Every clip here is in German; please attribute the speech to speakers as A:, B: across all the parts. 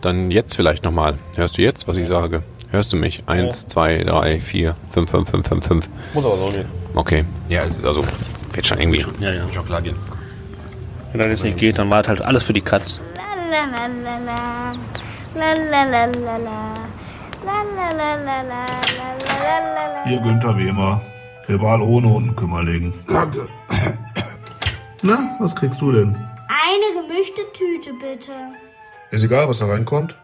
A: Dann jetzt vielleicht nochmal. Hörst du jetzt, was ich sage? Hörst du mich? Eins, zwei, drei, vier, fünf, fünf, fünf, fünf, fünf.
B: Muss aber so gehen.
A: Okay. Ja, es ist also wird schon irgendwie.
C: Ja, ja.
A: Schon klar gehen.
C: Wenn das jetzt nicht geht, dann war das halt alles für die Katz.
D: La la la la la la la la la la la la la la la la la la.
E: Ihr Günther wie immer. Rival ohne Unkümmerling. Danke. Na, was kriegst du denn?
D: Eine gemischte Tüte bitte.
E: Ist egal, was da reinkommt.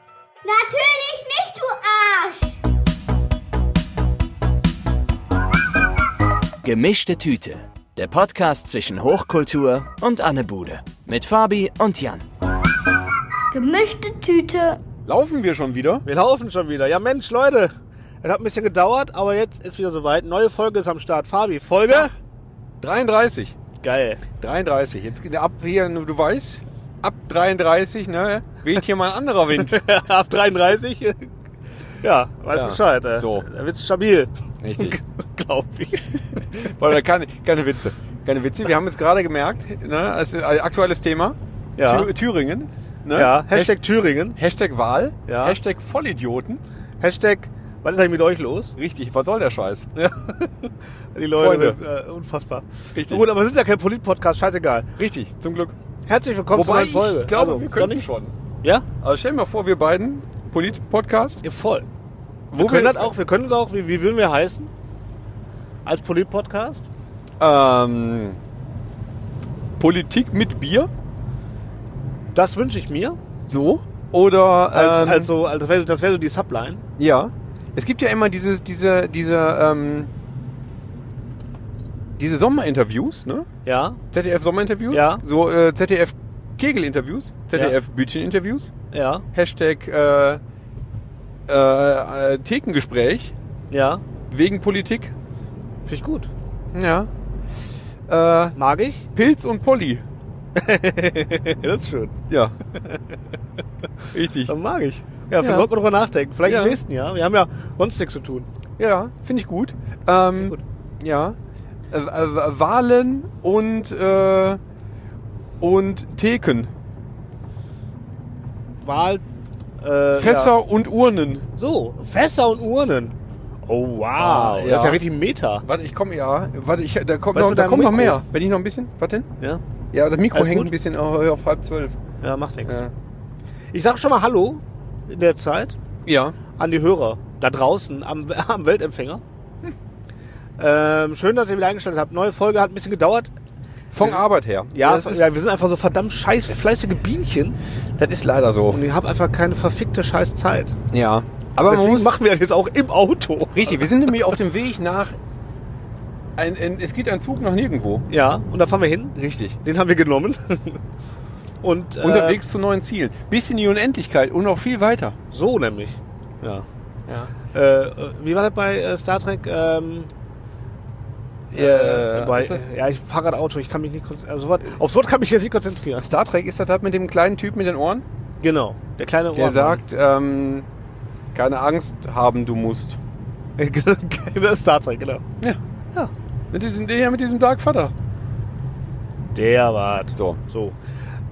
D: Natürlich nicht, du Arsch!
F: Gemischte Tüte. Der Podcast zwischen Hochkultur und Anne Bude. Mit Fabi und Jan.
D: Gemischte Tüte.
B: Laufen wir schon wieder?
C: Wir laufen schon wieder. Ja, Mensch, Leute. Es hat ein bisschen gedauert, aber jetzt ist wieder soweit. Neue Folge ist am Start. Fabi, Folge?
B: 33.
C: Geil.
B: 33. Jetzt geht ab hier, du weißt, ab 33, ne, weht hier mal ein anderer Wind.
C: Ab 33? Ja, weiß
B: Ja,
C: Bescheid. Äh.
B: so.
C: Da wird's stabil,
B: Richtig.
C: glaub ich.
B: Weil da keine, keine Witze. Keine Witze. Wir haben jetzt gerade gemerkt, ne, als als aktuelles Thema,
C: Ja.
B: Thü- Thüringen. Ne?
C: Ja, Hashtag Thüringen.
B: Hashtag Wahl,
C: Ja.
B: Hashtag Vollidioten.
C: Hashtag, was ist eigentlich mit euch los?
B: Richtig, was soll der Scheiß?
C: Die Leute
B: Freunde.
C: sind äh, unfassbar.
B: Richtig.
C: Gut, aber wir sind ja kein Polit-Podcast, scheißegal.
B: Richtig, zum Glück.
C: Herzlich willkommen
B: Wobei ich
C: zur neuen Folge.
B: glaube,
C: Also,
B: wir
C: doch
B: können
C: nicht.
B: schon.
C: Ja?
B: Also stell dir mal vor, wir beiden, Polit-Podcast,
C: ja? Voll.
B: wo
C: wir können das auch, wir können das auch, wie, wie würden wir heißen? Als Polit-Podcast?
B: Ähm, Politik mit Bier,
C: Das wünsche ich mir.
B: so, oder...
C: Als,
B: ähm,
C: als Halt- so, als, das wäre so, das wäre so die Subline.
B: Ja. Es gibt ja immer dieses, diese, diese, ähm, diese Sommerinterviews, ne?
C: Ja,
B: ZDF Sommerinterviews.
C: Ja.
B: So äh, ZDF Kegelinterviews, ZDF Bütcheninterviews,
C: ja,
B: Hashtag äh, äh, äh, Thekengespräch
C: ja.
B: wegen Politik.
C: Finde ich gut.
B: Ja. Äh,
C: Mag ich?
B: Pilz und Polly.
C: das ist schön.
B: Ja. Richtig.
C: Dann mag ich. Ja, vielleicht
B: Ja.
C: sollten wir drüber nachdenken. Vielleicht
B: Ja.
C: im nächsten Jahr. Wir haben ja sonst nichts zu tun.
B: Ja, finde ich gut. Ähm,
C: gut.
B: Ja. Äh, äh, Wahlen und, äh, und Theken.
C: Wahl. Äh,
B: Fässer und Urnen.
C: Ja. So, Fässer und Urnen. Oh, wow.
B: Ah,
C: Das ist ja
B: ja.
C: richtig Meta.
B: Warte, ich komme ja. Warte, ich, da kommt,
C: Was
B: noch,
C: mit
B: da
C: deinem
B: kommt noch
C: Mikro?
B: mehr. Wenn ich noch ein bisschen. Warte. denn?
C: Ja,
B: Ja, das Mikro
C: Alles
B: hängt
C: gut?
B: ein bisschen auf, auf halb zwölf.
C: ne? ja macht nichts.
B: Ja.
C: Ich sag schon mal Hallo in der Zeit
B: ja.
C: an die Hörer da draußen am, am Weltempfänger. Hm. Ähm, schön, dass ihr wieder eingestellt habt. Neue Folge hat ein bisschen gedauert.
B: Von
C: Das-
B: Arbeit her.
C: Ja,
B: das ist,
C: ja, wir sind einfach so verdammt scheiß fleißige Bienchen
B: das ist leider so.
C: und ich habe einfach keine verfickte scheiß Zeit.
B: Ja. Aber man
C: Deswegen
B: muss.
C: machen wir das jetzt auch im Auto.
B: Richtig, wir sind nämlich auf dem Weg nach. Ein, ein, es geht ein Zug nach nirgendwo.
C: Ja, und da fahren wir hin.
B: Richtig.
C: Den haben wir genommen. Und äh,
B: Unterwegs zu neuen Zielen. Bis in die Unendlichkeit und noch viel weiter.
C: So nämlich. Ja.
B: Ja.
C: Äh, äh, wie war das bei äh, Star Trek? Ähm,
B: Äh,
C: bei,
B: ist das-
C: ja, ich fahre gerade Auto, ich kann mich nicht konzentrieren. Also, sowas- auf sowas kann ich mich jetzt nicht konzentrieren.
B: Star Trek ist das das mit dem kleinen Typ mit den Ohren?
C: Genau. Der kleine
B: Der
C: Ohrmann.
B: sagt, ähm, keine Angst haben, du musst.
C: das ist Star Trek, genau.
B: Ja. Ja. Mit diesem, der mit diesem Dark Vater.
C: Der war
B: So.
C: So.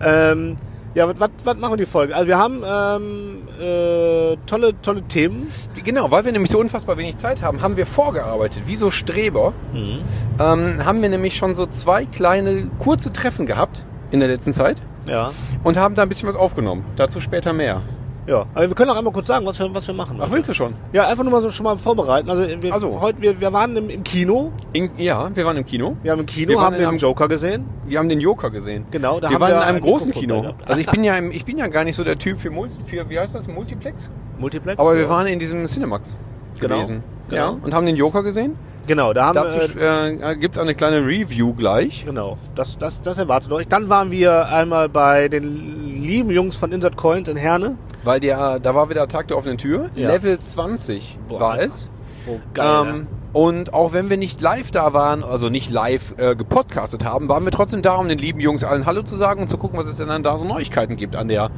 C: Ähm, ja, was machen wir die Folge? Also wir haben ähm, äh, tolle, tolle Themen.
B: Genau, weil wir nämlich so unfassbar wenig Zeit haben, haben wir vorgearbeitet. Wie so Streber
C: Mhm.
B: ähm, haben wir nämlich schon so zwei kleine kurze Treffen gehabt in der letzten Zeit
C: Ja.
B: und haben da ein bisschen was aufgenommen. Dazu später mehr.
C: Ja. Aber wir können auch einmal kurz sagen, was wir, was wir machen.
B: Ach, willst du schon?
C: Ja, einfach nur mal so schon mal vorbereiten. Also wir,
B: Ach so.
C: heute, wir, wir waren im, im Kino.
B: In, ja, wir waren im Kino.
C: Wir haben im Kino,
B: Wir waren
C: haben
B: in
C: den
B: einem-
C: Joker gesehen.
B: Wir haben den Joker gesehen.
C: Genau, da
B: wir
C: haben
B: waren
C: wir
B: in einem
C: ein
B: großen
C: Mikrofon
B: Kino.
C: gehabt.
B: Also ich bin ja, im- ich bin ja gar nicht so der Typ für, Multi, für wie heißt das, Multiplex?
C: Multiplex.
B: Aber wir
C: Ja.
B: waren in diesem Cinemax
C: Genau.
B: gewesen.
C: Genau.
B: Ja, und haben den Joker gesehen.
C: Genau, da haben
B: Dazu
C: wir... Äh,
B: äh, gibt es eine kleine Review gleich.
C: genau, das, das, das erwartet euch. Dann waren wir einmal bei den lieben Jungs von Insert Coins in Herne.
B: Weil der, da war wieder Tag der offenen Tür.
C: Ja.
B: Level 20
C: Boah,
B: war
C: Alter.
B: es.
C: Oh,
B: Ähm, und auch wenn wir nicht live da waren, also nicht live äh, gepodcastet haben, waren wir trotzdem da, um den lieben Jungs allen Hallo zu sagen und zu gucken, was es denn dann da so Neuigkeiten gibt an der,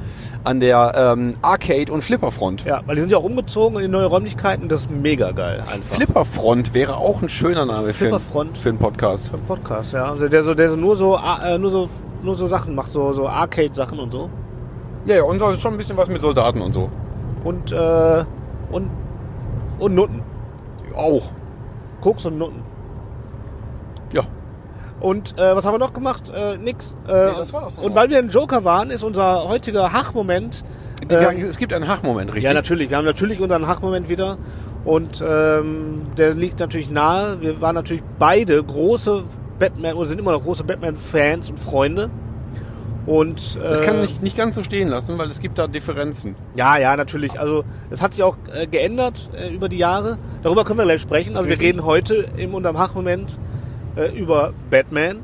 B: an der ähm, Arcade- und Flipperfront.
C: Ja, weil die sind ja auch umgezogen in die neue Räumlichkeiten. Das ist mega geil einfach.
B: Flipperfront wäre auch ein schöner Name für, einen-
C: Flipperfront.
B: für einen Podcast.
C: für einen Podcast, ja. Also der so, der so nur so, äh, nur so, nur so Sachen macht, so, so Arcade-Sachen und so.
B: Ja, ja, unser ist schon ein bisschen was mit Soldaten und so.
C: Und, äh, und, und Nutten.
B: Auch.
C: Koks und Nutten.
B: Ja.
C: Und äh, was haben wir noch gemacht? Äh, nix. Äh,
B: Nee, das war das
C: und
B: noch.
C: weil wir ein Joker waren, ist unser heutiger Hach-Moment.
B: Digga,
C: ähm,
B: es gibt einen Hachmoment, richtig?
C: ja, natürlich. Wir haben natürlich unseren Hach-Moment wieder. Und ähm, der liegt natürlich nahe. Wir waren natürlich beide große Batman oder sind immer noch große Batman-Fans und Freunde. Und äh,
B: Das kann ich nicht ganz so stehen lassen, weil es gibt da Differenzen.
C: Ja, ja, natürlich. Also es hat sich auch äh, geändert äh, über die Jahre. Darüber können wir gleich sprechen. Also wir reden heute in unserem Hachmoment äh, über Batman.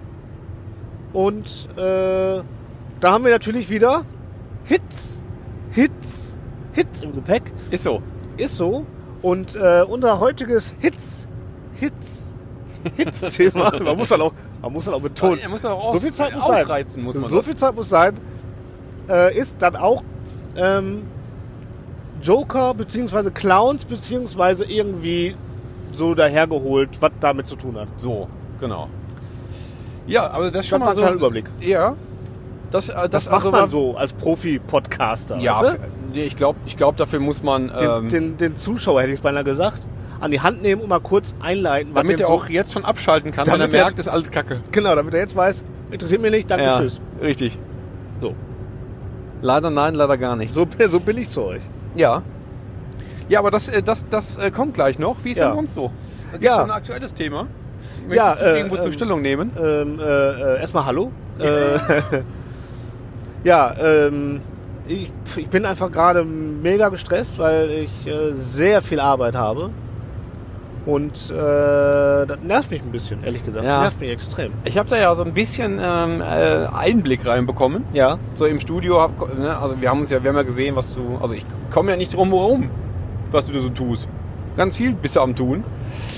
C: Und äh, da haben wir natürlich wieder Hits, Hits, Hits im Gepäck.
B: Ist so.
C: Ist so. Und äh, unser heutiges Hits, Hits, Hits-Thema. man muss dann auch, man muss dann auch betonen.
B: muss doch aus,
C: So viel Zeit muss
B: ausreizen,
C: sein.
B: muss man.
C: so viel Zeit muss sein. Äh, ist dann auch ähm, Joker beziehungsweise Clowns beziehungsweise irgendwie so dahergeholt, was damit zu tun hat.
B: So, genau. Ja, aber das ist
C: Das
B: schon
C: war
B: mal
C: ein
B: so.
C: kleiner Überblick.
B: Ja. Das, äh,
C: Das, macht
B: also
C: man
B: war-
C: so als Profi-Podcaster.
B: Ja,
C: weißt
B: f- nee, ich glaube, ich glaub, dafür muss man,
C: du? den,
B: ähm,
C: den, den Zuschauer hätte ich beinahe gesagt, an die Hand nehmen und mal kurz einleiten. was
B: damit
C: dem
B: er
C: so-
B: auch jetzt schon abschalten kann, wenn er
C: Damit er-
B: merkt, ist alles Kacke.
C: genau, damit er jetzt weiß, interessiert mich nicht, danke, tschüss.
B: richtig.
C: So.
B: Leider nein, leider gar nicht.
C: So, so billig zu euch.
B: Ja. Ja, aber das, äh, das, das äh, kommt gleich noch. Wie ist
C: Ja.
B: denn sonst so? Gibt
C: Ja.
B: es ein aktuelles Thema? Möchtest
C: Ja,
B: du
C: äh,
B: irgendwo zur
C: ähm,
B: Stellung nehmen?
C: Ähm, äh, äh, erstmal hallo. Äh, ja, ähm, ich, ich bin einfach gerade mega gestresst, weil ich äh, sehr viel Arbeit habe. Und äh, das nervt mich ein bisschen, ehrlich gesagt.
B: Ja.
C: Nervt mich extrem.
B: Ich habe da ja so ein bisschen ähm, äh, Einblick reinbekommen.
C: Ja.
B: So im Studio, hab, ne, also wir haben uns ja, wir haben ja gesehen, was du, also ich komme ja nicht drum herum, was du da so tust. Ganz viel bist du am Tun.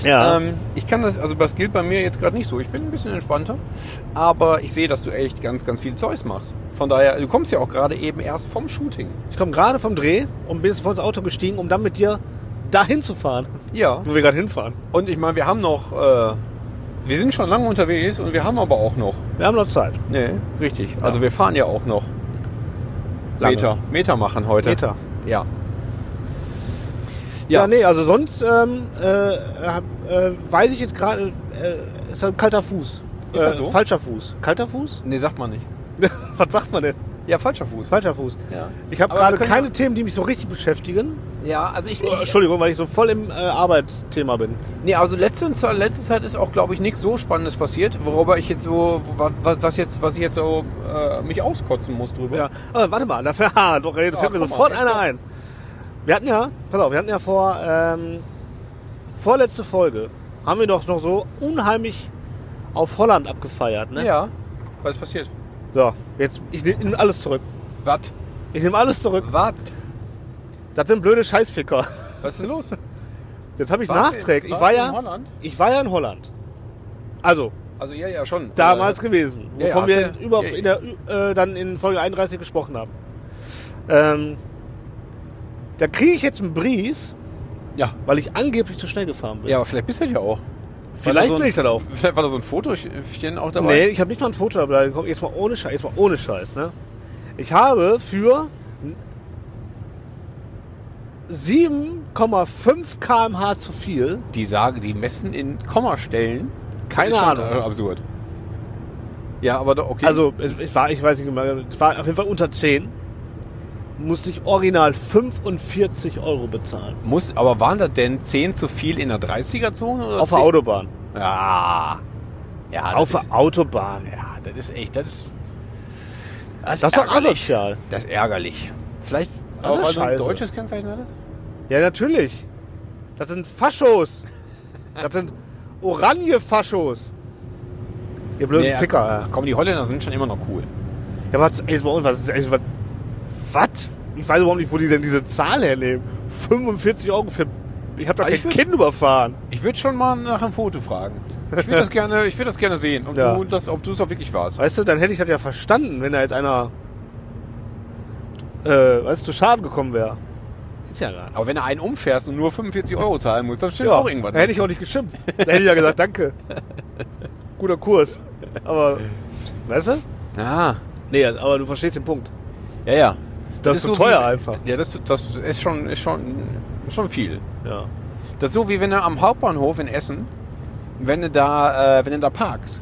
C: Ja.
B: Ähm, ich kann das, also das gilt bei mir jetzt gerade nicht so. Ich bin ein bisschen entspannter, aber ich sehe, dass du echt ganz, ganz viel Zeugs machst. Von daher, du kommst ja auch gerade eben erst vom Shooting.
C: ich komme gerade vom Dreh und bin jetzt vor ins Auto gestiegen, um dann mit dir dahin zu fahren,
B: Ja.
C: wo wir gerade hinfahren.
B: Und ich meine, wir haben noch, äh, wir sind schon lange unterwegs und wir haben aber auch noch.
C: Wir haben noch Zeit.
B: Nee, richtig. Also wir fahren ja auch noch.
C: Lange.
B: Meter. Meter machen heute.
C: Meter.
B: Ja.
C: Ja,
B: Ja.
C: nee, also sonst ähm, äh, hab, äh, weiß ich jetzt gerade, äh, ist halt ein kalter Fuß.
B: Ist das so?
C: Äh, falscher Fuß. Kalter Fuß?
B: Nee, sagt man nicht.
C: Was sagt man denn?
B: Ja, falscher Fuß.
C: Falscher Fuß.
B: Ja.
C: Ich habe
B: Aber
C: gerade
B: wir können
C: keine Themen, die mich so richtig beschäftigen.
B: Ja, also ich,
C: Äh,
B: ich
C: Entschuldigung, weil ich so voll im äh, Arbeitsthema bin.
B: nee, also letzte, Zeit- letzte Zeit ist auch, glaube ich, nichts so Spannendes passiert, worüber ich jetzt so, wa- wa- was jetzt, was ich jetzt so äh, mich auskotzen muss drüber.
C: Ja. Aber warte mal, dafür ha, doch, ey, da
B: Ja,
C: fällt mir
B: Ah, guck mal,
C: sofort
B: jetzt
C: einer
B: doch.
C: ein. Wir hatten ja, pass auf, wir hatten ja vor, ähm, vorletzte Folge, haben wir doch noch so unheimlich auf Holland abgefeiert, ne?
B: ja. Was ist passiert?
C: So, jetzt, ich nehme alles zurück.
B: Was?
C: Ich nehme alles zurück.
B: Was?
C: Das sind blöde Scheißficker.
B: Was ist denn los?
C: Jetzt habe ich
B: Warst du-
C: nachträglich. Ich
B: warst
C: war
B: du in
C: ja,
B: Holland?
C: ich war ja in Holland. Also,
B: Also ja, ja, schon.
C: damals
B: Äh,
C: gewesen.
B: ja, ja,
C: Wovon
B: hast
C: wir
B: du-
C: über,
B: ja,
C: in der, Ü- äh, dann in Folge 31 gesprochen haben. Ähm, da kriege ich jetzt einen Brief,
B: ja.
C: weil ich angeblich zu schnell gefahren bin.
B: Ja, aber vielleicht bist du ja auch.
C: Vielleicht bin ich
B: da
C: dann auch.
B: Vielleicht war da so ein Fotochen auch dabei.
C: Nee, ich habe nicht mal ein Foto dabei. Komm, Jetzt mal ohne Scheiß, jetzt mal ohne Scheiß, ne? Ich habe für 7,5 km/h zu viel
B: Die sagen, die messen in Kommastellen.
C: Keine
B: Ist schon,
C: Ahnung.
B: äh, absurd. Ja, aber doch, okay.
C: Also, es- ich war, ich weiß nicht mehr, es war auf jeden Fall unter 10. Musste ich original 45 Euro bezahlen.
B: muss, aber waren da denn 10 zu viel in der 30er-Zone? oder
C: Auf der
B: 10?
C: Autobahn.
B: Ja. Ja,
C: Auf
B: Ah, das ist,
C: der Autobahn.
B: ja, das ist echt, das ist. Das
C: Das ist doch
B: ärgerlich.
C: asozial.
B: Das ist ärgerlich. Vielleicht,
C: Das ist
B: aber weil du ein
C: scheiße.
B: deutsches Kennzeichen hattest?
C: Ja, natürlich. Das sind Faschos. Das sind Oranje-Faschos. Ihr blöden
B: Nee,
C: Ficker.
B: Komm, die Holländer sind schon immer noch cool.
C: Ja, ja was, ey, jetzt mal, was, ey, was, was? Ich weiß überhaupt nicht, wo die denn diese Zahl hernehmen. 45 Euro für. Ich habe doch
B: Aber
C: kein
B: ich würd-
C: Kind überfahren.
B: Ich würde schon mal nach einem Foto fragen. Ich würde das gerne, ich würde das gerne sehen, ob
C: Ja.
B: du das, ob du es auch wirklich warst.
C: Weißt du, dann hätte ich das ja verstanden, wenn da jetzt einer, äh, weißt du, zu Schaden gekommen wäre. Ist ja gar nicht.
B: Aber wenn du einen umfährst und nur 45 Euro zahlen musst, dann stimmt
C: Ja,
B: auch irgendwas.
C: da hätte ich auch nicht geschimpft. Da hätte ich ja gesagt, danke. Guter Kurs. Aber, weißt du?
B: Ah,
C: Nee, aber du verstehst den Punkt.
B: ja, ja.
C: Das ist so
B: wie-
C: teuer einfach.
B: Ja, das, das ist schon, ist schon, schon viel.
C: Ja.
B: Das ist so wie wenn du am Hauptbahnhof in Essen, wenn du da, äh, wenn du da parkst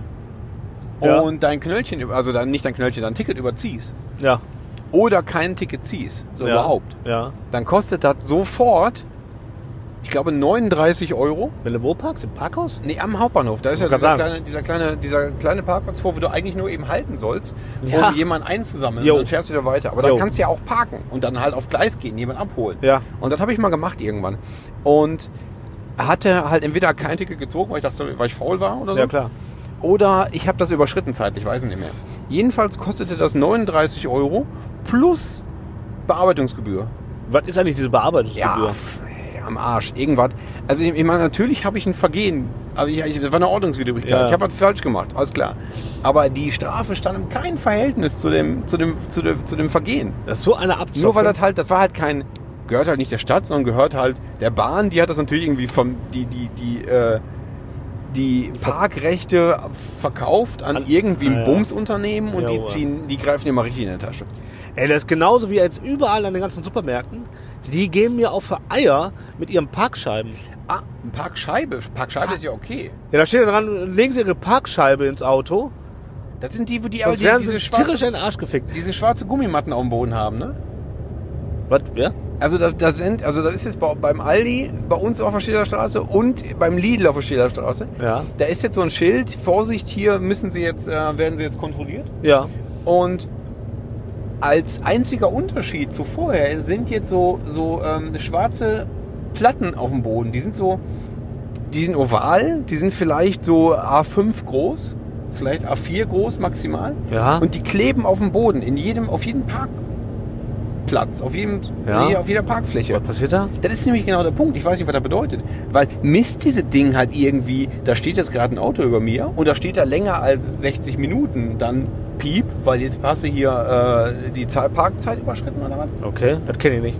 C: Ja.
B: und dein Knöllchen, über- also dann nicht dein Knöllchen, dein Ticket überziehst
C: Ja.
B: oder kein Ticket ziehst, so
C: ja.
B: überhaupt,
C: Ja.
B: dann kostet das sofort, ich glaube, 39 Euro.
C: Wenn du wo parkst? Im Parkhaus?
B: Nee, am Hauptbahnhof. Da ist ja
C: Wollte
B: dieser
C: gerade
B: kleine, dieser, kleine, dieser kleine Parkplatz vor, wo du eigentlich nur eben halten sollst,
C: Ja.
B: um jemanden einzusammeln.
C: Jo.
B: Und dann fährst du wieder weiter. Aber dann
C: Jo.
B: kannst du ja auch parken und dann halt auf Gleis gehen, jemanden abholen.
C: Ja.
B: Und das habe ich mal gemacht irgendwann. Und hatte halt entweder kein Ticket gezogen, weil ich dachte, weil ich faul war oder so.
C: Ja, klar.
B: Oder ich habe das überschritten zeitlich, weiß ich nicht mehr. Jedenfalls kostete das 39 Euro plus Bearbeitungsgebühr.
C: Was ist eigentlich diese Bearbeitungsgebühr?
B: Ja, pf, ey, am Arsch, irgendwas. Also ich, ich meine, natürlich habe ich ein Vergehen. Aber ich, ich, das war eine Ordnungswidrigkeit.
C: Ja.
B: Ich habe was falsch gemacht, alles klar. Aber die Strafe stand in keinem Verhältnis zu dem, zu dem, zu dem, zu dem Vergehen.
C: Das ist so ne? eine Abzocke.
B: Nur weil das halt, das war halt kein, gehört halt nicht der Stadt, sondern gehört halt der Bahn. Die hat das natürlich irgendwie vom, die, die, die, äh, die Parkrechte verkauft an,
C: An-
B: irgendwie ein
C: Ah, ja.
B: Bumsunternehmen und die
C: Jawohl.
B: ziehen, die greifen dir mal richtig in die Tasche.
C: Ey, das ist genauso wie jetzt überall an den ganzen Supermärkten. Die geben mir auch für Eier mit ihren Parkscheiben.
B: Ah, ein Parkscheibe.
C: Ah.
B: Parkscheibe ist ja okay.
C: Ja, da steht ja dran, legen Sie Ihre Parkscheibe ins Auto,
B: Das sind die, wo die aber
C: sonst
B: die,
C: werden
B: diese
C: Sie tierisch
B: schwarze,
C: in den Arsch gefickt.
B: diese schwarze Gummimatten auf dem Boden haben, ne?
C: Was, wer?
B: Also das, das sind, also das ist jetzt bei, beim Aldi, bei uns auf der Städter Straße und beim Lidl auf der Städter Straße.
C: Ja.
B: Da ist jetzt so ein Schild, Vorsicht, hier müssen sie jetzt, äh, werden sie jetzt kontrolliert.
C: Ja.
B: Und als einziger Unterschied zu vorher sind jetzt so, so ähm, schwarze Platten auf dem Boden. Die sind so, die sind oval, die sind vielleicht so A5 groß, vielleicht A4 groß maximal.
C: Ja.
B: Und die kleben auf dem Boden, in jedem, auf jedem Parkplatz, auf, jedem,
C: Ja.
B: nee, auf jeder Parkfläche.
C: Was passiert da?
B: Das ist nämlich genau der Punkt. Ich weiß nicht, was das bedeutet. Weil misst diese Ding halt irgendwie, da steht jetzt gerade ein Auto über mir und da steht da länger als 60 Minuten. Dann piep, weil jetzt passe hier äh, die Zeit- Parkzeit überschritten oder was?
C: Okay, das kenne ich nicht.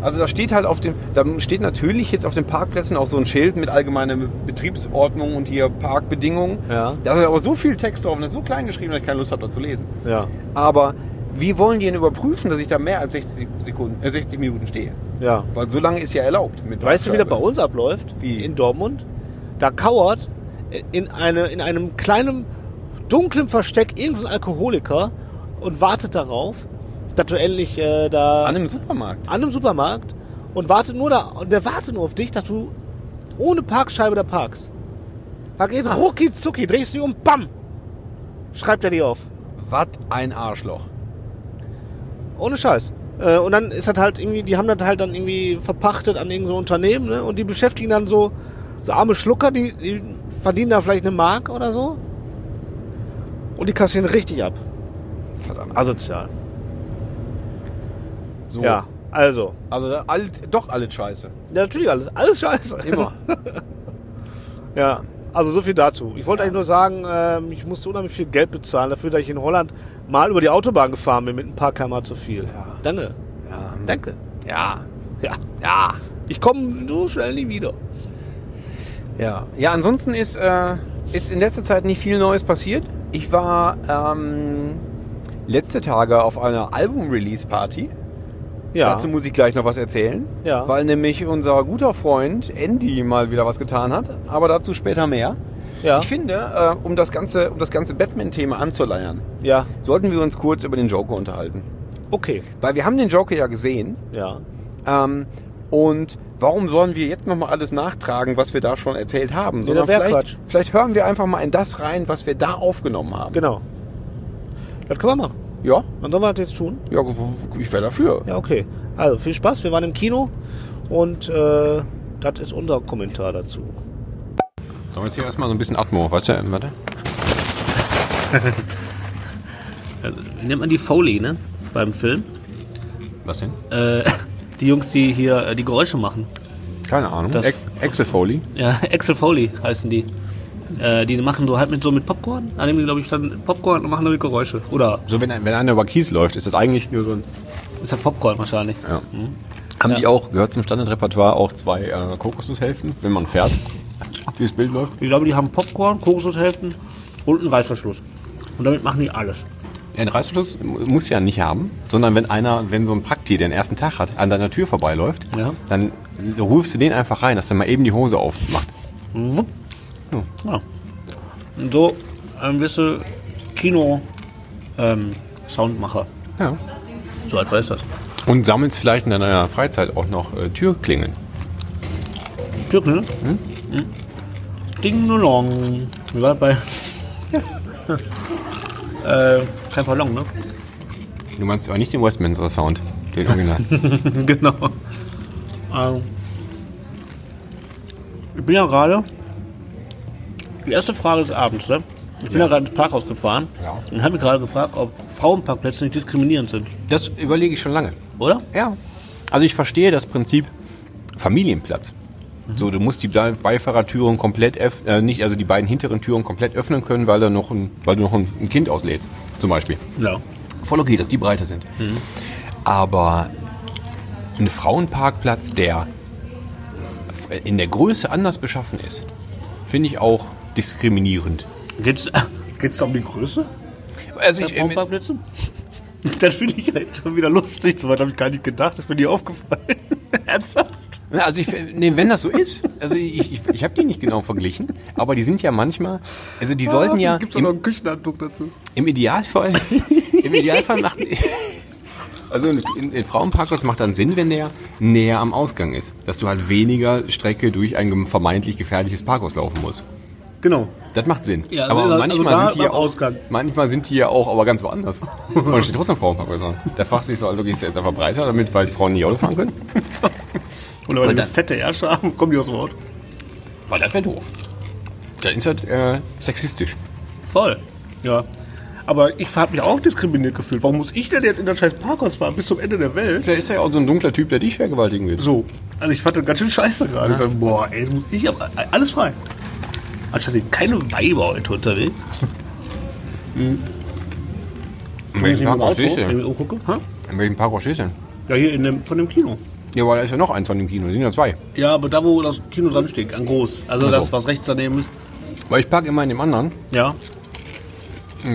B: Also da steht halt auf dem, da steht natürlich jetzt auf den Parkplätzen auch so ein Schild mit allgemeiner Betriebsordnung und hier Parkbedingungen.
C: Ja.
B: Da ist aber so viel Text drauf und das ist so klein geschrieben, dass ich keine Lust habe, da zu lesen.
C: Ja.
B: Aber wie wollen die denn überprüfen, dass ich da mehr als 60, Sekunden, äh, 60 Minuten stehe?
C: Ja.
B: Weil so lange ist ja erlaubt. Mit
C: Weißt du, wie das bei
B: Parkscheibe.
C: uns abläuft?
B: Wie?
C: In Dortmund? Da kauert in, eine, in einem kleinen, dunklen Versteck irgendein Alkoholiker und wartet darauf, dass du endlich äh, da
B: An einem Supermarkt.
C: an einem Supermarkt und wartet nur da, und der wartet nur auf dich, dass du ohne Parkscheibe da parkst. Da geht rucki zucki, drehst dich um, bam! Schreibt er dir auf.
B: Was ein Arschloch.
C: Ohne Scheiß. Äh, Und dann ist das halt irgendwie, die haben das halt dann irgendwie verpachtet an irgendein so Unternehmen, ne? Und die beschäftigen dann so, so arme Schlucker, die, die verdienen da vielleicht eine Mark oder so. Und die kassieren richtig ab.
B: Verdammt.
C: Asozial.
B: So.
C: Ja, also.
B: Also da- alt, doch alles scheiße.
C: Ja, natürlich alles. Alles scheiße.
B: Immer.
C: Ja, also so viel dazu. Ich wollte eigentlich nur sagen, ähm, ich musste unheimlich viel Geld bezahlen dafür, dass ich in Holland mal über die Autobahn gefahren bin mit ein paar km zu viel.
B: Ja.
C: Danke.
B: ja.
C: Danke.
B: Ja.
C: Ja.
B: Ja.
C: Ich komme so schnell nie wieder.
B: Ja. Ja, ansonsten ist, äh, ist in letzter Zeit nicht viel Neues passiert. Ich war ähm, letzte Tage auf einer Album-Release-Party.
C: Ja.
B: Dazu muss ich gleich noch was erzählen.
C: Ja.
B: Weil nämlich unser guter Freund Andy mal wieder was getan hat. Aber dazu später mehr.
C: ja.
B: Ich finde, äh, um das ganze, um das ganze Batman-Thema anzuleiern,
C: ja.
B: sollten wir uns kurz über den Joker unterhalten.
C: Okay.
B: Weil wir haben den Joker ja gesehen.
C: Ja.
B: Ähm, und warum sollen wir jetzt nochmal alles nachtragen, was wir da schon erzählt haben? Sondern
C: das wär
B: vielleicht,
C: Quatsch.
B: vielleicht hören wir einfach mal in das rein, was wir da aufgenommen haben.
C: Genau. Das können wir machen.
B: Ja,
C: Wann sollen wir das jetzt tun?
B: ja, w- w- ich wäre dafür.
C: Ja, okay. Also viel Spaß. Wir waren im Kino und äh, das ist unser Kommentar dazu.
A: Sollen wir jetzt hier erstmal so ein bisschen Atmo, weißt du, warte.
G: Nennt man die Foley, ne? Beim Film.
A: Was denn?
G: Äh, die Jungs, die hier äh, die Geräusche machen.
A: Keine Ahnung.
G: Das-
A: Ex Excel Foley.
G: Ja, Axel Foley heißen die. Äh, die machen so halt mit so mit Popcorn. Da nehmen die, glaube ich, dann Popcorn und machen damit Geräusche. Oder
A: So, wenn, ein- wenn einer über Kies läuft, ist das eigentlich nur so ein...
G: ist ja Popcorn wahrscheinlich.
A: Ja. Haben die auch, gehört zum Standardrepertoire, auch zwei äh, Kokosnusshälften, wenn man fährt, durchs Bild läuft?
G: Ich glaube, die haben Popcorn, Kokosnushälften und einen Reißverschluss. Und damit machen die alles.
A: einen Reißverschluss muss ja nicht haben, sondern wenn einer, wenn so ein Prakti den ersten Tag hat, an deiner Tür vorbeiläuft,
G: Ja.
A: dann rufst du den einfach rein, dass der mal eben die Hose aufmacht.
G: Wupp. Ja. Und so ähm, ein bisschen Kino-Soundmacher.
A: Ja.
G: ähm, so einfach ist das.
A: Und sammelst vielleicht in deiner Freizeit auch noch äh, Türklingeln.
G: Türken, ne?
A: Hm?
G: Mhm. Ding Nolong. Wie war das bei. äh, kein Ballon, ne?
A: Du meinst aber nicht den Westminster Sound, den Original.
G: genau. Ähm, ich bin ja gerade. Die erste Frage des Abends, ne? Ich bin ja, gerade ins Parkhaus gefahren
A: Ja.
G: und habe mich gerade gefragt, ob Frauenparkplätze nicht diskriminierend sind,
A: das überlege ich schon lange.
G: oder?
A: Ja. Also ich verstehe das Prinzip Familienplatz. So, du musst die Be- Beifahrertüren komplett öff- äh, nicht, also die beiden hinteren Türen komplett öffnen können, weil, da noch ein, weil du noch ein, ein Kind auslädst, zum Beispiel.
G: Ja.
A: Voll okay, dass die breiter sind. Aber ein Frauenparkplatz, der f- in der Größe anders beschaffen ist, finde ich auch diskriminierend.
G: Geht's, geht's um die Größe
A: Also
G: der
A: ich,
G: Frauenparkplätze? Das finde ich halt schon wieder lustig, soweit habe ich gar nicht gedacht, das ist mir nie aufgefallen. Ernsthaft?
A: Na, Also ich, nee, wenn das so ist, also ich, ich, ich habe die nicht genau verglichen, aber die sind ja manchmal, also die sollten ja
G: Ah, Gibt's auch noch
A: im,
G: einen Küchenhandtuch dazu?
A: im Idealfall, im Idealfall machen, also ein, ein, ein Frauenparkplatz macht dann Sinn, wenn der näher am Ausgang ist, dass du halt weniger Strecke durch ein vermeintlich gefährliches Parkhaus laufen musst.
G: Genau.
A: Das macht Sinn.
G: Ja,
A: aber
G: also da-
A: manchmal
G: also da
A: sind die ja
G: am
A: auch,
G: Ausgang.
A: manchmal sind die ja auch, aber ganz woanders. Und da steht trotzdem Frauenparkplatz an. Da fragst du dich so, also gehst du jetzt einfach breiter, damit weil die Frauen nicht Auto fahren können?
G: Oder weil die eine fette Ärsche haben, kommen die aus dem Ort.
A: Weil das wäre doof. Dann ist das äh, sexistisch.
G: Voll. Ja. Aber ich habe mich auch diskriminiert gefühlt. Warum muss ich denn jetzt in das scheiß Parkhaus fahren bis zum Ende der Welt?
A: Vielleicht ist er ja auch so ein dunkler Typ, der dich vergewaltigen will.
G: So. Also ich fand das ganz schön scheiße gerade. Ich dachte, Boah, ey, jetzt muss ich aber alles frei. Anstatt sind keine Weiber heute unterwegs. Hm.
A: In
G: Wenn oh, ich
A: welchem
G: im
A: Parkhaus
G: Auto
A: stehst du denn?
G: gucke. Ha?
A: In welchem Parkhaus stehst du denn?
G: Ja, hier in dem, von dem Kino.
A: Ja, weil da ist ja noch eins von dem Kino. Da sind ja zwei.
G: Ja, aber da, wo das Kino dran steht, an groß. Also
A: Ach so.
G: das, was rechts daneben ist.
A: Weil ich parke immer in dem anderen.
G: Ja.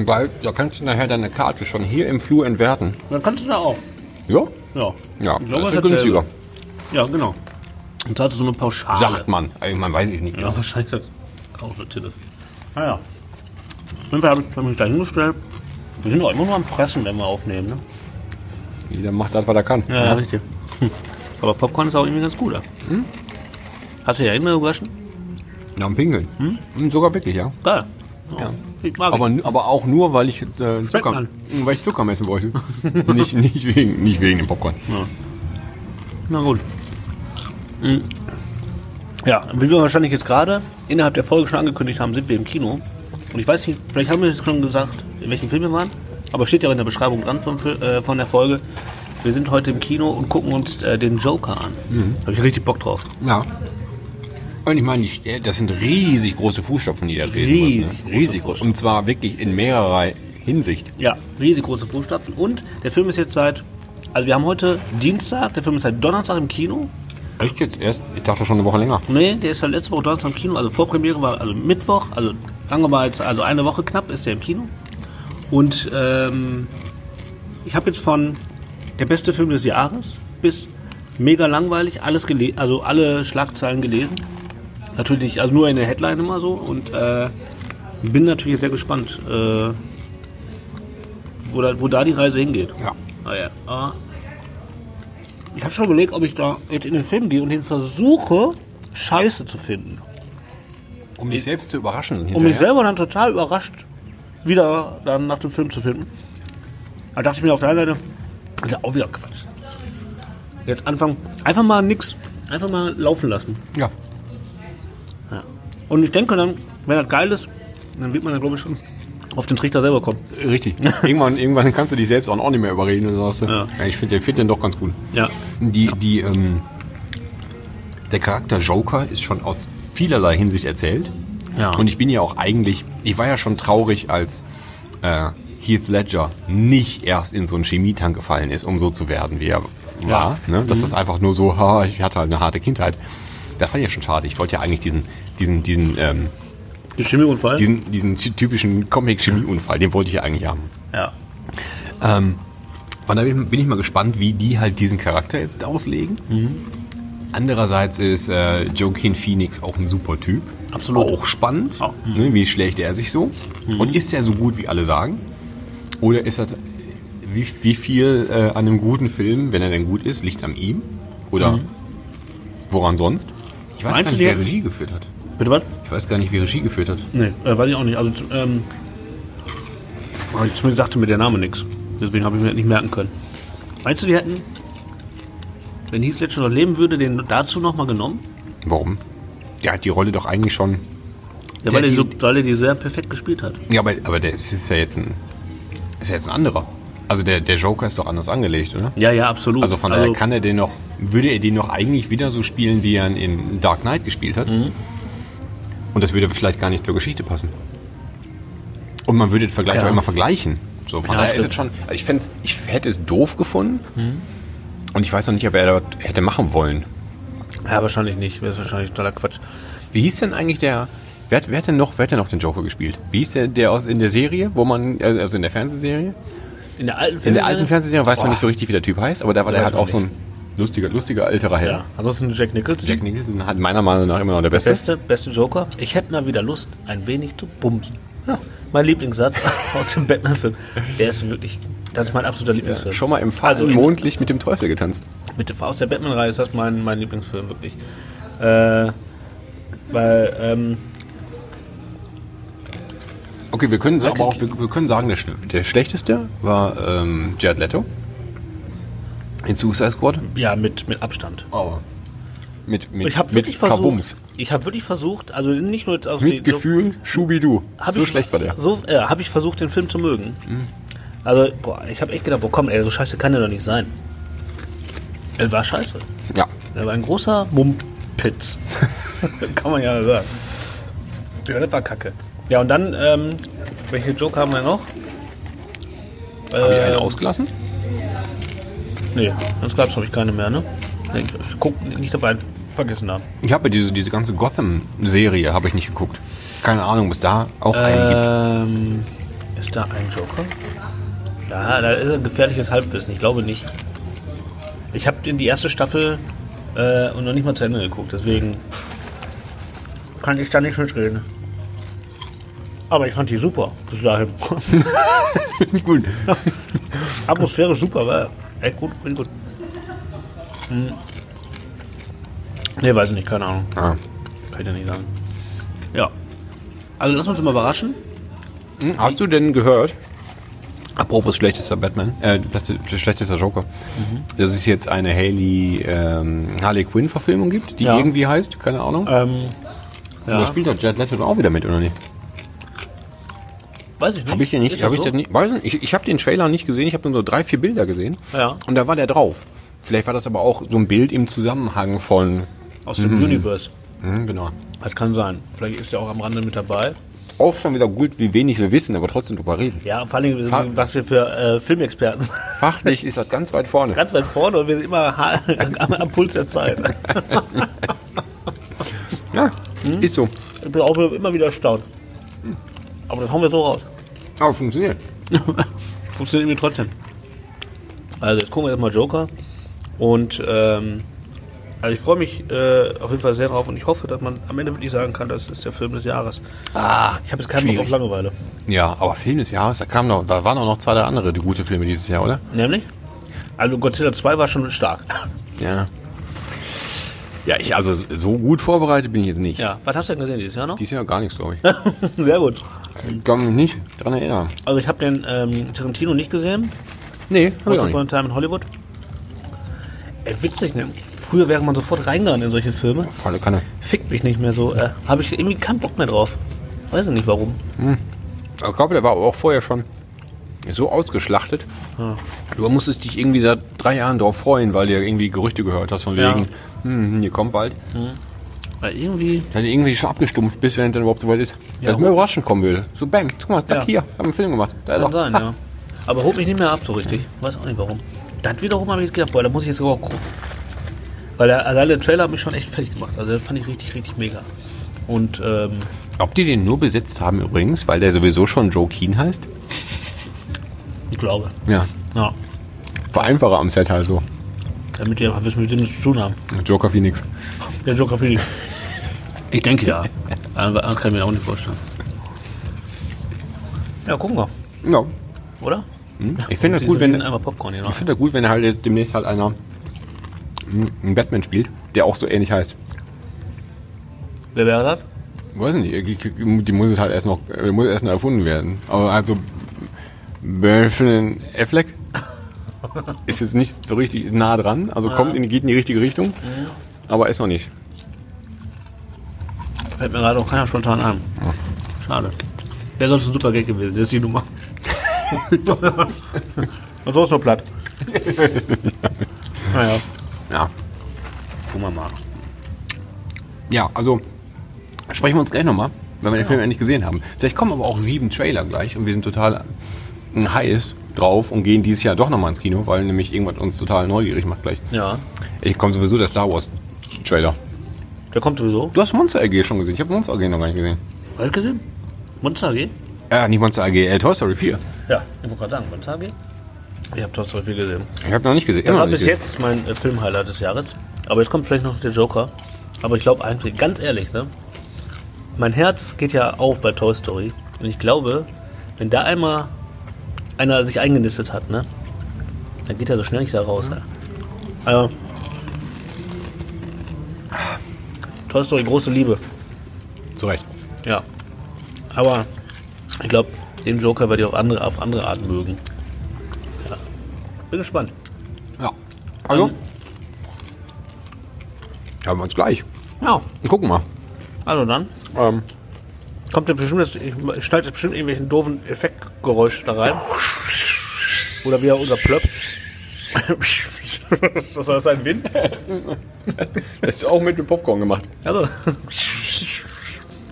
A: Weil da kannst du nachher deine Karte schon hier im Flur entwerten.
G: Dann kannst du da auch.
A: Ja?
G: Ja.
A: Ja,
G: Ich glaube,
A: das
G: das
A: ist
G: hat
A: günstiger.
G: Ja, genau. Und da hast du so eine Pauschale.
A: Sagt man. Also, man weiß ich nicht.
G: Ja, wahrscheinlich ist das auch eine Tille. Naja. Auf jeden Fall habe ich hab mich da hingestellt. Wir sind doch immer nur am Fressen, wenn wir aufnehmen, ne?
A: Jeder macht das, was er kann.
G: Ja, richtig. Hm. Aber Popcorn ist auch irgendwie ganz gut, ne? Hast du ja immer gewaschen?
A: Nach dem Pinkeln. Hm, Sogar wirklich, ja.
G: Geil. Ja. Ich mag
A: Aber,
G: ihn.
A: aber auch nur, weil ich, äh, Zucker,
G: man.
A: weil ich Zucker messen wollte. nicht, nicht, wegen, nicht wegen dem Popcorn.
G: Na gut. Hm. Ja, wie wir wahrscheinlich jetzt gerade innerhalb der Folge schon angekündigt haben, sind wir im Kino. Und ich weiß nicht, vielleicht haben wir jetzt schon gesagt, in welchem Film wir waren. Aber steht ja in der Beschreibung dran von, äh, von der Folge. Wir sind heute im Kino und gucken uns äh, den Joker an. Habe ich richtig Bock drauf.
A: Ja. Und ich meine, die Stä- das sind riesig große Fußstapfen, die da treten.
G: Riesig
A: müssen, ne?
G: große
A: Riesig groß.
G: Fußstapfen.
A: Und zwar wirklich in mehrerer Hinsicht.
G: Ja, riesig große Fußstapfen. Und der Film ist jetzt seit, also wir haben heute Dienstag, der Film ist seit Donnerstag im Kino.
A: Echt jetzt? Erst? Ich dachte schon eine Woche länger.
G: Nee, der ist halt letzte Woche Donnerstag im Kino, also Vorpremiere war also Mittwoch, also lange war jetzt, also eine Woche knapp ist der im Kino. Und ähm, ich habe jetzt von der beste Film des Jahres bis mega langweilig alles gele also alle Schlagzeilen gelesen. Natürlich, also nur in der Headline immer so und äh, bin natürlich jetzt sehr gespannt, äh, wo, da, wo da die Reise hingeht.
A: Ja.
G: Ah, ja. Ah. Ich habe schon überlegt, ob ich da jetzt in den Film gehe und den versuche, scheiße zu finden.
A: Um dich selbst zu überraschen.
G: Um mich selber dann total überrascht, wieder dann nach dem Film zu finden. Da dachte ich mir auf der einen Seite, das ist ja auch wieder Quatsch. Jetzt anfangen, einfach mal nix, einfach mal laufen lassen.
A: Ja.
G: Und ich denke dann, wenn das geil ist, dann wird man dann glaube ich schon auf den Trichter selber kommen.
A: Richtig. irgendwann, irgendwann kannst du dich selbst auch nicht mehr überreden. Und sagst du,
G: Ja.
A: ja, ich finde den, find den doch ganz gut.
G: Ja.
A: Die, die, ähm, der Charakter Joker ist schon aus vielerlei Hinsicht erzählt.
G: Ja.
A: Und ich bin ja auch eigentlich, ich war ja schon traurig, als äh, Heath Ledger nicht erst in so einen Chemietank gefallen ist, um so zu werden, wie er war. Ne? Dass das einfach nur so, ha, ich hatte halt eine harte Kindheit. Das fand ich ja schon schade. Ich wollte ja eigentlich diesen, diesen, diesen, ähm,
G: Den Chemieunfall?
A: diesen, diesen typischen Comic-Chemieunfall, den wollte ich ja eigentlich haben.
G: ja.
A: Ähm, von daher bin ich- bin ich mal gespannt, wie die halt diesen Charakter jetzt auslegen.
G: Mhm.
A: Andererseits ist äh, Joaquin Phoenix auch ein super Typ.
G: Absolut. Mhm.
A: Auch spannend. Ne, wie schlägt er sich so? Und ist er so gut, wie alle sagen? Oder ist das, wie, wie viel äh, an einem guten Film, wenn er denn gut ist, liegt an ihm? Oder woran sonst? Ich weiß gar
G: Mhm. Meinst du,
A: nicht, wer
G: die-
A: Regie geführt hat.
G: Bitte was?
A: Ich weiß gar nicht, wer Regie geführt hat.
G: Nee, äh, weiß ich auch nicht. Also, ähm, aber zumindest sagte mir der Name nichts. Deswegen habe ich mir das nicht merken können. Meinst du, die hätten, wenn Heath Ledger noch leben würde, den dazu nochmal genommen?
A: Warum? Der hat die Rolle doch eigentlich schon.
G: Ja,
A: Der
G: weil, er die,
A: die-
G: so, weil er die sehr perfekt gespielt hat.
A: Ja, aber, aber der ist, ist ja jetzt ein. Ist ja jetzt ein anderer. Also der, der Joker ist doch anders angelegt, oder?
G: Ja, ja, absolut.
A: Also von daher kann er den noch. Würde er den noch eigentlich wieder so spielen, wie er ihn in Dark Knight gespielt hat?
G: Mhm.
A: Und das würde vielleicht gar nicht zur Geschichte passen. Und man würde den Vergleich
G: Ja.
A: auch immer vergleichen. So, von
G: Ja,
A: daher ist
G: stimmt. Mhm.
A: es schon. Also ich, fänd's, ich hätte es doof gefunden. Und ich weiß noch nicht, ob er das hätte machen wollen.
G: Ja, wahrscheinlich nicht. Das ist wahrscheinlich totaler Quatsch.
A: Wie hieß denn eigentlich der? Wer hat, wer hat denn noch, wer hat denn noch den Joker gespielt? Wie hieß der, der aus in der Serie, wo man, also also in der Fernsehserie?
G: In der alten
A: In der alten Fernsehserie weiß
G: Äh, Boah.
A: man nicht so richtig, wie der Typ heißt, aber da war der
G: Weiß
A: halt
G: man
A: auch so ein lustiger, lustiger älterer Herr.
G: Ja, ansonsten Jack Nicholson.
A: Jack Nicholson hat meiner Meinung nach immer noch der Beste.
G: Beste, beste Joker. Ich hätte mal wieder Lust, ein wenig zu bumsen. Mein Lieblingssatz aus dem Batman-Film. Der ist wirklich, das ist mein absoluter Lieblingsfilm.
A: Schon mal im Fall
G: Also in-
A: Mondlicht mit dem Teufel getanzt.
G: Mit der, aus der Batman-Reihe ist das mein, mein Lieblingsfilm, wirklich. Äh, weil, ähm,
A: Okay, wir können, sa- aber auch, wir, wir können sagen, der, schl- der schlechteste war ähm, Jared Leto in Suicide Squad.
G: ja, mit, mit Abstand.
A: Oh. Mit, mit,
G: Ich habe
A: mit
G: wirklich versucht,
A: Kabums.
G: ich habe wirklich versucht, also nicht nur jetzt aus
A: Mit
G: den-
A: Gefühl, Schubidu.
G: hab
A: So
G: ich,
A: schlecht war der. Mhm.
G: So, äh, habe ich versucht, den Film zu mögen. Also, boah, ich habe echt gedacht, boah, komm, ey, so scheiße kann der doch nicht sein. Er war scheiße.
A: Ja.
G: Er war ein großer Mumpitz. Kann man ja sagen. Ja, das war kacke. Ja, und dann, ähm, welche Joker haben wir noch?
A: Haben
G: Ähm.
A: wir einen ausgelassen?
G: Nee, sonst gab's, glaube ich, keine mehr, ne? Nee, Ich, ich guck nicht dabei vergessen haben.
A: Ich habe diese, diese ganze Gotham-Serie habe ich nicht geguckt. Keine Ahnung, bis da
G: Äh.
A: auch einen gibt.
G: Ähm, ist da ein Joker? Ja, da ist ein gefährliches Halbwissen. Ich glaube nicht. Ich habe in die erste Staffel äh, und noch nicht mal zu Ende geguckt, deswegen kann ich da nicht mitreden. Aber ich fand die super bis dahin.
A: Gut.
G: Atmosphäre super, war echt gut, bin gut. Hm. Nee, weiß ich nicht, keine Ahnung.
A: Ah.
G: Kann ich dir nicht sagen. Ja. Also lass uns mal überraschen.
A: Hm, Hast du denn gehört? Apropos schlechtester Batman, äh, schlechte- schlechtester Joker,
G: Mhm.
A: dass es jetzt eine Haley, ähm, Harley Quinn-Verfilmung gibt, die
G: Ja.
A: irgendwie heißt, keine Ahnung.
G: Ähm,
A: Und Da spielt der Jared Leto doch auch wieder mit, oder nicht?
G: weiß ich nicht.
A: Habe ich den nicht,
G: Ist
A: hab ich
G: so?
A: den nicht, weiß nicht, ich, ich habe den Trailer nicht gesehen, ich habe nur so drei, vier Bilder gesehen.
G: Ja.
A: Und da war der drauf. Vielleicht war das aber auch so ein Bild im Zusammenhang von,
G: Aus dem
A: Mhm.
G: Universe.
A: hm, genau.
G: Das kann sein. Vielleicht ist er auch am Rande mit dabei.
A: Auch schon wieder gut, wie wenig wir wissen, aber trotzdem drüber reden.
G: Ja, vor allem,
A: Fa-
G: was wir für äh, Filmexperten sind.
A: Fachlich ist das ganz weit vorne.
G: Ganz weit vorne und wir sind immer ha- am, am Puls der Zeit.
A: Ja, ist so.
G: Ich bin auch immer wieder erstaunt. Aber das hauen wir so raus.
A: Aber Oh, funktioniert.
G: Funktioniert irgendwie trotzdem. Also, jetzt gucken wir erstmal Joker. Und, ähm, also ich freue mich äh, auf jeden Fall sehr drauf und ich hoffe, dass man am Ende wirklich sagen kann, das ist der Film des Jahres. Ah, ich habe jetzt keinen Bock auf
A: schwierig.
G: Langeweile.
A: Ja, aber Film des Jahres, da kamen noch, da waren auch noch zwei, drei andere die gute Filme dieses Jahr, oder?
G: Nämlich? Also Godzilla 2 war schon stark.
A: Ja. Ja, ich, also so gut vorbereitet bin ich jetzt nicht.
G: Ja, was hast du denn gesehen dieses Jahr noch?
A: Dieses Jahr gar nichts, glaube ich.
G: Sehr gut.
A: Ich kann mich nicht dran erinnern.
G: Also ich habe den ähm, Tarantino nicht gesehen.
A: Nee, hab ich
G: Once
A: auch
G: Upon a
A: nicht.
G: Time in Hollywood. Ey, witzig, ne? Früher wäre man sofort reingegangen in solche Filme.
A: Falle kann er.
G: Fickt mich nicht mehr so. Äh, habe ich irgendwie keinen Bock mehr drauf. Weiß ich nicht warum.
A: Ich glaube, der war aber auch vorher schon so ausgeschlachtet. Du musstest dich irgendwie seit drei Jahren darauf freuen, weil du ja irgendwie Gerüchte gehört hast von
G: Ja.
A: wegen, hm, hier kommt bald.
G: Weil irgendwie.
A: Dann irgendwie schon abgestumpft bist, wenn es dann überhaupt so weit ist.
G: Ja,
A: Dass mir überraschend kommen würde. So bam, guck mal, zack,
G: Ja.
A: hier, haben einen Film gemacht. Da ist
G: Kann
A: er.
G: sein, ja. Aber hob mich nicht mehr ab so richtig. Weiß auch nicht warum. Das wiederum habe ich jetzt gedacht, boah, da muss ich jetzt überhaupt gucken. Weil der, allein der Trailer hat mich schon echt fertig gemacht. Also das fand ich richtig, richtig mega. Und ähm,
A: Ob die den nur besetzt haben übrigens, weil der sowieso schon Joaquin heißt?
G: Ich glaube.
B: Ja.
G: Ja.
B: War einfacher am Set halt so.
G: Damit die einfach wissen, mit dem wir zu tun haben.
B: Joker Phoenix.
G: Der Joker Phoenix. Ich denke ja. Aber das kann ich mir auch nicht vorstellen. Ja, gucken wir.
B: No.
G: Oder?
B: Ich finde das
G: Diese
B: gut, wenn,
G: riesen einmal Popcorn hier
B: ich
G: noch.
B: find das gut, wenn halt jetzt demnächst halt einer mm, einen Batman spielt, der auch so ähnlich heißt.
G: Wer wäre das?
B: Weiß nicht, ich- ich- die muss es halt erst noch, äh, muss erst noch erfunden werden. Aber also Batman Affleck ist jetzt nicht so richtig nah dran, also kommt in, geht in die richtige Richtung, aber ist noch nicht.
G: Fällt mir gerade auch keiner spontan ein. Schade. Wäre sonst ein super Gag gewesen, das ist die Nummer. Und so ist nur platt. naja,
B: Ja.
G: gucken wir mal.
B: Ja, also sprechen wir uns gleich nochmal, wenn wir den Film endlich gesehen haben. Vielleicht kommen aber auch sieben Trailer gleich und wir sind total hm, heiß drauf und gehen dieses Jahr doch nochmal ins Kino, weil nämlich irgendwas uns total neugierig macht gleich.
G: Ja,
B: Ich komme sowieso der Star Wars Trailer.
G: der kommt sowieso.
B: Du hast Monster AG schon gesehen. Ich habe Monster AG noch gar nicht gesehen.
G: Hast du gesehen? Monster AG?
B: Äh, nicht Monster AG, äh, Toy Story 4.
G: Ja, ich wollte gerade sagen, Monster AG? Ich habe Toy Story 4 gesehen.
B: Ich habe noch nicht gesehen.
G: Das
B: immer
G: war
B: noch
G: bis
B: nicht gesehen.
G: jetzt mein äh, Film-Highlight des Jahres. Aber jetzt kommt vielleicht noch der Joker. Aber ich glaube eigentlich, ganz ehrlich, ne? Mein Herz geht ja auf bei Toy Story. Und ich glaube, wenn da einmal einer sich eingenistet hat, ne? Dann geht er so schnell nicht da
B: Mhm.
G: raus. Ne? Also, Toy Story, große Liebe.
B: Zu Recht.
G: Ja. Aber ich glaube, den Joker werde ich auf andere, auf andere Art mögen. Ja. Bin gespannt.
B: Ja. Also? Haben wir uns gleich.
G: Ja,
B: Gucken mal.
G: also dann.
B: Ähm,
G: Kommt ja bestimmt, das, ich schneide jetzt bestimmt irgendwelchen doofen Effektgeräusch da rein. Oder wieder unser Plöpp. Was war das, ein Wind?
B: das ist auch mit dem Popcorn gemacht.
G: Also.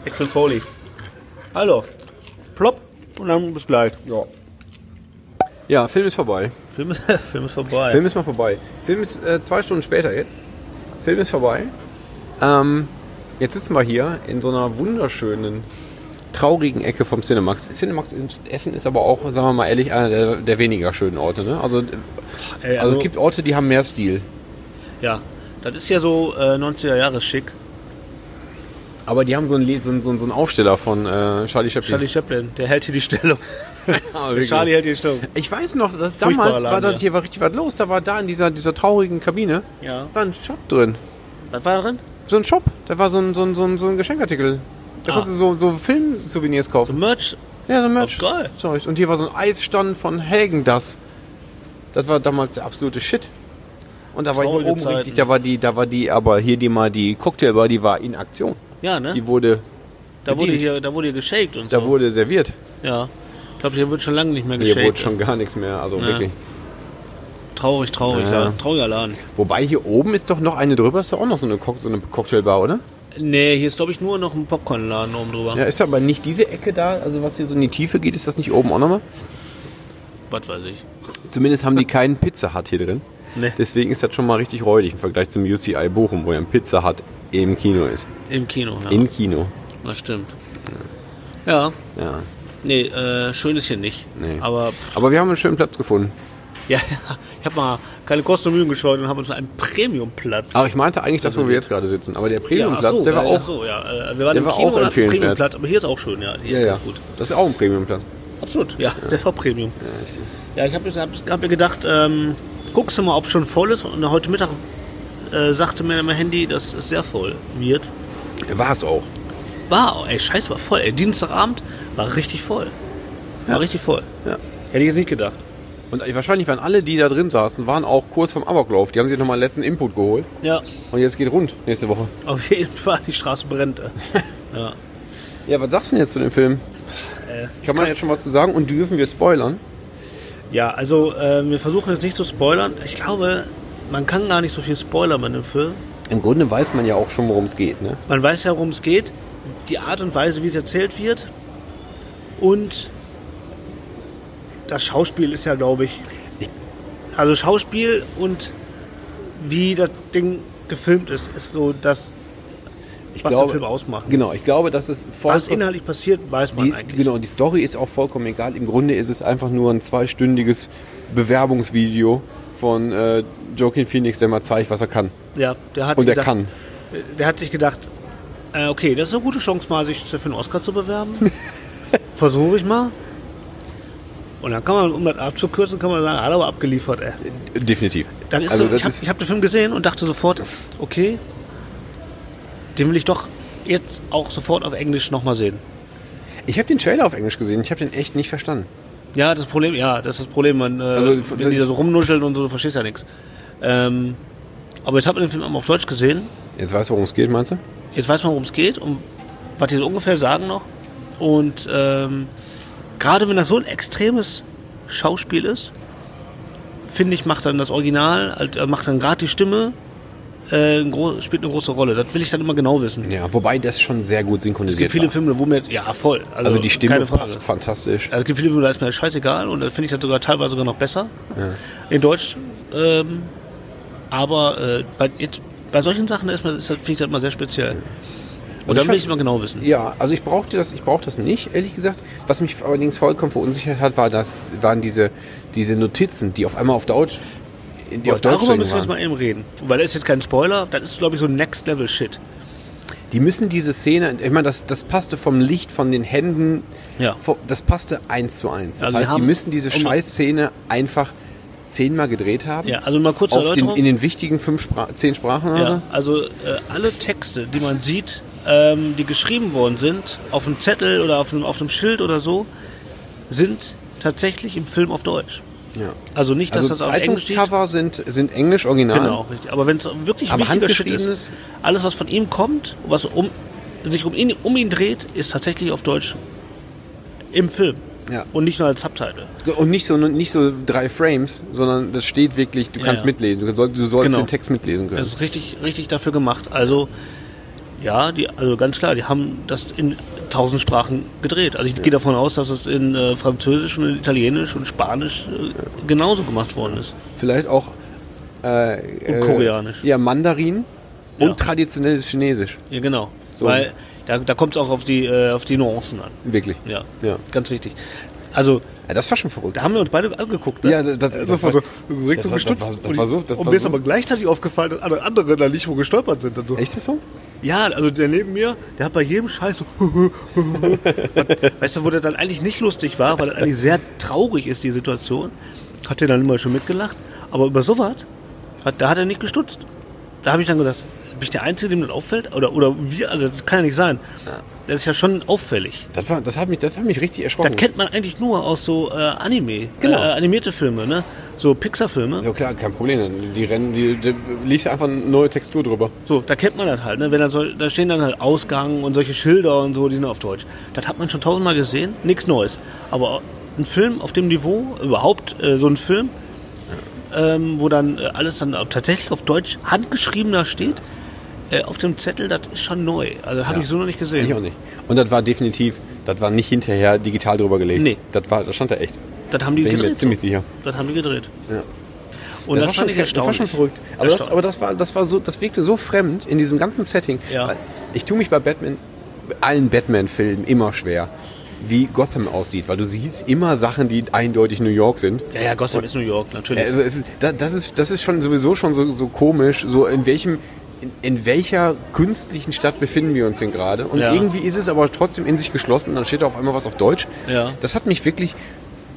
G: Excel Foley. Hallo. Plopp. Und dann bis gleich.
B: Ja. Ja, Film ist vorbei.
G: Film ist, Film ist vorbei.
B: Film ist mal vorbei. Film ist äh, zwei Stunden später jetzt. Film ist vorbei. Ähm, jetzt sitzen wir hier in so einer wunderschönen, traurigen Ecke vom Cinemax. Cinemax in Essen ist aber auch, sagen wir mal ehrlich, einer der, der weniger schönen Orte. Ne? Also,
G: Ey,
B: also es gibt Orte, die haben mehr Stil.
G: Äh, Ja. Das ist ja so äh, 90er-Jahre-Schick.
B: Aber die haben so einen, Lied- so einen, so einen, so einen Aufsteller von äh, Charlie Chaplin.
G: Charlie Chaplin, der hält hier die Stellung.
B: Ah, wirklich.
G: Charlie hält hier die Stellung.
B: Ich weiß noch, dass
G: Furchtbarer
B: damals war
G: Laden,
B: dort
G: ja.
B: hier war richtig was los. Da war da in dieser, dieser traurigen Kabine
G: Ja.
B: war ein Shop drin.
G: Was war drin?
B: So ein Shop. Da war so ein, so ein, so ein, so ein Geschenkartikel. Da
G: Ah.
B: konntest du so, so Film-Souvenirs kaufen.
G: Merch.
B: Ja, so Merch.
G: Oh, geil.
B: Zeug. Und hier war so ein Eisstand von Helgen das. Das war damals der absolute Shit. Und da war hier
G: Traurige
B: oben
G: Zeiten.
B: richtig, da war die, da war die, aber hier die mal die Cocktailbar, die war in Aktion.
G: Ja, ne?
B: Die wurde,
G: da, wurde
B: bedient.
G: hier, da wurde hier geshaked und
B: da
G: so.
B: wurde serviert.
G: Ja. Ich glaube, hier wird schon lange nicht mehr
B: Hier wurde
G: geshaked.
B: schon gar nichts mehr, also
G: Ja.
B: wirklich.
G: Traurig, traurig,
B: Ja.
G: ja. Trauriger Laden.
B: Wobei hier oben ist doch noch eine drüber, ist doch auch noch so eine, Cock so eine Cocktailbar, oder?
G: Nee, hier ist, glaube ich, nur noch ein Popcornladen oben drüber.
B: Ja, ist aber nicht diese Ecke da, also was hier so in die Tiefe geht, ist das nicht oben auch nochmal?
G: Was weiß ich.
B: Zumindest haben die keinen Pizza Hut hier drin.
G: Nee.
B: Deswegen ist das schon mal richtig räudig im Vergleich zum UCI Bochum, wo ja ein Pizza Hut im Kino ist.
G: Im Kino, ja.
B: In Kino.
G: das stimmt. Ja.
B: Ja.
G: Nee, äh, schön ist hier nicht.
B: Nee.
G: Aber, pff,
B: Aber wir haben einen schönen Platz gefunden.
G: ja, ich habe mal keine Kosten und Mühen gescheut und habe uns einen Premium-Platz.
B: Aber ich meinte eigentlich das, wo wir jetzt gerade sitzen. Aber der
G: ja, ach
B: Premium-Platz,
G: so,
B: der
G: ja,
B: war
G: ach
B: auch.
G: So, ja. Äh, Wir waren
B: der
G: im
B: war
G: Kino
B: auch
G: und hatten einen
B: empfehlenswert.
G: Premium-Platz, aber hier ist auch schön, ja. Hier
B: Ja, ja.
G: Ist gut.
B: Das ist auch ein Premium-Platz.
G: Absolut, ja, der ist auch Premium. Ja, ich habe hab, hab mir gedacht, ähm, guckst du mal, ob schon voll ist. Und heute Mittag äh, sagte mir mein Handy, dass es sehr voll wird.
B: War es auch.
G: War, oh, ey, scheiße, war voll. Ey, Dienstagabend war richtig voll. War richtig voll.
B: Ja.
G: Hätte ich jetzt nicht gedacht.
B: Und wahrscheinlich waren alle, die da drin saßen, waren auch kurz vom Amoklauf. Die haben sich nochmal einen letzten Input geholt.
G: Ja,
B: Und jetzt geht rund nächste Woche.
G: auf jeden Fall, die Straße brennt. ey. ja.
B: Ja, was sagst du denn jetzt zu dem Film?
G: Äh,
B: kann man jetzt schon was zu sagen und dürfen wir spoilern?
G: ja, also äh, wir versuchen jetzt nicht zu spoilern. Ich glaube, man kann gar nicht so viel spoilern bei einem Film.
B: Im Grunde weiß man ja auch schon, worum es geht, ne?
G: Man weiß ja, worum es geht, die Art und Weise, wie es erzählt wird. Und das Schauspiel ist ja, glaube ich. Also Schauspiel und wie das Ding gefilmt ist, ist so das
B: Ich
G: was
B: glaube,
G: der Film ausmacht.
B: Genau, ich glaube, dass es voll.
G: Was inhaltlich passiert, weiß man
B: die,
G: eigentlich.
B: genau, die Story ist auch vollkommen egal. Im Grunde ist es einfach nur ein zweistündiges Bewerbungsvideo von äh, Joaquin Phoenix, der mal zeigt, was er kann.
G: Ja, der hat
B: Und er
G: gedacht,
B: kann.
G: Der hat sich gedacht, äh, okay, das ist eine gute Chance mal, sich für einen Oscar zu bewerben. Versuche ich mal. Und dann kann man, um das abzukürzen, kann man sagen, hat aber abgeliefert, ey.
B: Definitiv.
G: Dann ist
B: also
G: so, ich
B: das
G: habe
B: ist,
G: hab den Film gesehen und dachte sofort, okay, den will ich doch jetzt auch sofort auf Englisch nochmal sehen.
B: ich habe den Trailer auf Englisch gesehen. Ich habe den echt nicht verstanden.
G: Ja, das Problem, ja, das ist das Problem, man, äh,
B: Also, das-
G: wenn die da so rumnuscheln und so, du verstehst ja nichts. Ähm, aber jetzt hat man den Film einmal auf Deutsch gesehen
B: Jetzt weißt du, worum es geht, meinst du?
G: jetzt weiß man, worum es geht und was die so ungefähr sagen noch. Und ähm, gerade wenn das so ein extremes Schauspiel ist, finde ich, macht dann das Original, halt, äh, macht dann gerade die Stimme, äh, ein gro- spielt eine große Rolle. Das will ich dann immer genau wissen.
B: Ja, wobei das schon sehr gut
G: es gibt
B: synchronisiert
G: viele
B: war.
G: Filme, wo mir, ja, voll. Also,
B: also die Stimme
G: keine Frage.
B: passt fantastisch.
G: Also es gibt viele Filme, da ist mir das scheißegal und da finde ich das sogar teilweise sogar noch besser. In Deutsch. Ähm, aber äh, bei, jetzt, bei solchen Sachen ist mir- ist das- finde ich das immer sehr speziell. Und
B: Also ich
G: dann will ich
B: fand-
G: immer genau wissen.
B: Ja, also ich brauchte das, ich brauchte das nicht, ehrlich gesagt. Was mich allerdings vollkommen verunsichert hat, war das, waren diese, diese Notizen, die auf einmal auf Deutsch, die auf Deutsch
G: Darüber
B: drin
G: müssen wir jetzt
B: waren.
G: mal eben reden. Weil das ist jetzt kein Spoiler, das ist, glaube ich, so Next-Level-Shit.
B: Die müssen diese Szene, ich meine, das, das passte vom Licht, von den Händen,
G: Ja.
B: vo- das passte eins zu eins. Das
G: Also wir
B: heißt, die
G: haben-
B: müssen diese
G: um-
B: Scheißszene einfach zehnmal gedreht haben.
G: Ja, also mal kurz zur
B: auf den,
G: Erläuterung.
B: in den wichtigen fünf Spra zehn Sprachen oder
G: Ja, also äh, alle Texte, die man sieht, ähm, die geschrieben worden sind, auf einem Zettel oder auf einem, auf einem Schild oder so, sind tatsächlich im Film auf Deutsch.
B: so. Ja.
G: Also nicht, dass
B: Also
G: das auf Englisch steht.
B: Zeitungscover sind, sind Englisch original.
G: Genau, richtig. Aber wenn es wirklich
B: Aber
G: wichtiger Shit
B: handgeschriebenes?
G: ist, alles, was von ihm kommt, was um, sich um ihn, um ihn dreht, ist tatsächlich auf Deutsch im Film.
B: Ja.
G: Und nicht nur als Subtitle.
B: Und nicht so, nicht so drei Frames, sondern das steht wirklich, du
G: Ja,
B: kannst
G: ja.
B: mitlesen. Du sollst, du sollst
G: Genau.
B: den Text mitlesen können.
G: Das ist richtig, richtig dafür gemacht. Also, ja, die, also ganz klar, die haben das in tausend Sprachen gedreht. Also ich gehe davon aus, dass es in äh, Französisch und in Italienisch und Spanisch äh, genauso gemacht worden ist.
B: Vielleicht auch äh,
G: Und Koreanisch.
B: ja, Mandarin und
G: Ja.
B: traditionelles Chinesisch.
G: Ja, genau.
B: So.
G: Weil da, da kommt es auch auf die, äh, auf die Nuancen an.
B: Wirklich.
G: Ja,
B: Ja.
G: ganz wichtig. Also,
B: Ja, das war schon verrückt.
G: da haben wir uns beide angeguckt. Ne?
B: Ja, das- das-
G: war
B: das
G: um
B: war- das war- das
G: Und
B: war
G: ich-
B: so- das
G: und
B: war
G: mir ist
B: so.
G: aber gleichzeitig aufgefallen, dass alle anderen da nicht wo gestolpert sind. Dann so,
B: Echt das so?
G: Ja, also der neben mir, der hat bei jedem Scheiß so. weißt du, wo der dann eigentlich nicht lustig war, weil das eigentlich sehr traurig ist, die Situation. Hat der dann immer schon mitgelacht. Aber über sowas, hat, da hat er nicht gestutzt. Da habe ich dann gedacht, bin ich der Einzige, dem das auffällt? Oder, oder wir? Also, das kann ja nicht sein. Das ist ja schon auffällig.
B: Das, war, das, hat mich, das hat mich richtig
G: Das
B: erschrocken.
G: kennt man eigentlich nur aus so äh, Anime,
B: Oh. Genau.
G: äh, animierte Filme, ne? So Pixar-Filme.
B: so klar, kein Problem. Die rennen, die, die liest einfach eine neue Textur drüber.
G: So, da kennt man das halt, ne? Wenn da, so, da stehen dann halt Ausgang und solche Schilder und so, die sind auf Deutsch. Das hat man schon tausendmal gesehen, nichts Neues. Aber ein Film auf dem Niveau, überhaupt äh, so ein Film, ähm, wo dann äh, alles dann auf, tatsächlich auf Deutsch handgeschrieben da steht, äh, auf dem Zettel, das ist schon neu. Also das habe ich so noch nicht gesehen.
B: Ich auch nicht. Und das war definitiv, das war nicht hinterher digital drüber gelegt.
G: Nee.
B: Das, war, das stand da echt.
G: Das haben die
B: Bin ich mir
G: gedreht.
B: ziemlich
G: so.
B: sicher.
G: Das haben die gedreht.
B: Ja.
G: Und das, fand ich erstaunlich.
B: Das war schon verrückt. Aber, das,
G: Erstaunlich.
B: aber das, war, das, war so, das wirkte so fremd in diesem ganzen Setting.
G: Ja.
B: Weil Ich tue mich bei Batman, bei allen Batman-Filmen immer schwer, wie Gotham aussieht, weil du siehst immer Sachen, die eindeutig New York sind.
G: ja, ja, Gotham ist New York, natürlich.
B: Also es ist, da- das, ist, das ist schon sowieso schon so, so komisch, so in welchem in, in welcher künstlichen Stadt befinden wir uns denn gerade? Und
G: Ja.
B: irgendwie ist es aber trotzdem in sich geschlossen und dann steht da auf einmal was auf Deutsch.
G: Ja.
B: Das hat mich wirklich,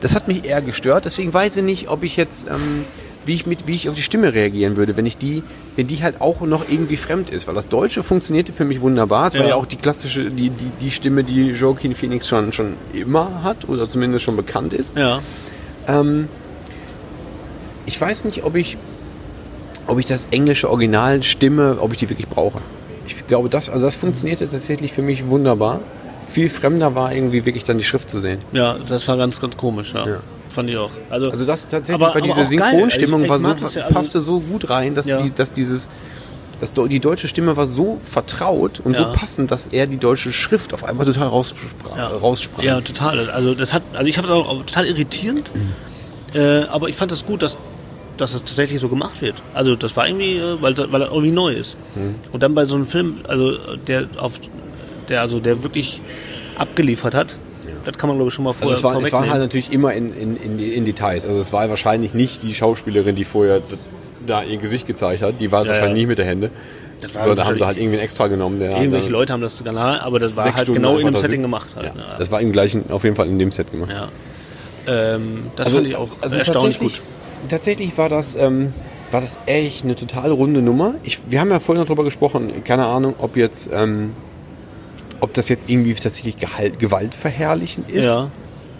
B: das hat mich eher gestört. Deswegen weiß ich nicht, ob ich jetzt, ähm, wie ich mit, wie ich auf die Stimme reagieren würde, wenn ich die, wenn die halt auch noch irgendwie fremd ist. Weil das Deutsche funktionierte für mich wunderbar. Es war
G: Ja.
B: ja auch die klassische, die, die, die Stimme, die Joaquin Phoenix schon, schon immer hat oder zumindest schon bekannt ist.
G: ja.
B: Ich weiß nicht, ob ich, ob ich das englische Original stimme, ob ich die wirklich brauche. Ich glaube, das, also das funktionierte tatsächlich für mich wunderbar. Viel fremder war irgendwie wirklich dann die Schrift zu sehen.
G: Ja, das war ganz, ganz komisch, ja.
B: Ja.
G: Fand ich auch. Also,
B: Also das tatsächlich
G: Aber-
B: war
G: aber
B: diese
G: auch geil.
B: Synchronstimmung
G: Ich- ich
B: war so,
G: mag das ja, also-
B: passte so gut rein, dass,
G: Ja.
B: die, dass dieses, dass do- die deutsche Stimme war so vertraut und
G: Ja.
B: so passend, dass er die deutsche Schrift auf einmal total raussprach.
G: Ja.
B: raussprach.
G: Ja, total. Also das hat, also ich habe das auch total irritierend. Äh, aber ich fand das gut, dass dass das tatsächlich so gemacht wird. Also das war irgendwie, äh, weil, weil das irgendwie neu ist.
B: Hm.
G: Und dann bei so einem Film, also äh, der auf der also der wirklich abgeliefert hat, das kann man glaube ich schon mal vorher
B: Also es, war, es waren
G: vorwegnehmen.
B: halt natürlich immer in, in, in, die- in Details. Also es war wahrscheinlich nicht die Schauspielerin, die vorher d- da ihr Gesicht gezeigt hat. Die war wahrscheinlich
G: ja.
B: nicht mit der Hände.
G: Das war
B: Sondern da haben sie
G: wahrscheinlich-
B: halt irgendwie einen extra genommen. Der
G: Irgendwelche
B: dann
G: Leute haben das kanal, aber das war
B: sechs
G: halt
B: Stunden
G: genau in
B: einfach da
G: dem Setting
B: sitzt.
G: gemacht. Halt,
B: ja.
G: ne?
B: Das war im gleichen, auf jeden Fall in dem Set gemacht.
G: ja. Ähm, das fand ich auch erstaunlich gut.
B: Also, tatsächlich, Tatsächlich war das, ähm, war das echt eine total runde Nummer. Ich, wir haben ja vorhin noch drüber gesprochen, keine Ahnung, ob jetzt, ähm, ob das jetzt irgendwie tatsächlich Gehalt, gewaltverherrlichend ist.
G: Ja.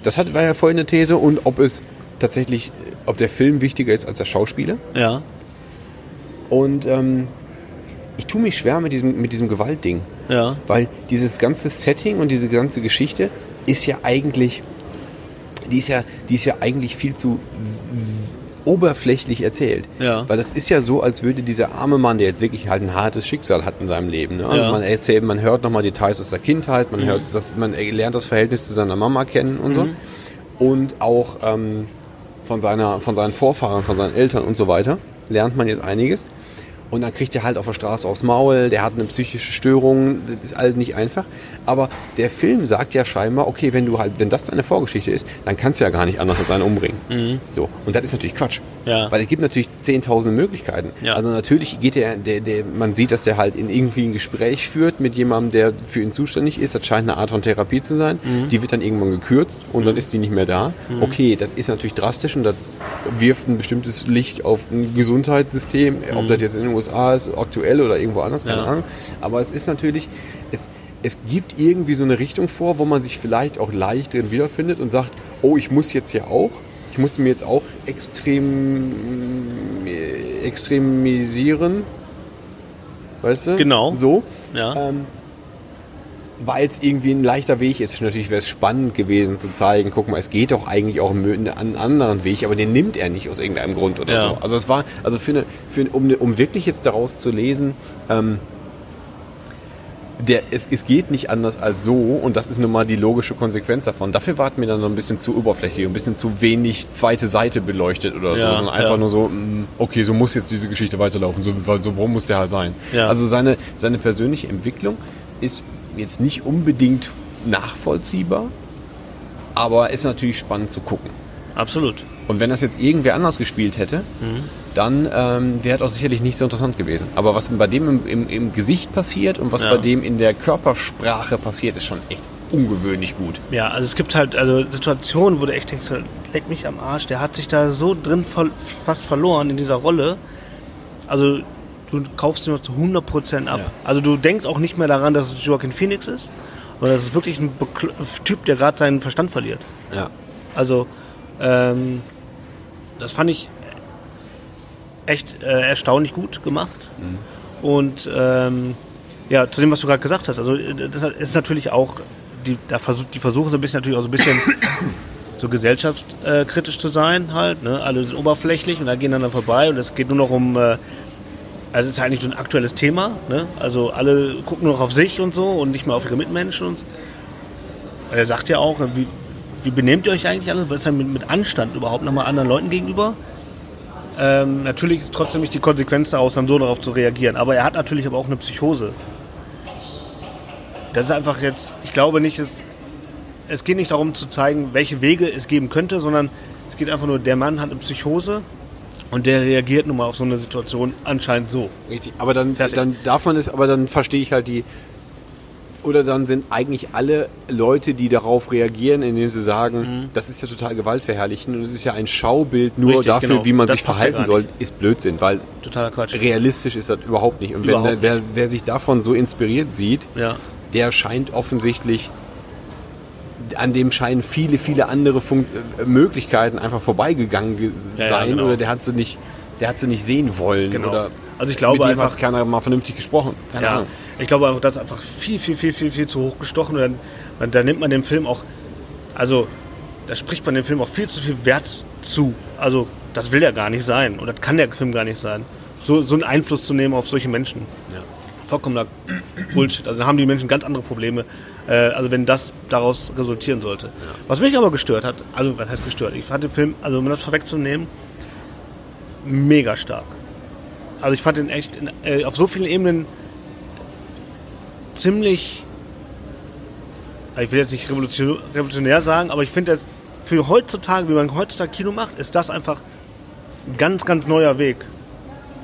B: Das hat, war ja vorhin eine These und ob es tatsächlich, ob der Film wichtiger ist als der Schauspieler.
G: Ja.
B: Und ähm, ich tue mich schwer mit diesem, mit diesem Gewaltding.
G: Ja.
B: Weil dieses ganze Setting und diese ganze Geschichte ist ja eigentlich, die ist ja, die ist ja eigentlich viel zu w- w- oberflächlich erzählt.
G: Ja.
B: Weil das ist ja so, als würde dieser arme Mann, der jetzt wirklich halt ein hartes Schicksal hat in seinem Leben. Ne? Also
G: Ja.
B: man erzählt, man hört nochmal Details aus der Kindheit,
G: Mhm.
B: man hört, das, man lernt das Verhältnis zu seiner Mama kennen und so. Und auch ähm, von, seiner, von seinen Vorfahren, von seinen Eltern und so weiter lernt man jetzt einiges. Und dann kriegt er halt auf der Straße aufs Maul, der hat eine psychische Störung, das ist halt nicht einfach. Aber der Film sagt ja scheinbar, okay, wenn du halt, wenn das deine Vorgeschichte ist, dann kannst du ja gar nicht anders als einen umbringen. So. Und das ist natürlich Quatsch.
G: Mhm. Ja.
B: Weil es gibt natürlich 10.000 Möglichkeiten.
G: Ja.
B: Also natürlich geht der, der, der, man sieht, dass der halt in irgendwie ein Gespräch führt mit jemandem, der für ihn zuständig ist. Das scheint eine Art von Therapie zu sein.
G: Mhm.
B: Die wird dann irgendwann gekürzt und dann ist die nicht mehr da. Okay, das ist natürlich drastisch und das wirft ein bestimmtes Licht auf ein Gesundheitssystem, ob das jetzt in den USA ist, aktuell oder irgendwo anders, keine
G: Mhm. Ja.
B: Ahnung. Aber es ist natürlich, es, es gibt irgendwie so eine Richtung vor, wo man sich vielleicht auch leicht drin wiederfindet und sagt, oh, ich muss jetzt ja auch, ich muss mir jetzt auch extrem, äh, extremisieren, weißt du?
G: Genau.
B: So,
G: Ja.
B: ähm, weil es irgendwie ein leichter Weg ist. Natürlich wäre es spannend gewesen zu zeigen, guck mal, es geht doch eigentlich auch mö- einen an- anderen Weg, aber den nimmt er nicht aus irgendeinem Grund oder
G: Ja.
B: so. Also es war, also für eine, für, ein- um, ne- um wirklich jetzt daraus zu lesen, ähm, der, es, es geht nicht anders als so und das ist nun mal die logische Konsequenz davon. Dafür warten wir dann so ein bisschen zu oberflächlich, ein bisschen zu wenig zweite Seite beleuchtet oder
G: Ja,
B: so, sondern einfach
G: ja.
B: nur so, mm, okay, so muss jetzt diese Geschichte weiterlaufen, so, weil so warum muss der halt sein.
G: Ja.
B: Also seine, seine persönliche Entwicklung ist jetzt nicht unbedingt nachvollziehbar, aber ist natürlich spannend zu gucken.
G: Absolut.
B: Und wenn das jetzt irgendwer anders gespielt hätte, dann ähm, wäre es auch sicherlich nicht so interessant gewesen. Aber was bei dem im, im, im Gesicht passiert und was
G: Ja.
B: bei dem in der Körpersprache passiert, ist schon echt ungewöhnlich gut.
G: Ja, also es gibt halt also Situationen, wo du echt denkst, leck mich am Arsch, der hat sich da so drin ver fast verloren in dieser Rolle. Also du kaufst ihn noch zu 100% ab.
B: Ja.
G: Also du denkst auch nicht mehr daran, dass es Joaquin Phoenix ist, sondern das ist wirklich ein Bekl Typ, der gerade seinen Verstand verliert.
B: Ja.
G: Also ähm, das fand ich echt äh, erstaunlich gut gemacht.
B: Mhm.
G: Und ähm, ja, zu dem, was du gerade gesagt hast, also äh, das ist natürlich auch, die, da versuch, die versuchen so ein bisschen natürlich auch so ein bisschen so gesellschaftskritisch zu sein halt, ne? Alle sind oberflächlich und da gehen dann da vorbei und es geht nur noch um, äh, also es ist eigentlich so ein aktuelles Thema, ne? Also alle gucken nur noch auf sich und so und nicht mehr auf ihre Mitmenschen und so. Weil Er sagt ja auch, wie, wie benehmt ihr euch eigentlich alles? Was ist denn mit, mit Anstand überhaupt nochmal anderen Leuten gegenüber? Ähm, natürlich ist trotzdem nicht die Konsequenz daraus, dann so darauf zu reagieren. Aber er hat natürlich aber auch eine Psychose. Das ist einfach jetzt, ich glaube nicht, es, es geht nicht darum zu zeigen, welche Wege es geben könnte, sondern es geht einfach nur, der Mann hat eine Psychose und der reagiert nun mal auf so eine Situation anscheinend so.
B: Richtig. Aber dann,
G: Fertig.
B: dann darf man es, aber dann verstehe ich halt die. Oder dann sind eigentlich alle Leute, die darauf reagieren, indem sie sagen, das ist ja total gewaltverherrlichend und es ist ja ein Schaubild nur
G: Mhm. Richtig,
B: dafür,
G: genau.
B: wie man
G: Das
B: sich
G: passt ja
B: verhalten
G: gar
B: soll, ist Blödsinn, weil
G: Totaler Quatsch.
B: realistisch ist das überhaupt nicht. Und wenn, der-
G: Überhaupt
B: wer, wer sich davon so inspiriert sieht,
G: ja.
B: der scheint offensichtlich, an dem scheinen viele, viele andere Funkt äh, Möglichkeiten einfach vorbeigegangen ge-
G: Ja, ja,
B: sein
G: genau.
B: oder der hat sie nicht, der hat sie nicht sehen wollen
G: Genau.
B: oder
G: Also ich glaube
B: mit dem
G: einfach-
B: hat keiner mal vernünftig gesprochen. Keine
G: Ja,
B: Ahnung.
G: ich glaube einfach, das ist einfach viel, viel, viel, viel, viel zu hoch gestochen. Und dann, dann, dann nimmt man dem Film auch, also da spricht man dem Film auch viel zu viel Wert zu. Also das will ja gar nicht sein und das kann der Film gar nicht sein. So, so einen Einfluss zu nehmen auf solche Menschen. Vollkommener Bullshit. Also dann haben die Menschen ganz andere Probleme, äh, also wenn das daraus resultieren sollte. Was mich aber gestört hat, also was heißt gestört? Ich fand den Film, also um das vorwegzunehmen, mega stark. Also ich fand den echt in, äh, auf so vielen Ebenen ziemlich, also ich will jetzt nicht revolution- revolutionär sagen, aber ich finde für heutzutage, wie man heutzutage Kino macht, ist das einfach ein ganz, ganz neuer Weg.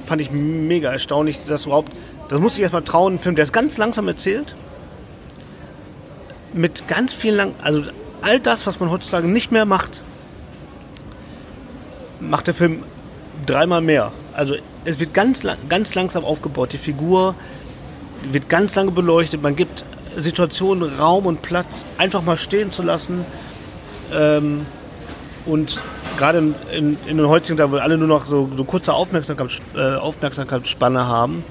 G: Fand ich mega erstaunlich, dass überhaupt, das muss ich erstmal trauen, ein Film, der ist ganz langsam erzählt, mit ganz vielen lang, also all das, was man heutzutage nicht mehr macht, macht der Film dreimal mehr. Also es wird ganz, lang, ganz langsam aufgebaut. Die Figur wird ganz lange beleuchtet. Man gibt Situationen Raum und Platz, einfach mal stehen zu lassen. Ähm, und gerade in, in, in den heutigen, da wo alle nur noch so, so kurze Aufmerksamkeit, äh, Aufmerksamkeitsspanne haben,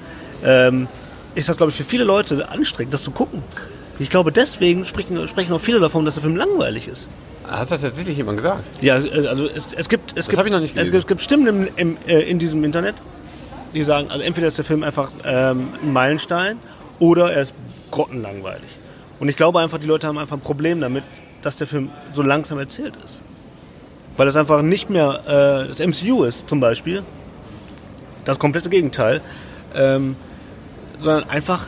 G: ähm, ist das, glaube ich, für viele Leute anstrengend, das zu gucken. Ich glaube, deswegen sprechen, sprechen auch viele davon, dass der Film langweilig ist.
B: Hat das tatsächlich jemand gesagt?
G: Ja, äh, also es, es gibt es gibt,
B: hab ich noch nicht
G: es
B: gelesen.
G: gibt, es gibt Stimmen im, im, äh, in diesem Internet, die sagen, also entweder ist der Film einfach ähm, ein Meilenstein oder er ist grottenlangweilig. Und ich glaube einfach, die Leute haben einfach ein Problem damit, dass der Film so langsam erzählt ist. Weil es einfach nicht mehr äh, das MCU ist zum Beispiel. Das komplette Gegenteil. Ähm, sondern einfach,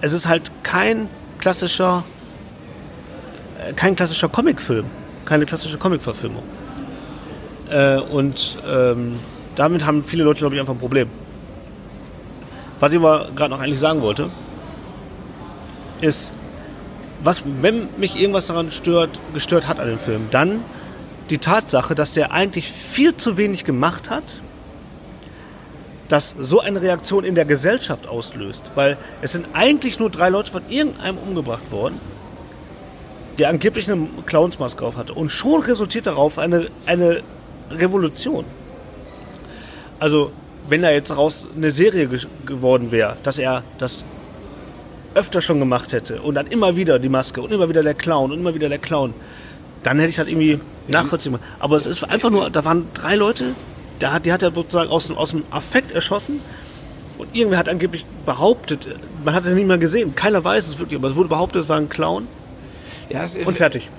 G: es ist halt kein klassischer kein klassischer Comicfilm, keine klassische Comicverfilmung. Äh, und ähm, damit haben viele Leute, glaube ich, einfach ein Problem. Was ich aber gerade noch eigentlich sagen wollte, ist, was, wenn mich irgendwas daran stört, gestört hat an dem Film, dann die Tatsache, dass der eigentlich viel zu wenig gemacht hat, dass so eine Reaktion in der Gesellschaft auslöst. Weil es sind eigentlich nur drei Leute von irgendeinem umgebracht worden der angeblich eine Clownsmaske auf hatte. Und schon resultiert darauf eine, eine Revolution. Also, wenn da jetzt raus eine Serie ge geworden wäre, dass er das öfter schon gemacht hätte und dann immer wieder die Maske und immer wieder der Clown und immer wieder der Clown, dann hätte ich halt irgendwie nachvollziehen können. Aber es ist einfach nur, da waren drei Leute, da hat, die hat er sozusagen aus, dem- aus dem Affekt erschossen und irgendwer hat angeblich behauptet, man hat es nicht mal gesehen, keiner weiß es wirklich, aber es wurde behauptet, es war ein Clown
B: Ja, es,
G: und fertig.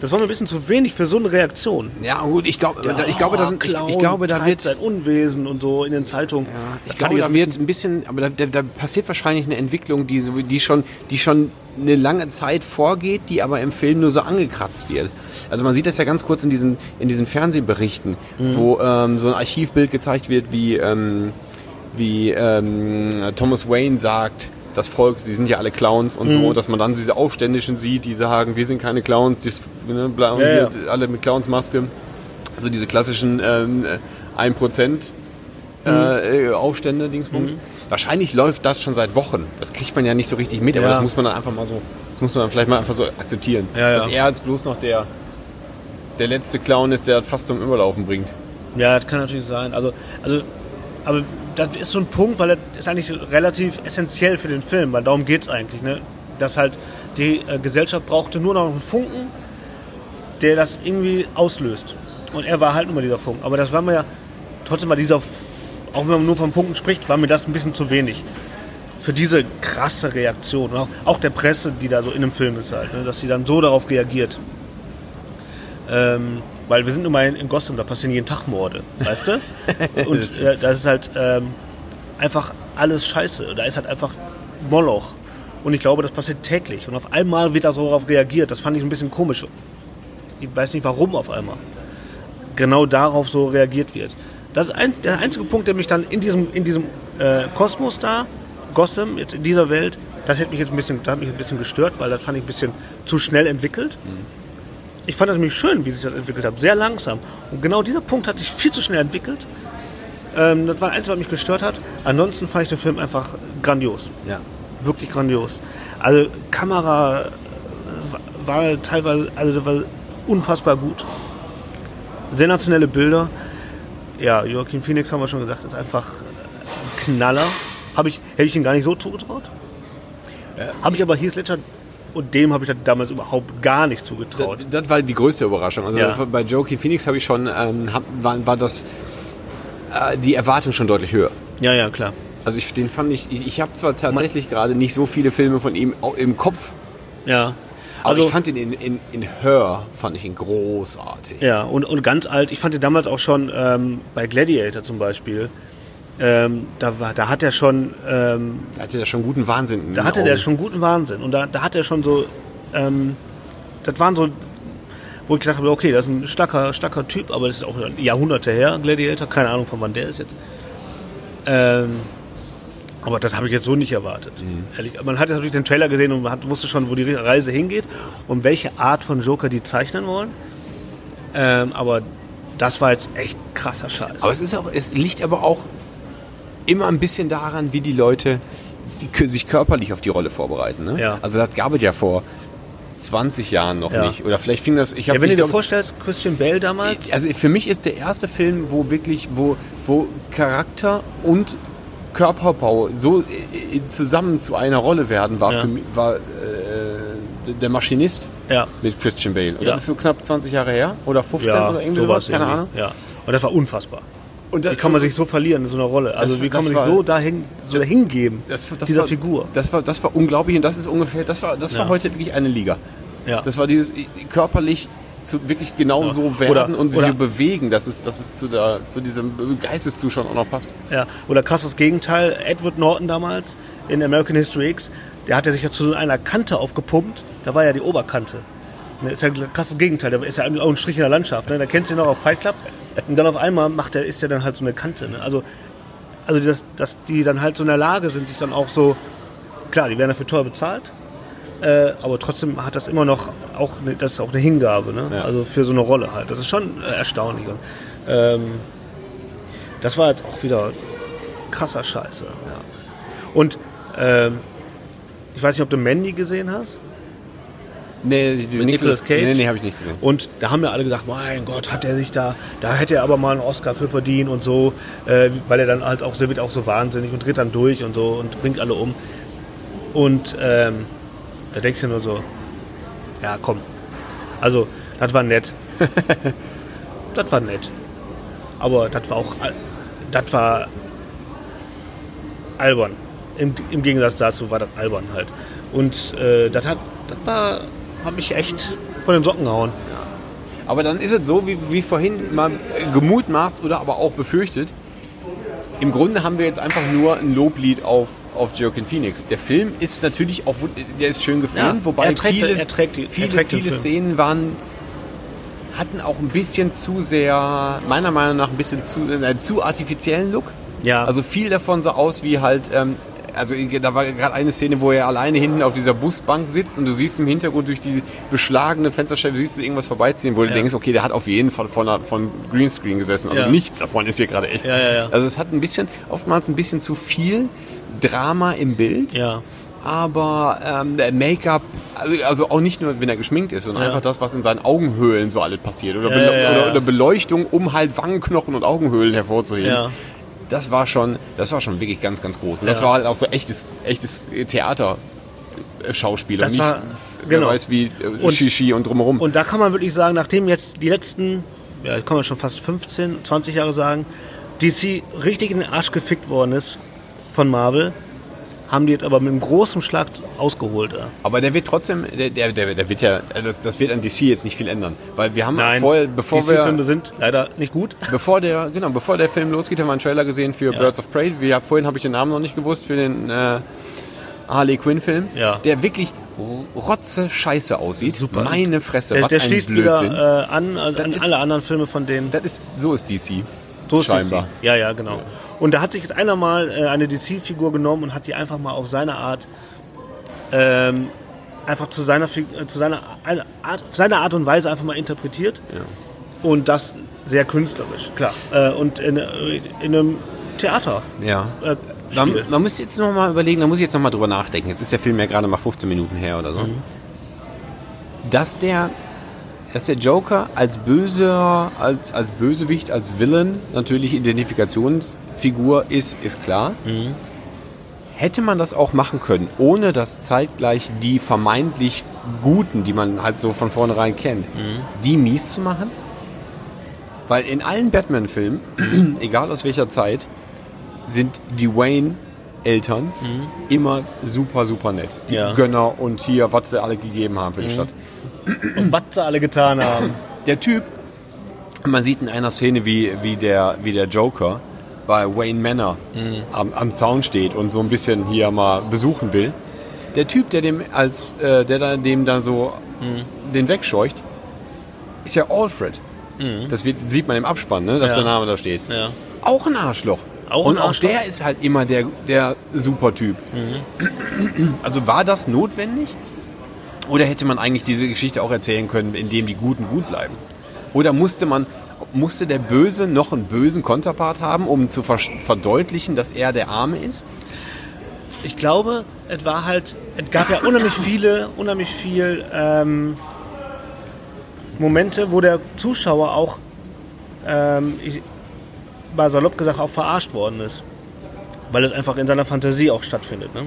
G: Das war mir ein bisschen zu wenig für so eine Reaktion. Oh,
B: ja gut, ich, glaub, da, ich glaube, da sind, ich, ich glaube, da
G: treibt
B: wird,
G: sein Unwesen und so in den Zeitungen.
B: ich
G: Das
B: glaube,
G: fand
B: da
G: jetzt
B: wird ein bisschen, aber da, da, da passiert wahrscheinlich eine Entwicklung, die, so, die, schon, die schon eine lange Zeit vorgeht, die aber im Film nur so angekratzt wird. Also man sieht das ja ganz kurz in diesen, in diesen Fernsehberichten,
G: Mhm.
B: wo ähm, so ein Archivbild gezeigt wird, wie, ähm, wie ähm, Thomas Wayne sagt, das Volk, sie sind ja alle Clowns und
G: Mhm.
B: so, dass man dann diese Aufständischen sieht, die sagen, wir sind keine Clowns, dies, ne, bla, und
G: Ja, ja.
B: wir- alle mit Clownsmaske. Also diese klassischen ähm, 1% äh,
G: Mhm.
B: äh, Aufstände, Dingsbums. Wahrscheinlich läuft das schon seit Wochen. Das kriegt man ja nicht so richtig mit, aber
G: Ja.
B: das muss man dann einfach mal so, das muss man dann vielleicht mal einfach so akzeptieren.
G: Ja, ja.
B: Dass er als bloß noch der, der letzte Clown ist, der das fast zum Überlaufen bringt.
G: Ja, das kann natürlich sein. Also, also, aber das ist so ein Punkt, weil das ist eigentlich relativ essentiell für den Film, weil darum geht's eigentlich. Ne? Dass halt die äh, Gesellschaft brauchte nur noch einen Funken, der das irgendwie auslöst. Und er war halt nur mal dieser Funken. Aber das war mir ja trotzdem mal dieser, F- auch wenn man nur vom Funken spricht, war mir das ein bisschen zu wenig. Für diese krasse Reaktion. Und auch, auch der Presse, die da so in dem Film ist halt, ne? dass sie dann so darauf reagiert. Ähm, weil wir sind nun mal in, in Gotham, da passieren jeden Tag Morde, weißt du? Und äh, das ist halt ähm, einfach alles scheiße. Da ist halt einfach Moloch. Und ich glaube, das passiert täglich. Und auf einmal wird da so darauf reagiert. Das fand ich ein bisschen komisch. Ich weiß nicht warum auf einmal. Genau darauf so reagiert wird. Das ist ein, der einzige Punkt, der mich dann in diesem, in diesem äh, Kosmos da, Gotham, jetzt in dieser Welt, das hätte mich jetzt ein bisschen, das hat mich ein bisschen gestört, weil das fand ich ein bisschen zu schnell entwickelt. Ich fand das nämlich schön, wie sich das entwickelt hat. Sehr langsam. Und genau dieser Punkt hat sich viel zu schnell entwickelt. Ähm, das war eins, was mich gestört hat. Ansonsten fand ich den Film einfach grandios.
B: Ja.
G: Wirklich grandios. Also Kamera äh, war, war teilweise also war unfassbar gut. Sensationelle Bilder. Ja, Joaquin Phoenix haben wir schon gesagt, ist einfach ein Knaller. Hab ich, hätte ich ihn gar nicht so zugetraut. Habe ich aber Heath Ledger und dem habe ich das damals überhaupt gar nicht zugetraut.
B: Das, das war die größte Überraschung. Also
G: Ja.
B: bei Jokey Phoenix habe ich schon, ähm, hab, war, war das, äh, die Erwartung schon deutlich höher.
G: Ja, ja, klar.
B: Also ich, den fand ich, ich, ich habe zwar tatsächlich gerade nicht so viele Filme von ihm au- im Kopf,
G: Ja.
B: Also
C: Also-
B: ich fand ihn in, in, in Her, fand ich ihn großartig.
G: Ja, und, und ganz alt, ich fand ihn damals auch schon ähm, bei Gladiator zum Beispiel. Ähm, da, war, da hat er schon, ähm,
B: Da hatte der schon guten Wahnsinn. in den
G: da hatte
B: Augen.
G: der schon guten Wahnsinn. Und da, da hat er schon so, ähm, das waren so, wo ich gedacht habe, okay, das ist ein starker, starker Typ, aber das ist auch Jahrhunderte her, Gladiator, keine Ahnung von wann der ist jetzt. Ähm, aber das habe ich jetzt so nicht erwartet.
B: Mhm.
G: Ehrlich, man hat jetzt natürlich den Trailer gesehen und man hat, wusste schon, wo die Reise hingeht und welche Art von Joker die zeichnen wollen. Ähm, aber das war jetzt echt krasser Scheiß.
B: Aber es ist auch, es liegt aber auch immer ein bisschen daran, wie die Leute si- kö- sich körperlich auf die Rolle vorbereiten. Ne?
G: Ja.
B: Also das gab es ja vor 20 Jahren noch
G: Ja.
B: nicht. Oder vielleicht fing das. Ich hab
G: ja, wenn du
B: nicht
G: dir
B: glaub-
G: vorstellst, Christian Bell damals,
B: also für mich ist der erste Film, wo wirklich, wo, wo Charakter und Körperbau so äh, zusammen zu einer Rolle werden, war,
G: Ja.
B: für mich, war äh, d- der Maschinist
G: ja,
B: mit Christian Bale. Und
G: Ja.
B: das ist so knapp 20 Jahre her oder 15
G: ja,
B: oder irgendwie sowas, keine Ahnung.
G: irgendwie. Ja. Und das war unfassbar.
B: Und da-
G: Wie kann man sich so verlieren in so einer Rolle? Also
B: Das-
G: wie kann
B: das
G: man
B: war-
G: sich so dahin so hingeben
B: Das, war- das
G: dieser
B: war,
G: Figur?
B: Das war, das war unglaublich und das ist ungefähr, das war, das war
G: Ja.
B: heute wirklich eine Liga.
G: Ja.
B: Das war dieses äh, körperlich zu, wirklich genau
G: Ja.
B: so werden
G: Oder-
B: und
G: oder-
B: sich bewegen, dass es, dass es zu, der, zu diesem Geisteszustand auch noch passt.
G: ja. Oder krasses Gegenteil, Edward Norton damals in American History X, der hat ja sich ja zu so einer Kante aufgepumpt, da war ja die Oberkante. Ne, Ist ja ein krasses Gegenteil, da ist ja auch ein Strich in der Landschaft. Ne? Da kennst du ihn noch auf Fight Club und dann auf einmal macht er, ist ja dann halt so eine Kante. Ne? Also, also dass, dass die dann halt so in der Lage sind, sich dann auch so, klar, die werden dafür teuer bezahlt, äh, aber trotzdem hat das immer noch auch eine, das ist auch eine Hingabe, ne? also für so eine Rolle halt. Das ist schon äh, erstaunlich. Und, ähm, das war jetzt auch wieder krasser Scheiße. Ja. Und ähm, ich weiß nicht, ob du Mandy gesehen hast.
B: Nee, diese
G: Nicolas Cage?
B: Nee, nee, habe ich nicht gesehen.
G: Und da haben ja alle gesagt, mein Gott, hat er sich da, da hätte er aber mal einen Oscar für verdient und so, äh, weil er dann halt auch, der wird auch so wahnsinnig und dreht dann durch und so und bringt alle um. Und ähm, da denkst du nur so, ja komm, also das war nett. das war nett. Aber das war auch, al- das war albern. Im, Im Gegensatz dazu war das albern halt. Und äh, das hat, das war, hat mich echt von den Socken gehauen.
B: Aber dann ist es so, wie, wie vorhin mal äh, gemutmaßt oder aber auch befürchtet. Im Grunde haben wir jetzt einfach nur ein Loblied auf, auf Joaquin Phoenix. Der Film ist natürlich auch, wund- der ist schön gefilmt,
G: Ja,
B: wobei
G: er trägt-
B: viele,
G: er trägt die- er
B: viele,
G: trägt den
B: viele
G: Film.
B: Szenen waren, hatten auch ein bisschen zu sehr, meiner Meinung nach ein bisschen zu, einen zu artifiziellen Look.
G: Ja.
B: Also viel davon sah aus wie halt, ähm, also da war gerade eine Szene, wo er alleine hinten auf dieser Busbank sitzt und du siehst im Hintergrund durch die beschlagene Fensterscheibe, siehst du irgendwas vorbeiziehen, wo du denkst, okay, der hat auf jeden Fall von, einer- von Greenscreen gesessen. Also
G: Ja.
B: nichts davon ist hier gerade echt.
G: Ja, ja, ja.
B: Also es hat ein bisschen, oftmals ein bisschen zu viel Drama im Bild.
G: Ja.
B: Aber ähm, der Make-up, also- also auch nicht nur, wenn er geschminkt ist, sondern
G: Ja.
B: einfach das, was in seinen Augenhöhlen so alles passiert. Oder,
G: Ja,
B: Bele-
G: ja, ja,
B: oder,
G: ja.
B: oder Beleuchtung, um halt Wangenknochen und Augenhöhlen hervorzuheben.
G: Ja.
B: Das war schon, das war schon wirklich ganz, ganz groß. Und das
G: Ja.
B: war halt auch so echtes, echtes Theater. äh, Schauspiel
G: Das
B: und nicht,
G: war-
B: wer
G: genau.
B: weiß wie, äh,
G: Und-
B: Shishi und drumherum.
G: Und da kann man wirklich sagen, nachdem jetzt die letzten, ja, kann man schon fast 15, 20 Jahre sagen, DC richtig in den Arsch gefickt worden ist von Marvel, haben die jetzt aber mit einem großen Schlag ausgeholt. Ja.
B: Aber der wird trotzdem, der, der, der, der wird ja, das, das wird an DC jetzt nicht viel ändern. Weil wir haben vorher, bevor
G: DC-Filme
B: wir,
G: sind leider nicht gut.
B: bevor der, genau, bevor der Film losgeht, haben wir einen Trailer gesehen für Birds of Prey. Wir, vorhin habe ich den Namen noch nicht gewusst, für den äh, Harley Quinn-Film,
G: Ja.
B: der wirklich ro- rotze Scheiße aussieht.
G: Super.
B: Meine Fresse,
G: Der,
B: was
G: der
B: ein
G: schließt
B: Blödsinn.
G: wieder äh, an, an,
B: Das
G: an
B: ist-
G: alle anderen Filme von denen.
B: das ist, so ist DC.
G: So ist DC.
B: scheinbar.
G: Ja, ja, genau. Und da hat sich jetzt einer mal äh, eine DC-Figur genommen und hat die einfach mal auf seine Art, ähm, einfach zu seiner, Fi- äh, zu seiner eine Art, auf seine Art und Weise einfach mal interpretiert. Und das sehr künstlerisch, klar. Äh, und in, äh, in einem Theater.
B: Ja.
G: Äh,
B: Man,
G: Spiel.
B: man muss jetzt noch mal überlegen, da muss ich jetzt noch mal drüber nachdenken. Jetzt ist der Film ja gerade mal 15 Minuten her oder so. Dass der dass der Joker als böser, als, als Bösewicht, als Villain natürlich Identifikationsfigur ist, ist klar. Hätte man das auch machen können, ohne dass zeitgleich die vermeintlich Guten, die man halt so von vornherein kennt, die mies zu machen? Weil in allen Batman-Filmen, egal aus welcher Zeit, sind die Wayne Eltern immer super, super nett. Die
G: Ja.
B: Gönner und hier, was sie alle gegeben haben für die Stadt.
G: Und was sie alle getan haben.
B: Der Typ, man sieht in einer Szene, wie, wie, der, wie der Joker bei Wayne Manor am, am Zaun steht und so ein bisschen hier mal besuchen will. Der Typ, der dem als äh, der da, dem da so den wegscheucht, ist ja Alfred. Das wird, sieht man im Abspann, ne, dass
G: Mhm. Ja.
B: der Name da steht.
G: ja.
B: Auch ein Arschloch.
G: Auch
B: und
G: ein Arschloch?
B: auch der ist halt immer der, der Supertyp.
G: Mhm.
B: Also war das notwendig? Oder hätte man eigentlich diese Geschichte auch erzählen können, indem die Guten gut bleiben? Oder musste man, musste der Böse noch einen bösen Konterpart haben, um zu ver verdeutlichen, dass er der Arme ist?
G: Ich glaube, es war halt, es gab ja unheimlich viele, unheimlich viel ähm, Momente, wo der Zuschauer auch, ähm, ich, mal salopp gesagt, auch verarscht worden ist. Weil es einfach in seiner Fantasie auch stattfindet. Ne?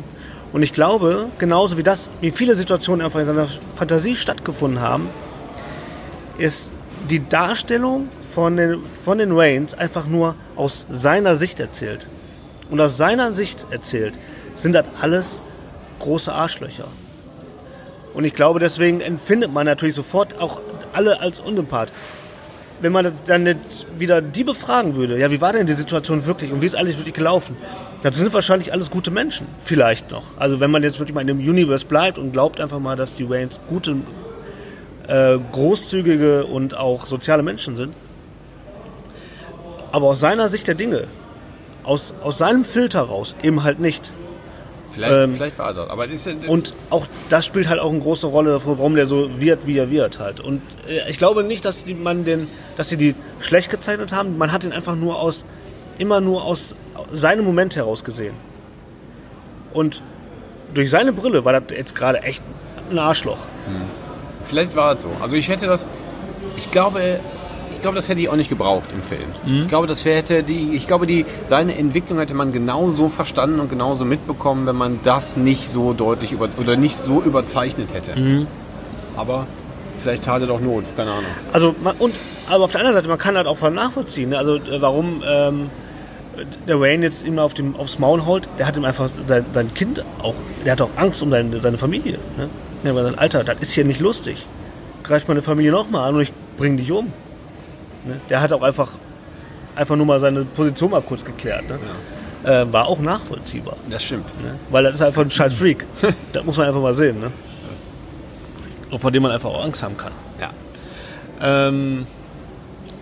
G: Und ich glaube, genauso wie das, wie viele Situationen einfach in seiner Fantasie stattgefunden haben, ist die Darstellung von den, von den Waynes einfach nur aus seiner Sicht erzählt und aus seiner Sicht erzählt, sind das alles große Arschlöcher. Und ich glaube, deswegen empfindet man natürlich sofort auch alle als unsympath. Wenn man dann jetzt wieder die befragen würde, ja, wie war denn die Situation wirklich und wie ist alles wirklich gelaufen? Das sind wahrscheinlich alles gute Menschen, vielleicht noch. Also wenn man jetzt wirklich mal in dem Universe bleibt und glaubt einfach mal, dass die Waynes gute, äh, großzügige und auch soziale Menschen sind. Aber aus seiner Sicht der Dinge, aus, aus seinem Filter raus, eben halt nicht.
A: Vielleicht,
G: Ähm,
A: vielleicht war das. Aber das ist,
G: Und auch das spielt halt auch eine große Rolle dafür, warum der so wird, wie er wird halt. Und äh, ich glaube nicht, dass die, man den, dass sie die schlecht gezeichnet haben. Man hat ihn einfach nur aus, immer nur aus seinem Moment heraus gesehen. Und durch seine Brille war das jetzt gerade echt ein Arschloch.
A: Vielleicht war es so. Also ich hätte das. Ich glaube, ich glaube, das hätte ich auch nicht gebraucht im Film. Ich glaube, das hätte die. Ich glaube, die seine Entwicklung hätte man genauso verstanden und genauso mitbekommen, wenn man das nicht so deutlich über oder nicht so überzeichnet hätte. Aber vielleicht tat er doch Not. Keine Ahnung.
G: Also man, und aber auf der anderen Seite, man kann halt auch nachvollziehen, ne? also äh, warum ähm, der Wayne jetzt ihm auf dem, aufs Maul holt, der hat ihm einfach sein, sein Kind auch, der hat auch Angst um seine, seine Familie. Ne? Ja, weil sein Alter, das ist hier nicht lustig. Greift meine Familie nochmal an und ich bring dich um. Ne? Der hat auch einfach, einfach nur mal seine Position mal kurz geklärt. Ne? Äh, war auch nachvollziehbar.
A: Das stimmt.
G: Ne? Weil das ist einfach ein scheiß Freak. das muss man einfach mal sehen. Ne? Und vor dem man einfach auch Angst haben kann.
A: Ja.
G: Ähm,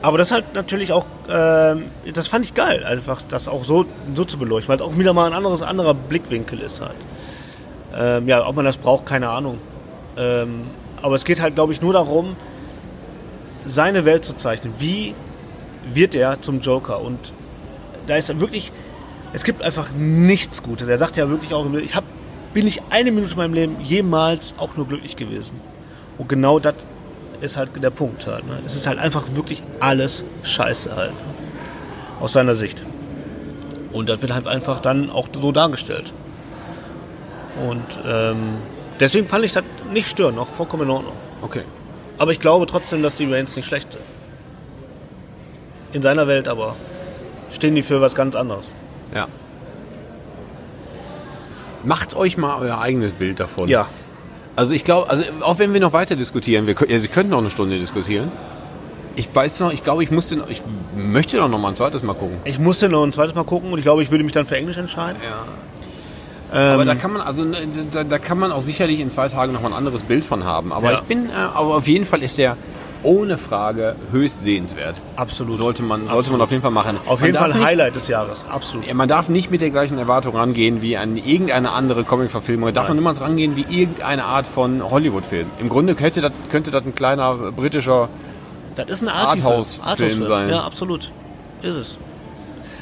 G: aber das halt natürlich auch, ähm, das fand ich geil, einfach das auch so, so zu beleuchten, weil es auch wieder mal ein anderes, anderer Blickwinkel ist halt. Ähm, ja, ob man das braucht, keine Ahnung. Ähm, aber es geht halt, glaube ich, nur darum, seine Welt zu zeichnen. Wie wird er zum Joker? Und da ist wirklich, es gibt einfach nichts Gutes. Er sagt ja wirklich auch, ich hab, bin nicht eine Minute in meinem Leben jemals auch nur glücklich gewesen. Und genau das ist halt der Punkt halt. Ne? Es ist halt einfach wirklich alles scheiße halt. Aus seiner Sicht. Und das wird halt einfach dann auch so dargestellt. Und ähm, deswegen fand ich das nicht störend, auch vollkommen in Ordnung.
A: Okay.
G: Aber ich glaube trotzdem, dass die Reigns nicht schlecht sind. In seiner Welt aber stehen die für was ganz anderes.
A: Ja. Macht euch mal euer eigenes Bild davon.
G: Ja,
A: Also ich glaube, also auch wenn wir noch weiter diskutieren, wir, kö- also wir könnten noch eine Stunde diskutieren. Ich weiß noch, ich glaube, ich muss den, ich möchte doch noch mal ein zweites Mal gucken.
G: ich musste noch ein zweites Mal gucken und ich glaube, ich würde mich dann für Englisch entscheiden.
A: Aber da kann man also ne, da, da kann man auch sicherlich in zwei Tagen noch mal ein anderes Bild von haben. Aber
G: Ja.
A: ich bin, äh, aber auf jeden Fall ist der ohne Frage höchst sehenswert.
G: Absolut.
A: Sollte man sollte man auf jeden Fall machen.
G: Auf
A: man
G: jeden
A: darf
G: Fall
A: nicht,
G: Highlight des Jahres, absolut.
A: Ja, Man darf nicht mit der gleichen Erwartung rangehen wie an irgendeine andere Comic-Verfilmung. Da Darf man niemals rangehen wie irgendeine Art von Hollywood-Film. Im Grunde könnte das, könnte das ein kleiner äh, britischer
G: Das ist ein
A: Arthouse-Film
G: Arthouse-Film
A: sein.
G: Ja, absolut. Ist es.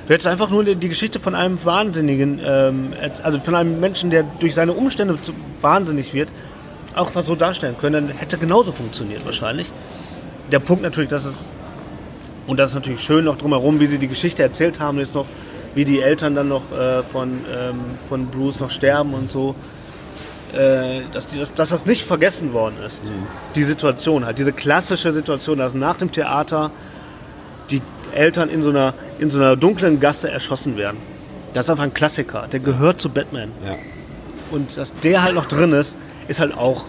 G: Du hättest einfach nur die die Geschichte von einem Wahnsinnigen, ähm, erz- also von einem Menschen, der durch seine Umstände zu, wahnsinnig wird, auch was so darstellen können. Dann hätte genauso funktioniert wahrscheinlich. Der Punkt natürlich, dass es, und das ist natürlich schön noch drumherum, wie sie die Geschichte erzählt haben, ist noch, wie die Eltern dann noch äh, von, ähm, von Bruce noch sterben und so. äh, dass, die, dass, dass das nicht vergessen worden ist.
A: Mhm.
G: Die Situation halt, diese klassische Situation, dass nach dem Theater die Eltern in so einer, in so einer dunklen Gasse erschossen werden. Das ist einfach ein Klassiker. Der gehört zu Batman.
A: Ja.
G: Und dass der halt noch drin ist, ist halt auch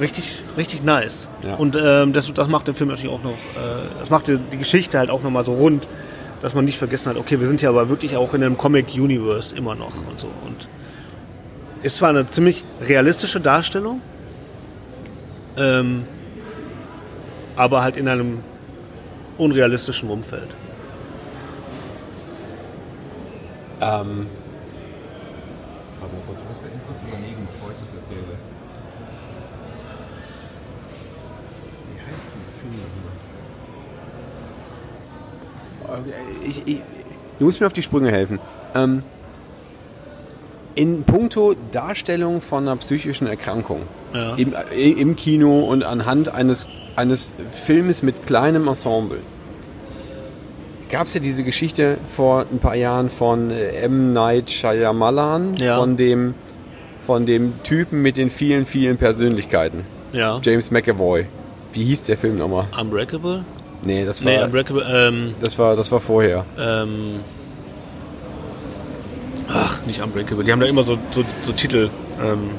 G: richtig, richtig nice.
A: Ja.
G: Und ähm, das, das macht den Film natürlich auch noch, äh, das macht die, die Geschichte halt auch nochmal so rund, dass man nicht vergessen hat, okay, wir sind ja aber wirklich auch in einem Comic-Universe immer noch und so. Und ist zwar eine ziemlich realistische Darstellung, ähm, aber halt in einem unrealistischen Umfeld.
A: Ähm,
H: Aber kurz, ich muss mir eben kurz überlegen, bevor ich das erzähle. Wie heißt denn
B: Ich, ich, du musst mir auf die Sprünge helfen. Ähm, in puncto Darstellung von einer psychischen Erkrankung
G: Ja.
B: im, äh, im Kino und anhand eines, eines Filmes mit kleinem Ensemble gab es ja diese Geschichte vor ein paar Jahren von äh, M. Night Shyamalan,
G: Ja.
B: von, dem, von dem Typen mit den vielen, vielen Persönlichkeiten.
G: Ja.
B: James McAvoy. Wie hieß der Film nochmal?
G: Unbreakable?
B: Nee, das war,
G: Nee, Unbreakable, ähm,
B: das war, das war vorher.
G: Ähm, ach, nicht Unbreakable. Die haben da immer so, so, so Titel. Ähm,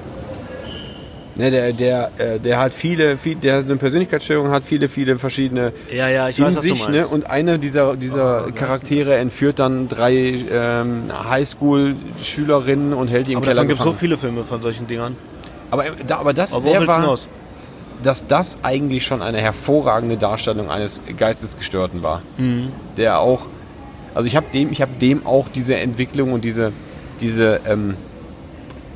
B: Ne, der, der, äh, der hat viele, viel, der hat eine Persönlichkeitsstörung, hat viele, viele verschiedene
G: ja, ja, ich
B: in
G: weiß, was
B: sich,
G: du meinst. Oh,
B: ne? Und einer dieser, dieser Charaktere entführt dann drei ähm, Highschool-Schülerinnen und hält die im
G: aber
B: Keller
G: davon gibt es
B: gefangen.
G: so viele Filme von solchen Dingern.
B: aber, äh, da, aber das,
G: Aber worauf
B: der
G: willst du
B: war,
G: hinaus?
B: dass das eigentlich schon eine hervorragende Darstellung eines Geistesgestörten war. Der auch, also ich habe dem, ich habe dem auch diese Entwicklung und diese, diese, ähm,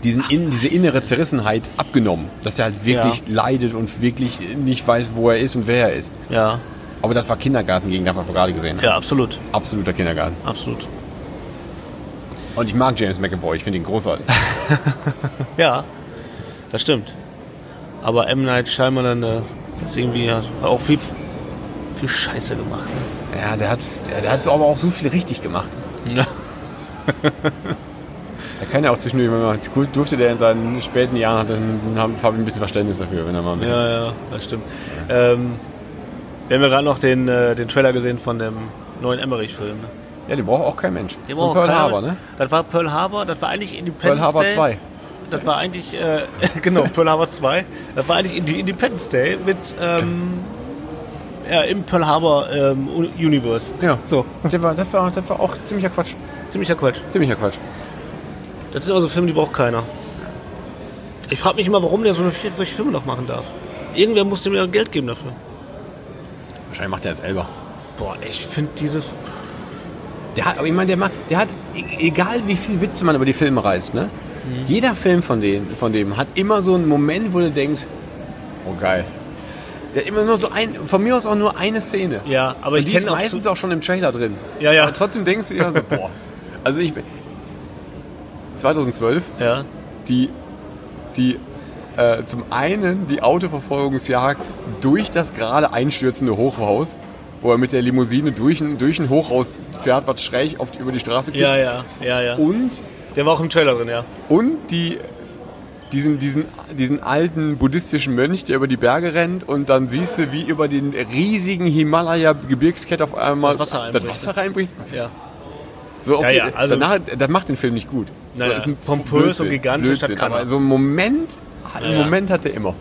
B: diesen in, diese innere Zerrissenheit abgenommen, dass er halt wirklich
G: Ja.
B: leidet und wirklich nicht weiß, wo er ist und wer er ist.
G: Ja,
B: Aber das war Kindergarten gegen das, was wir gerade gesehen haben.
G: ja, absolut.
B: Absoluter Kindergarten.
G: Absolut.
B: Und ich mag James McAvoy, ich finde ihn großartig.
G: Ja, das stimmt. Aber M. Night Shyamalan äh, hat irgendwie ja auch viel, viel Scheiße gemacht. Ne?
B: ja, der hat, der, der hat so aber auch so viel richtig gemacht.
G: Ja.
B: Er kann ja auch zwischendurch mal, gut durfte der in seinen späten Jahren, hat dann habe ich ein bisschen Verständnis dafür, wenn er mal ein bisschen...
G: Ja, ja, das stimmt. Ähm, wir haben ja gerade noch den, äh, den Trailer gesehen von dem neuen Emmerich-Film. Ne?
B: Ja, die braucht auch kein Mensch.
G: Den
B: So
G: braucht
B: Pearl
G: keiner.
B: Harbor, ne?
G: Das war Pearl Harbor, das war eigentlich Independence
B: Pearl Harbor
G: Day.
B: 2.
G: Das war eigentlich, äh, genau, Pearl Harbor 2. Das war eigentlich die Independence Day mit, ähm, ja, im Pearl Harbor ähm, Un- Universe.
B: Ja.
G: So,
B: Das ne? war, das, war, das war auch ziemlicher Quatsch.
G: ziemlicher Quatsch.
B: Ziemlicher Quatsch.
G: Das sind also Filme, die braucht keiner. Ich frage mich immer, warum der so eine solche Filme noch machen darf. Irgendwer musste mir Geld geben dafür.
B: Wahrscheinlich macht er es selber.
G: Boah, ich finde diese
B: Der hat, aber ich meine, der, macht- der hat, e- egal wie viel Witze man über die Filme reißt, ne? Jeder Film von, denen, von dem hat immer so einen Moment, wo du denkst, oh geil. Der hat immer nur so ein, von mir aus auch nur eine Szene.
G: Ja, aber
B: Und
G: ich
B: die ist
G: kenne auch
B: meistens
G: so-
B: auch, schon im Trailer drin.
G: Ja, ja.
B: Aber trotzdem denkst du dir dann so, boah. Also ich bin. 2012,
G: Ja,
B: die, die äh, zum einen die Autoverfolgungsjagd durch das gerade einstürzende Hochhaus, wo er mit der Limousine durch ein, durch ein Hochhaus fährt, was schräg oft über die Straße geht.
G: ja, ja, ja, ja.
B: Und,
G: Der war auch im Trailer drin, ja.
B: und die, diesen, diesen, diesen alten buddhistischen Mönch, der über die Berge rennt und dann siehst du, wie über den riesigen Himalaya-Gebirgskette auf einmal
G: Das Wasser
B: das
G: reinbricht.
B: Wasser reinbricht.
G: Ja.
B: So, okay,
G: Ja, ja, also-
B: danach, das macht den Film nicht gut.
G: Nein,
B: So, das
G: nein, pompös und gigantisch, das
B: Blödsinn.
G: kann er.
B: aber so einen Moment, einen
G: Ja, ja.
B: Moment hat er immer.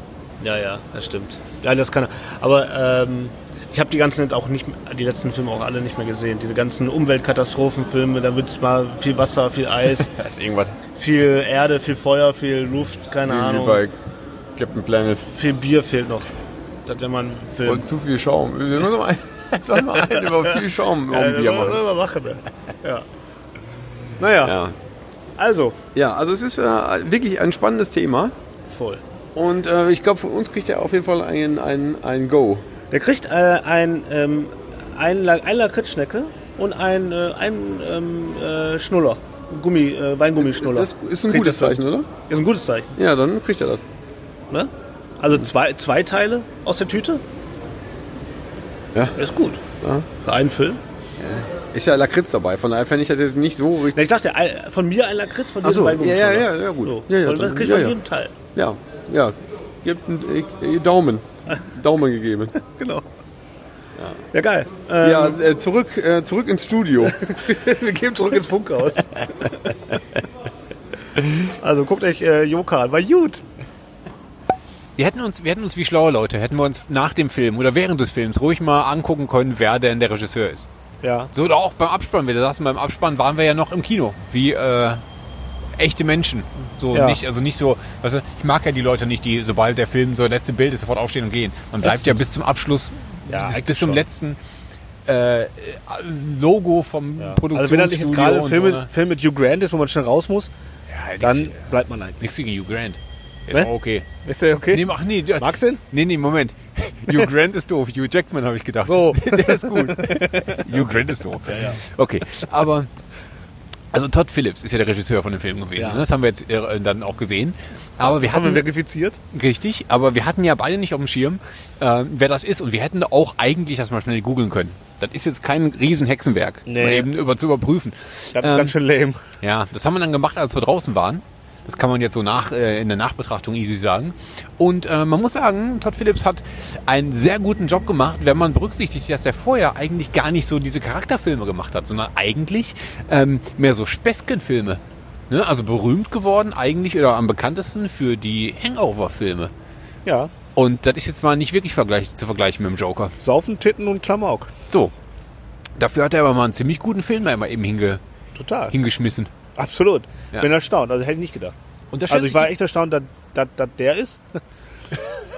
G: Ja, ja, das stimmt. Ja, das kann er. Aber ähm, ich habe die ganzen jetzt auch nicht, die letzten Filme auch alle nicht mehr gesehen. Diese ganzen Umweltkatastrophenfilme, da wird es mal viel Wasser, viel Eis,
B: Da ist irgendwas
G: viel Erde, viel Feuer, viel Luft, keine
B: wie, wie
G: Ahnung.
B: bei Captain Planet.
G: Viel Bier fehlt noch. Das wäre mal ein Film.
B: Und zu viel Schaum. Wir müssen mal, soll mal einen über viel Schaum um
G: ja,
B: Bier
G: das
B: machen.
G: wollen wir machen. ne? Ja. Naja,
B: Ja.
G: also,
B: ja, also es ist äh, wirklich ein spannendes Thema.
G: voll.
B: Und äh, ich glaube, von uns kriegt er auf jeden Fall ein, ein, ein Go.
G: Der kriegt äh, ein, ähm, ein, La ein Lakritzschnecke und ein, äh, ein ähm, äh, Schnuller. Gummi, äh, Weingummischnuller.
B: Das ist ein
G: Kriegt
B: gutes
G: das hin.
B: Zeichen, oder?
G: Ist ein gutes Zeichen.
B: Ja, dann kriegt er das.
G: Ne? Also
B: Mhm.
G: zwei, zwei Teile aus der Tüte?
B: Ja.
G: Ist gut.
B: Ja.
G: Für einen Film.
B: Ist ja Lakritz dabei, von daher fände ich das jetzt nicht so richtig.
G: Na, ich dachte, ein- von mir ein Lakritz, von dir
B: Ach so,
G: ein Weingummi.
B: ja, ja, ja, ja, gut.
G: So.
B: Ja, ja,
G: und das
B: dann-
G: kriegst
B: ja,
G: du von
B: ja.
G: jedem Teil.
B: Ja, ja. Gibt einen äh, Daumen. Daumen äh, gegeben.
G: Genau.
C: Ja, geil. Äh,
I: Ja, äh, zurück, äh, zurück ins Studio.
C: wir gehen zurück ins Funkhaus. also guckt euch äh, Joka an, war gut.
B: Wir hätten, uns, wir hätten uns wie schlaue Leute, hätten wir uns nach dem Film oder während des Films ruhig mal angucken können, wer denn der Regisseur ist.
C: Ja.
B: So oder auch beim Abspann. Wir saßen beim Abspann, waren wir ja noch im Kino, wie äh, echte Menschen. So
C: Ja.
B: nicht, also nicht so, weißt du, ich mag ja die Leute nicht, die, sobald der Film so letzte Bild ist, sofort aufstehen und gehen. Man bleibt ja bis zum Abschluss,
C: Ja,
B: bis,
C: eigentlich
B: bis zum
C: schon.
B: letzten äh, Logo vom Produktionsstudio.
C: Also wenn da nicht jetzt gerade ein Film,
B: und
C: mit-
B: so, ne?
C: Film mit Hugh Grant ist, wo man schnell raus muss,
B: ja, nix-
C: dann bleibt man halt eigentlich.
B: Nix gegen Hugh Grant. Ist
C: Ne?
B: auch okay.
C: Ist der okay?
B: Nee, ach nee. der-
C: Magst du ihn?
B: Nee, nee, Moment. Hugh Grant ist doof. Hugh Jackman habe ich gedacht.
C: So.
B: Der ist gut. Hugh Grant ist doof. Okay, aber... Also Todd Phillips ist ja der Regisseur von dem Film gewesen.
C: Ja.
B: Ne? Das haben wir jetzt äh, dann auch gesehen. Aber wir
C: Haben wir
B: hatten...
C: verifiziert?
B: Richtig, aber wir hatten ja beide nicht auf dem Schirm, äh, wer das ist. Und wir hätten auch eigentlich das mal schnell googeln können. Das ist jetzt kein Riesenhexenwerk,
C: Nee.
B: mal eben über zu überprüfen.
C: Das ist
B: Ähm,
C: ganz schön lame.
B: ja, das haben wir dann gemacht, als wir draußen waren. Das kann man jetzt so nach, äh, in der Nachbetrachtung easy sagen. Und äh, man muss sagen, Todd Phillips hat einen sehr guten Job gemacht, wenn man berücksichtigt, dass er vorher eigentlich gar nicht so diese Charakterfilme gemacht hat, sondern eigentlich ähm, mehr so Späßchenfilme. Ne? Also berühmt geworden eigentlich oder am bekanntesten für die Hangover-Filme.
C: Ja.
B: Und das ist jetzt mal nicht wirklich vergleich, zu vergleichen mit dem Joker.
C: Saufen, Titten und Klamauk.
B: So, dafür hat er aber mal einen ziemlich guten Film da immer eben hinge,
C: Total.
B: hingeschmissen.
C: Absolut.
B: Hm. Ja.
C: Bin erstaunt. Also hätte ich nicht gedacht.
B: Und da stellt
C: Also ich
B: sich
C: war
B: die-
C: echt erstaunt, dass, dass, dass der ist.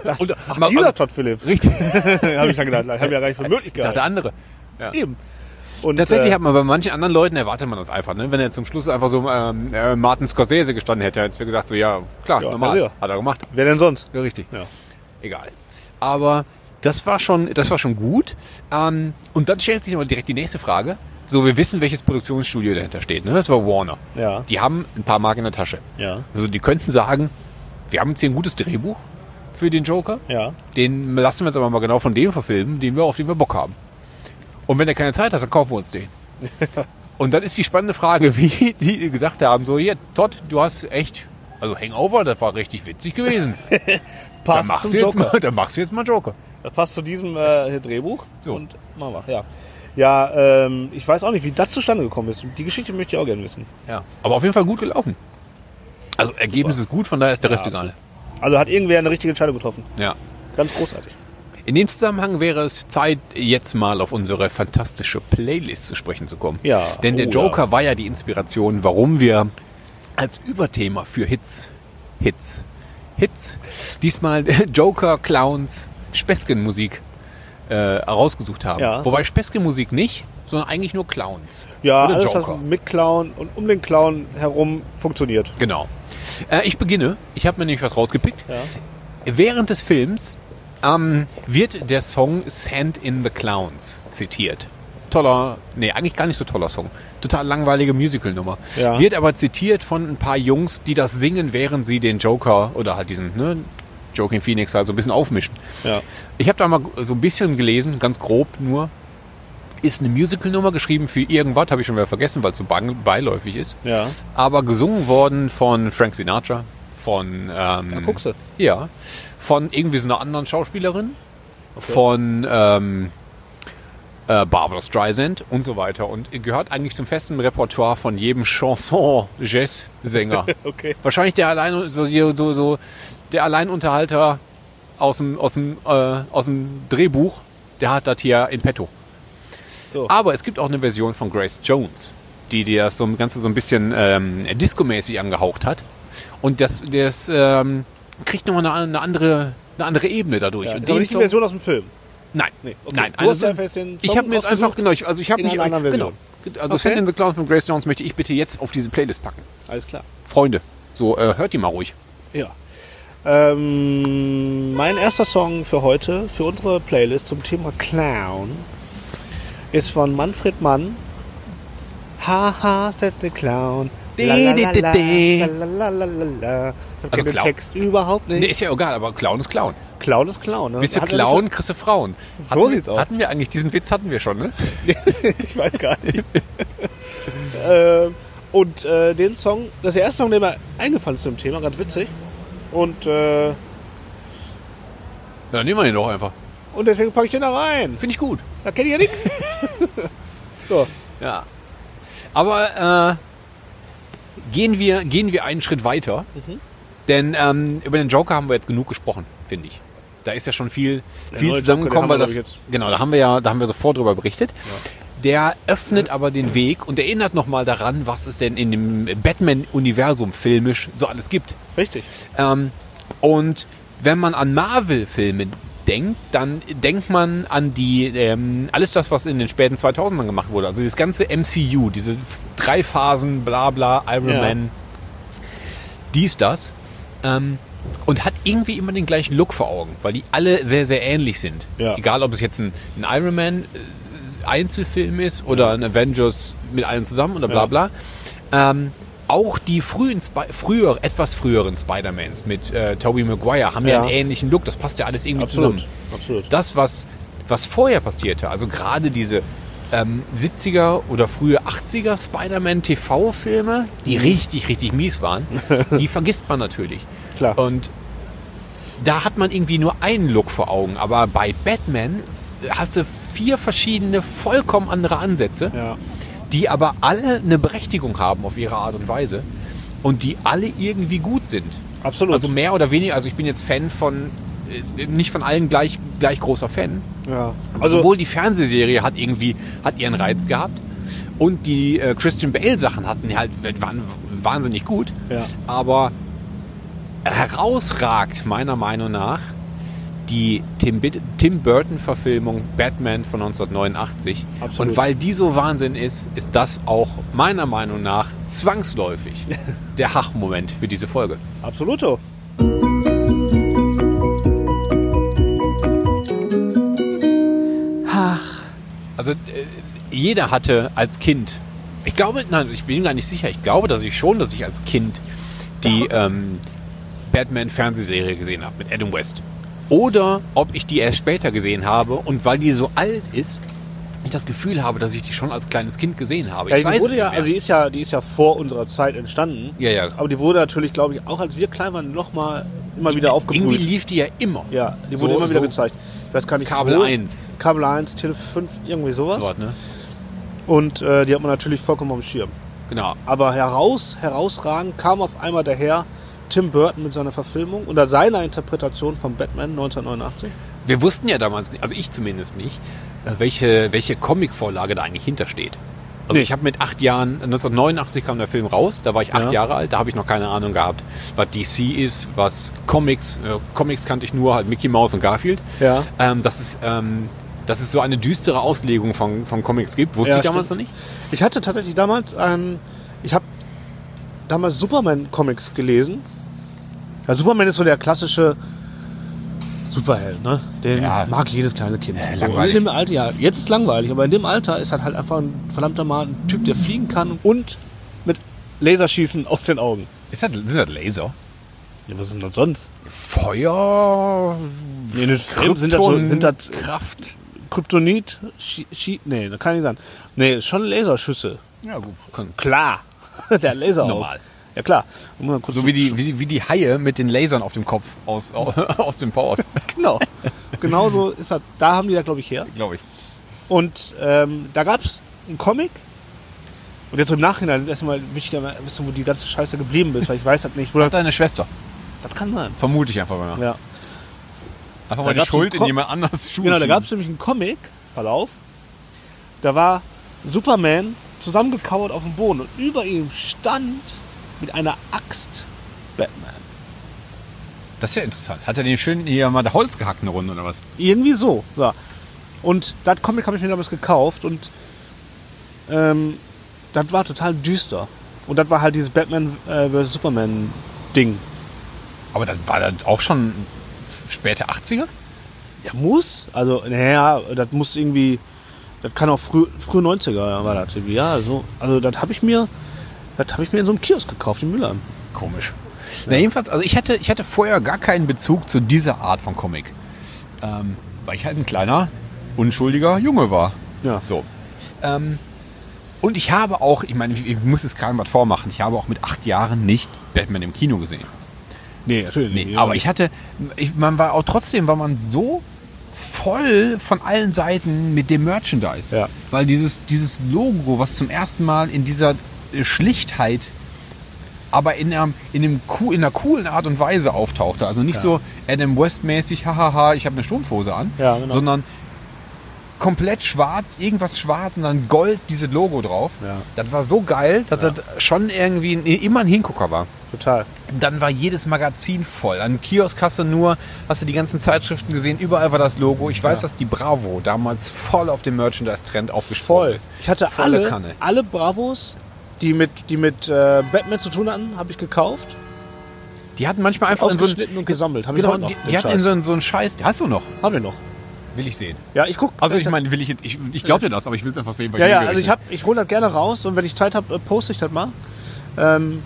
C: Das,
B: Und-
C: ach,
B: mal-
C: dieser
B: also-
C: Todd Phillips.
B: Richtig,
C: habe ich ja gedacht. Habe ich ja gar nicht für möglich
B: dachte
C: gehalten.
B: andere.
C: Eben. Und,
B: Tatsächlich
C: äh,
B: hat man bei manchen anderen Leuten erwartet man das einfach, ne? Wenn er zum Schluss einfach so ähm, äh, Martin Scorsese gestanden hätte, hätte er gesagt so ja klar
C: Ja,
B: normal,
C: also ja.
B: hat er gemacht,
C: wer denn sonst?
B: ja, richtig.
C: Ja.
B: Egal. Aber das war schon, das war schon gut. Ähm, und dann stellt sich aber direkt die nächste Frage. So, wir wissen, welches Produktionsstudio dahinter steht. Ne? Das war Warner.
C: Ja.
B: Die haben ein paar Mark in der Tasche.
C: Ja.
B: Also die könnten sagen, wir haben jetzt hier ein gutes Drehbuch für den Joker.
C: Ja.
B: Den lassen wir jetzt aber mal genau von dem verfilmen, den wir, auf den wir Bock haben. Und wenn er keine Zeit hat, dann kaufen wir uns den. Und dann ist die spannende Frage, wie die gesagt haben, so hier, Todd, du hast echt, also Hangover, das war richtig witzig gewesen. Dann
C: Passt
B: machst,
C: zum
B: du jetzt
C: Joker.
B: mal, dann machst du jetzt mal Joker.
C: Das passt zu diesem äh, Drehbuch.
B: So.
C: Und machen wir, ja. Ja, ähm, ich weiß auch nicht, wie das zustande gekommen ist. Die Geschichte möchte ich auch gerne wissen.
B: Ja. Aber auf jeden Fall gut gelaufen. Also Ergebnis ist gut, von daher ist der Rest egal.
C: Also hat irgendwer eine richtige Entscheidung getroffen.
B: Ja.
C: Ganz großartig.
B: In dem Zusammenhang wäre es Zeit, jetzt mal auf unsere fantastische Playlist zu sprechen zu kommen.
C: Ja.
B: Denn der
C: Oh,
B: Joker war ja die Inspiration, warum wir als Überthema für Hits, Hits, Hits, diesmal Joker, Clowns, Speskenmusik äh, rausgesucht haben.
C: Ja.
B: Wobei Speskenmusik nicht, sondern eigentlich nur Clowns.
C: Ja,
B: oder
C: alles,
B: Joker.
C: was mit Clown und um den Clown herum funktioniert.
B: Genau. Äh, ich beginne. Ich habe mir nämlich was rausgepickt. Während des Films ähm, wird der Song Sand in the Clowns zitiert. Toller, nee, eigentlich gar nicht so toller Song. Total langweilige Musical-Nummer.
C: Ja.
B: Wird aber zitiert von ein paar Jungs, die das singen, während sie den Joker oder halt diesen, ne, Joking Phoenix halt so ein bisschen aufmischen.
C: Ja.
B: Ich habe da mal so ein bisschen gelesen, ganz grob nur. Ist eine Musical-Nummer geschrieben für irgendwas, habe ich schon wieder vergessen, weil es so bang- beiläufig ist
C: Ja.
B: aber gesungen worden von Frank Sinatra, von ähm,
C: Guckst du.
B: ja, von irgendwie so einer anderen Schauspielerin, von ähm, äh, Barbara Streisand und so weiter und gehört eigentlich zum festen Repertoire von jedem Chanson-Jazz-Sänger.
C: Okay.
B: Wahrscheinlich der allein so, so, so der Alleinunterhalter aus dem aus dem äh, aus dem Drehbuch, der hat das hier in petto.
C: So.
B: Aber es gibt auch eine Version von Grace Jones, die dir das so ein Ganze so ein bisschen ähm, discomäßig angehaucht hat. Und das, das ähm, kriegt nochmal eine, eine andere eine andere Ebene dadurch.
C: Ja,
B: Und
C: ist aber
B: den
C: nicht die
B: Song-
C: Version aus dem Film.
B: Nein,
C: Nee, okay.
B: nein. also
C: Du hast einfach jetzt den
B: ich
C: Song
B: habe mir jetzt einfach
C: ausgesucht
B: genau, ich- also ich habe
C: in
B: mich
C: einer anderen
B: genau.
C: Version.
B: Also
C: Okay.
B: Send in the Clown von Grace Jones möchte ich bitte jetzt auf diese Playlist packen.
C: Alles klar.
B: Freunde, so äh, hört die mal ruhig.
C: Ja. Ähm, mein erster Song für heute, für unsere Playlist zum Thema Clown, ist von Manfred Mann. Haha, said the Clown.
B: De,
C: La, la,
B: de,
C: la,
B: de,
C: la,
B: de.
C: la, la, la, la, la. Ich hab
B: Also
C: den
B: Clown.
C: Text überhaupt nicht.
B: Nee, ist ja egal, aber Clown ist Clown.
C: Clown ist Clown. Ne?
B: Bist du
C: Hat er
B: Clown, kriegst du Frauen.
C: So
B: Hatten-
C: sieht's aus.
B: Hatten wir eigentlich, diesen Witz hatten wir schon, ne?
C: ich weiß gar nicht. ähm, und äh, den Song, das ist der erste Song, der mir eingefallen ist zum Thema, ganz witzig. Und, äh,
B: Ja, nehmen wir den doch einfach.
C: und deswegen packe ich den da rein.
B: Finde ich gut.
C: Da kenne ich ja nichts. So,
J: Ja. Aber äh, gehen, wir, gehen wir einen Schritt weiter.
C: Mhm.
J: Denn ähm, über den Joker haben wir jetzt genug gesprochen, finde ich. Da ist ja schon viel, viel
C: neue
J: zusammengekommen,
C: Joker, den
J: weil das.
C: haben wir, glaub
J: Genau, da haben wir ja, da haben wir sofort drüber berichtet. Der öffnet aber den Weg und erinnert nochmal daran, was es denn in dem Batman-Universum filmisch so alles gibt.
C: richtig.
J: Ähm, und wenn man an Marvel-Filme denkt, dann denkt man an die ähm, alles das, was in den späten 2000ern gemacht wurde. Also das ganze MCU, diese f- drei Phasen, bla bla, Iron
C: Ja.
J: Man, dies, das. Ähm, und hat irgendwie immer den gleichen Look vor Augen, weil die alle sehr, sehr ähnlich sind.
C: Ja.
J: Egal, ob es jetzt ein, ein Iron Man äh, Einzelfilm ist oder ein Avengers mit allen zusammen oder bla bla. Ähm, auch die frühen, Spi- früher, etwas früheren Spider-Mans mit äh, Tobey Maguire haben ja.
C: Ja.
J: einen ähnlichen Look. Das passt ja alles irgendwie
C: Absolut,
J: zusammen.
C: absolut.
J: Das, was, was vorher passierte, also gerade diese ähm, 70er oder frühe 80er Spider-Man-TV-Filme, die
C: Mhm.
J: richtig, richtig mies waren, die vergisst man natürlich.
C: Klar.
J: Und da hat man irgendwie nur einen Look vor Augen. Aber bei Batman hast du vier verschiedene, vollkommen andere Ansätze
C: Ja.
J: die aber alle eine Berechtigung haben auf ihre Art und Weise und die alle irgendwie gut sind.
C: Absolut.
J: Also mehr oder weniger, also ich bin jetzt Fan von, äh, nicht von allen gleich, gleich großer Fan.
C: Ja.
J: Also,
C: Also,
J: Obwohl die Fernsehserie hat irgendwie, hat ihren Reiz gehabt und die äh, Christian Bale Sachen hatten halt, waren wahnsinnig gut.
C: Ja.
J: Aber herausragt meiner Meinung nach die Tim, Bit- Tim Burton-Verfilmung Batman von 1989.
C: Absolut.
J: Und weil die so Wahnsinn ist, ist das auch meiner Meinung nach zwangsläufig der Hach-Moment für diese Folge.
C: absoluto.
J: Also äh, jeder hatte als Kind, ich glaube, nein, ich bin gar nicht sicher, ich glaube, dass ich schon, dass ich als Kind die ähm, Batman-Fernsehserie gesehen habe mit Adam West. Oder ob ich die erst später gesehen habe und weil die so alt ist, ich das Gefühl habe, dass ich die schon als kleines Kind gesehen habe.
C: Ja,
J: ich
C: die
J: weiß
C: wurde
J: es
C: ja,
J: nicht mehr.
C: also die ist ja, die ist ja vor unserer Zeit entstanden.
J: Ja, ja.
C: Aber die wurde natürlich, glaube ich, auch als wir klein waren, nochmal immer wieder aufgebrüht.
J: Irgendwie lief die ja immer.
C: Ja, die
J: So-
C: wurde immer wieder
J: so
C: gezeigt. Ich weiß gar nicht,
J: Kabel
C: wo.
J: 1.
C: Kabel 1, Tele 5, irgendwie sowas.
J: Dort, ne?
C: Und äh, die hat man natürlich vollkommen am Schirm.
J: Genau.
C: Aber heraus, herausragend kam auf einmal daher Tim Burton mit seiner Verfilmung unter seiner Interpretation von Batman 1989.
J: Wir wussten ja damals nicht, also ich zumindest nicht, äh, welche, welche Comicvorlage da eigentlich hintersteht. Also ich habe mit acht Jahren, 1989 kam der Film raus, da war ich acht Jahre alt, da habe ich noch keine Ahnung gehabt, was DC ist, was Comics, äh, Comics kannte ich nur halt Mickey Mouse und Garfield.
C: Ja.
J: Ähm, dass, es, ähm, dass es so eine düstere Auslegung von, von Comics gibt, wusste
C: Ja,
J: ich damals
C: stimmt.
J: noch nicht.
C: Ich hatte tatsächlich damals einen. Ich habe damals Superman-Comics gelesen. Ja, Superman ist so der klassische Superheld, ne? Den
J: Ja. Äh,
C: mag jedes kleine Kind. So,
J: langweilig.
C: In dem Alter, ja, jetzt ist langweilig, aber in dem Alter ist er halt einfach ein verdammter Mal ein Typ, der fliegen kann und mit Laserschießen aus den Augen.
J: Ist das, sind das Laser?
C: Ja, was ist denn das sonst?
J: Feuer?
C: In den Filmen sind das, so, sind das
J: Kraft?
C: Kryptonit? Schi Schi nee, das kann nicht sein. Nee, schon Laserschüsse.
J: Ja, gut.
C: Klar. der Laser.
J: Normal.
C: Ja, klar. Muss man kurz
J: So wie die, wie, wie die Haie mit den Lasern auf dem Kopf aus, aus dem Powers,
C: Genau. Genauso ist das. Da haben die das, glaube ich, her.
J: glaube ich.
C: Und ähm, da gab es einen Comic. Und jetzt so im Nachhinein ist erstmal wichtiger mal wissen, wo die ganze Scheiße geblieben ist, weil ich weiß das nicht. Wo das,
J: Deine Schwester.
C: das kann sein.
J: Vermute ich einfach mal.
C: Ja. Da
J: Einfach mal die
C: gab's
J: Schuld
C: einen
J: in
C: Ko-
J: jemand anders Schuhe.
C: Genau, da
J: schieben.
C: gab es nämlich einen Comic, pass auf, da war Superman zusammengekauert auf dem Boden und über ihm stand mit einer Axt Batman.
J: Das ist ja interessant. Hat er den schön hier mal der Holz gehackt eine Runde oder was?
C: Irgendwie so. Ja. Und das Comic habe ich mir damals gekauft und ähm, das war total düster. Und das war halt dieses Batman äh, vs. Superman Ding.
J: Aber dann war das auch schon späte 80er?
C: Ja, muss. Also, naja, das muss irgendwie. Das kann auch früh, früh 90er war das irgendwie. Ja, so. Also, das habe ich mir. Das habe ich mir in so einem Kiosk gekauft, in Mülheim.
J: Komisch. Na jedenfalls, also ich hatte, ich hatte vorher gar keinen Bezug zu dieser Art von Comic. Ähm, weil ich halt ein kleiner, unschuldiger Junge war.
C: Ja.
J: So. Ähm, und ich habe auch, ich meine, ich ich muss es keinem was vormachen, ich habe auch mit acht Jahren nicht Batman im Kino gesehen.
C: Nee, natürlich
J: Nee, aber ich hatte, ich, man war auch trotzdem, war man so voll von allen Seiten mit dem Merchandise.
C: Ja.
J: Weil dieses, dieses Logo, was zum ersten Mal in dieser äh, Schlichtheit, aber in, einem, in, einem, coo- in einer coolen Art und Weise auftauchte. Also nicht so Adam West-mäßig, hahaha, ich habe eine Strumpfhose an,
C: Ja, genau.
J: sondern komplett schwarz, irgendwas schwarz und dann gold dieses Logo drauf.
C: Ja.
J: Das war so geil, dass das schon irgendwie ein, immer ein Hingucker war.
C: Total.
J: Dann war jedes Magazin voll. An Kioskasse nur hast du die ganzen Zeitschriften gesehen. Überall war das Logo. Ich weiß, dass die Bravo damals voll auf den Merchandise-Trend aufgesprungen
C: Voll.
J: ist.
C: Ich hatte
J: Volle
C: alle,
J: Kanne.
C: alle Bravos, die mit, die mit äh, Batman zu tun hatten, habe ich gekauft,
J: Die hatten manchmal einfach in so einen,
C: ausgeschnitten und gesammelt. Hab
J: genau,
C: ich heute noch,
J: die,
C: den
J: die hatten in
C: Scheiß.
J: so einen, so einen Scheiß. Hast du noch?
C: haben wir noch.
J: Will ich sehen.
C: Ja, ich guck.
J: Also ich meine, will ich jetzt, ich, ich glaube dir das, aber ich will es einfach sehen. weil
C: Ja, ja,
J: will
C: also ich,
J: nicht.
C: hab, ich hole das gerne raus und wenn ich Zeit habe, poste ich das mal. Ähm,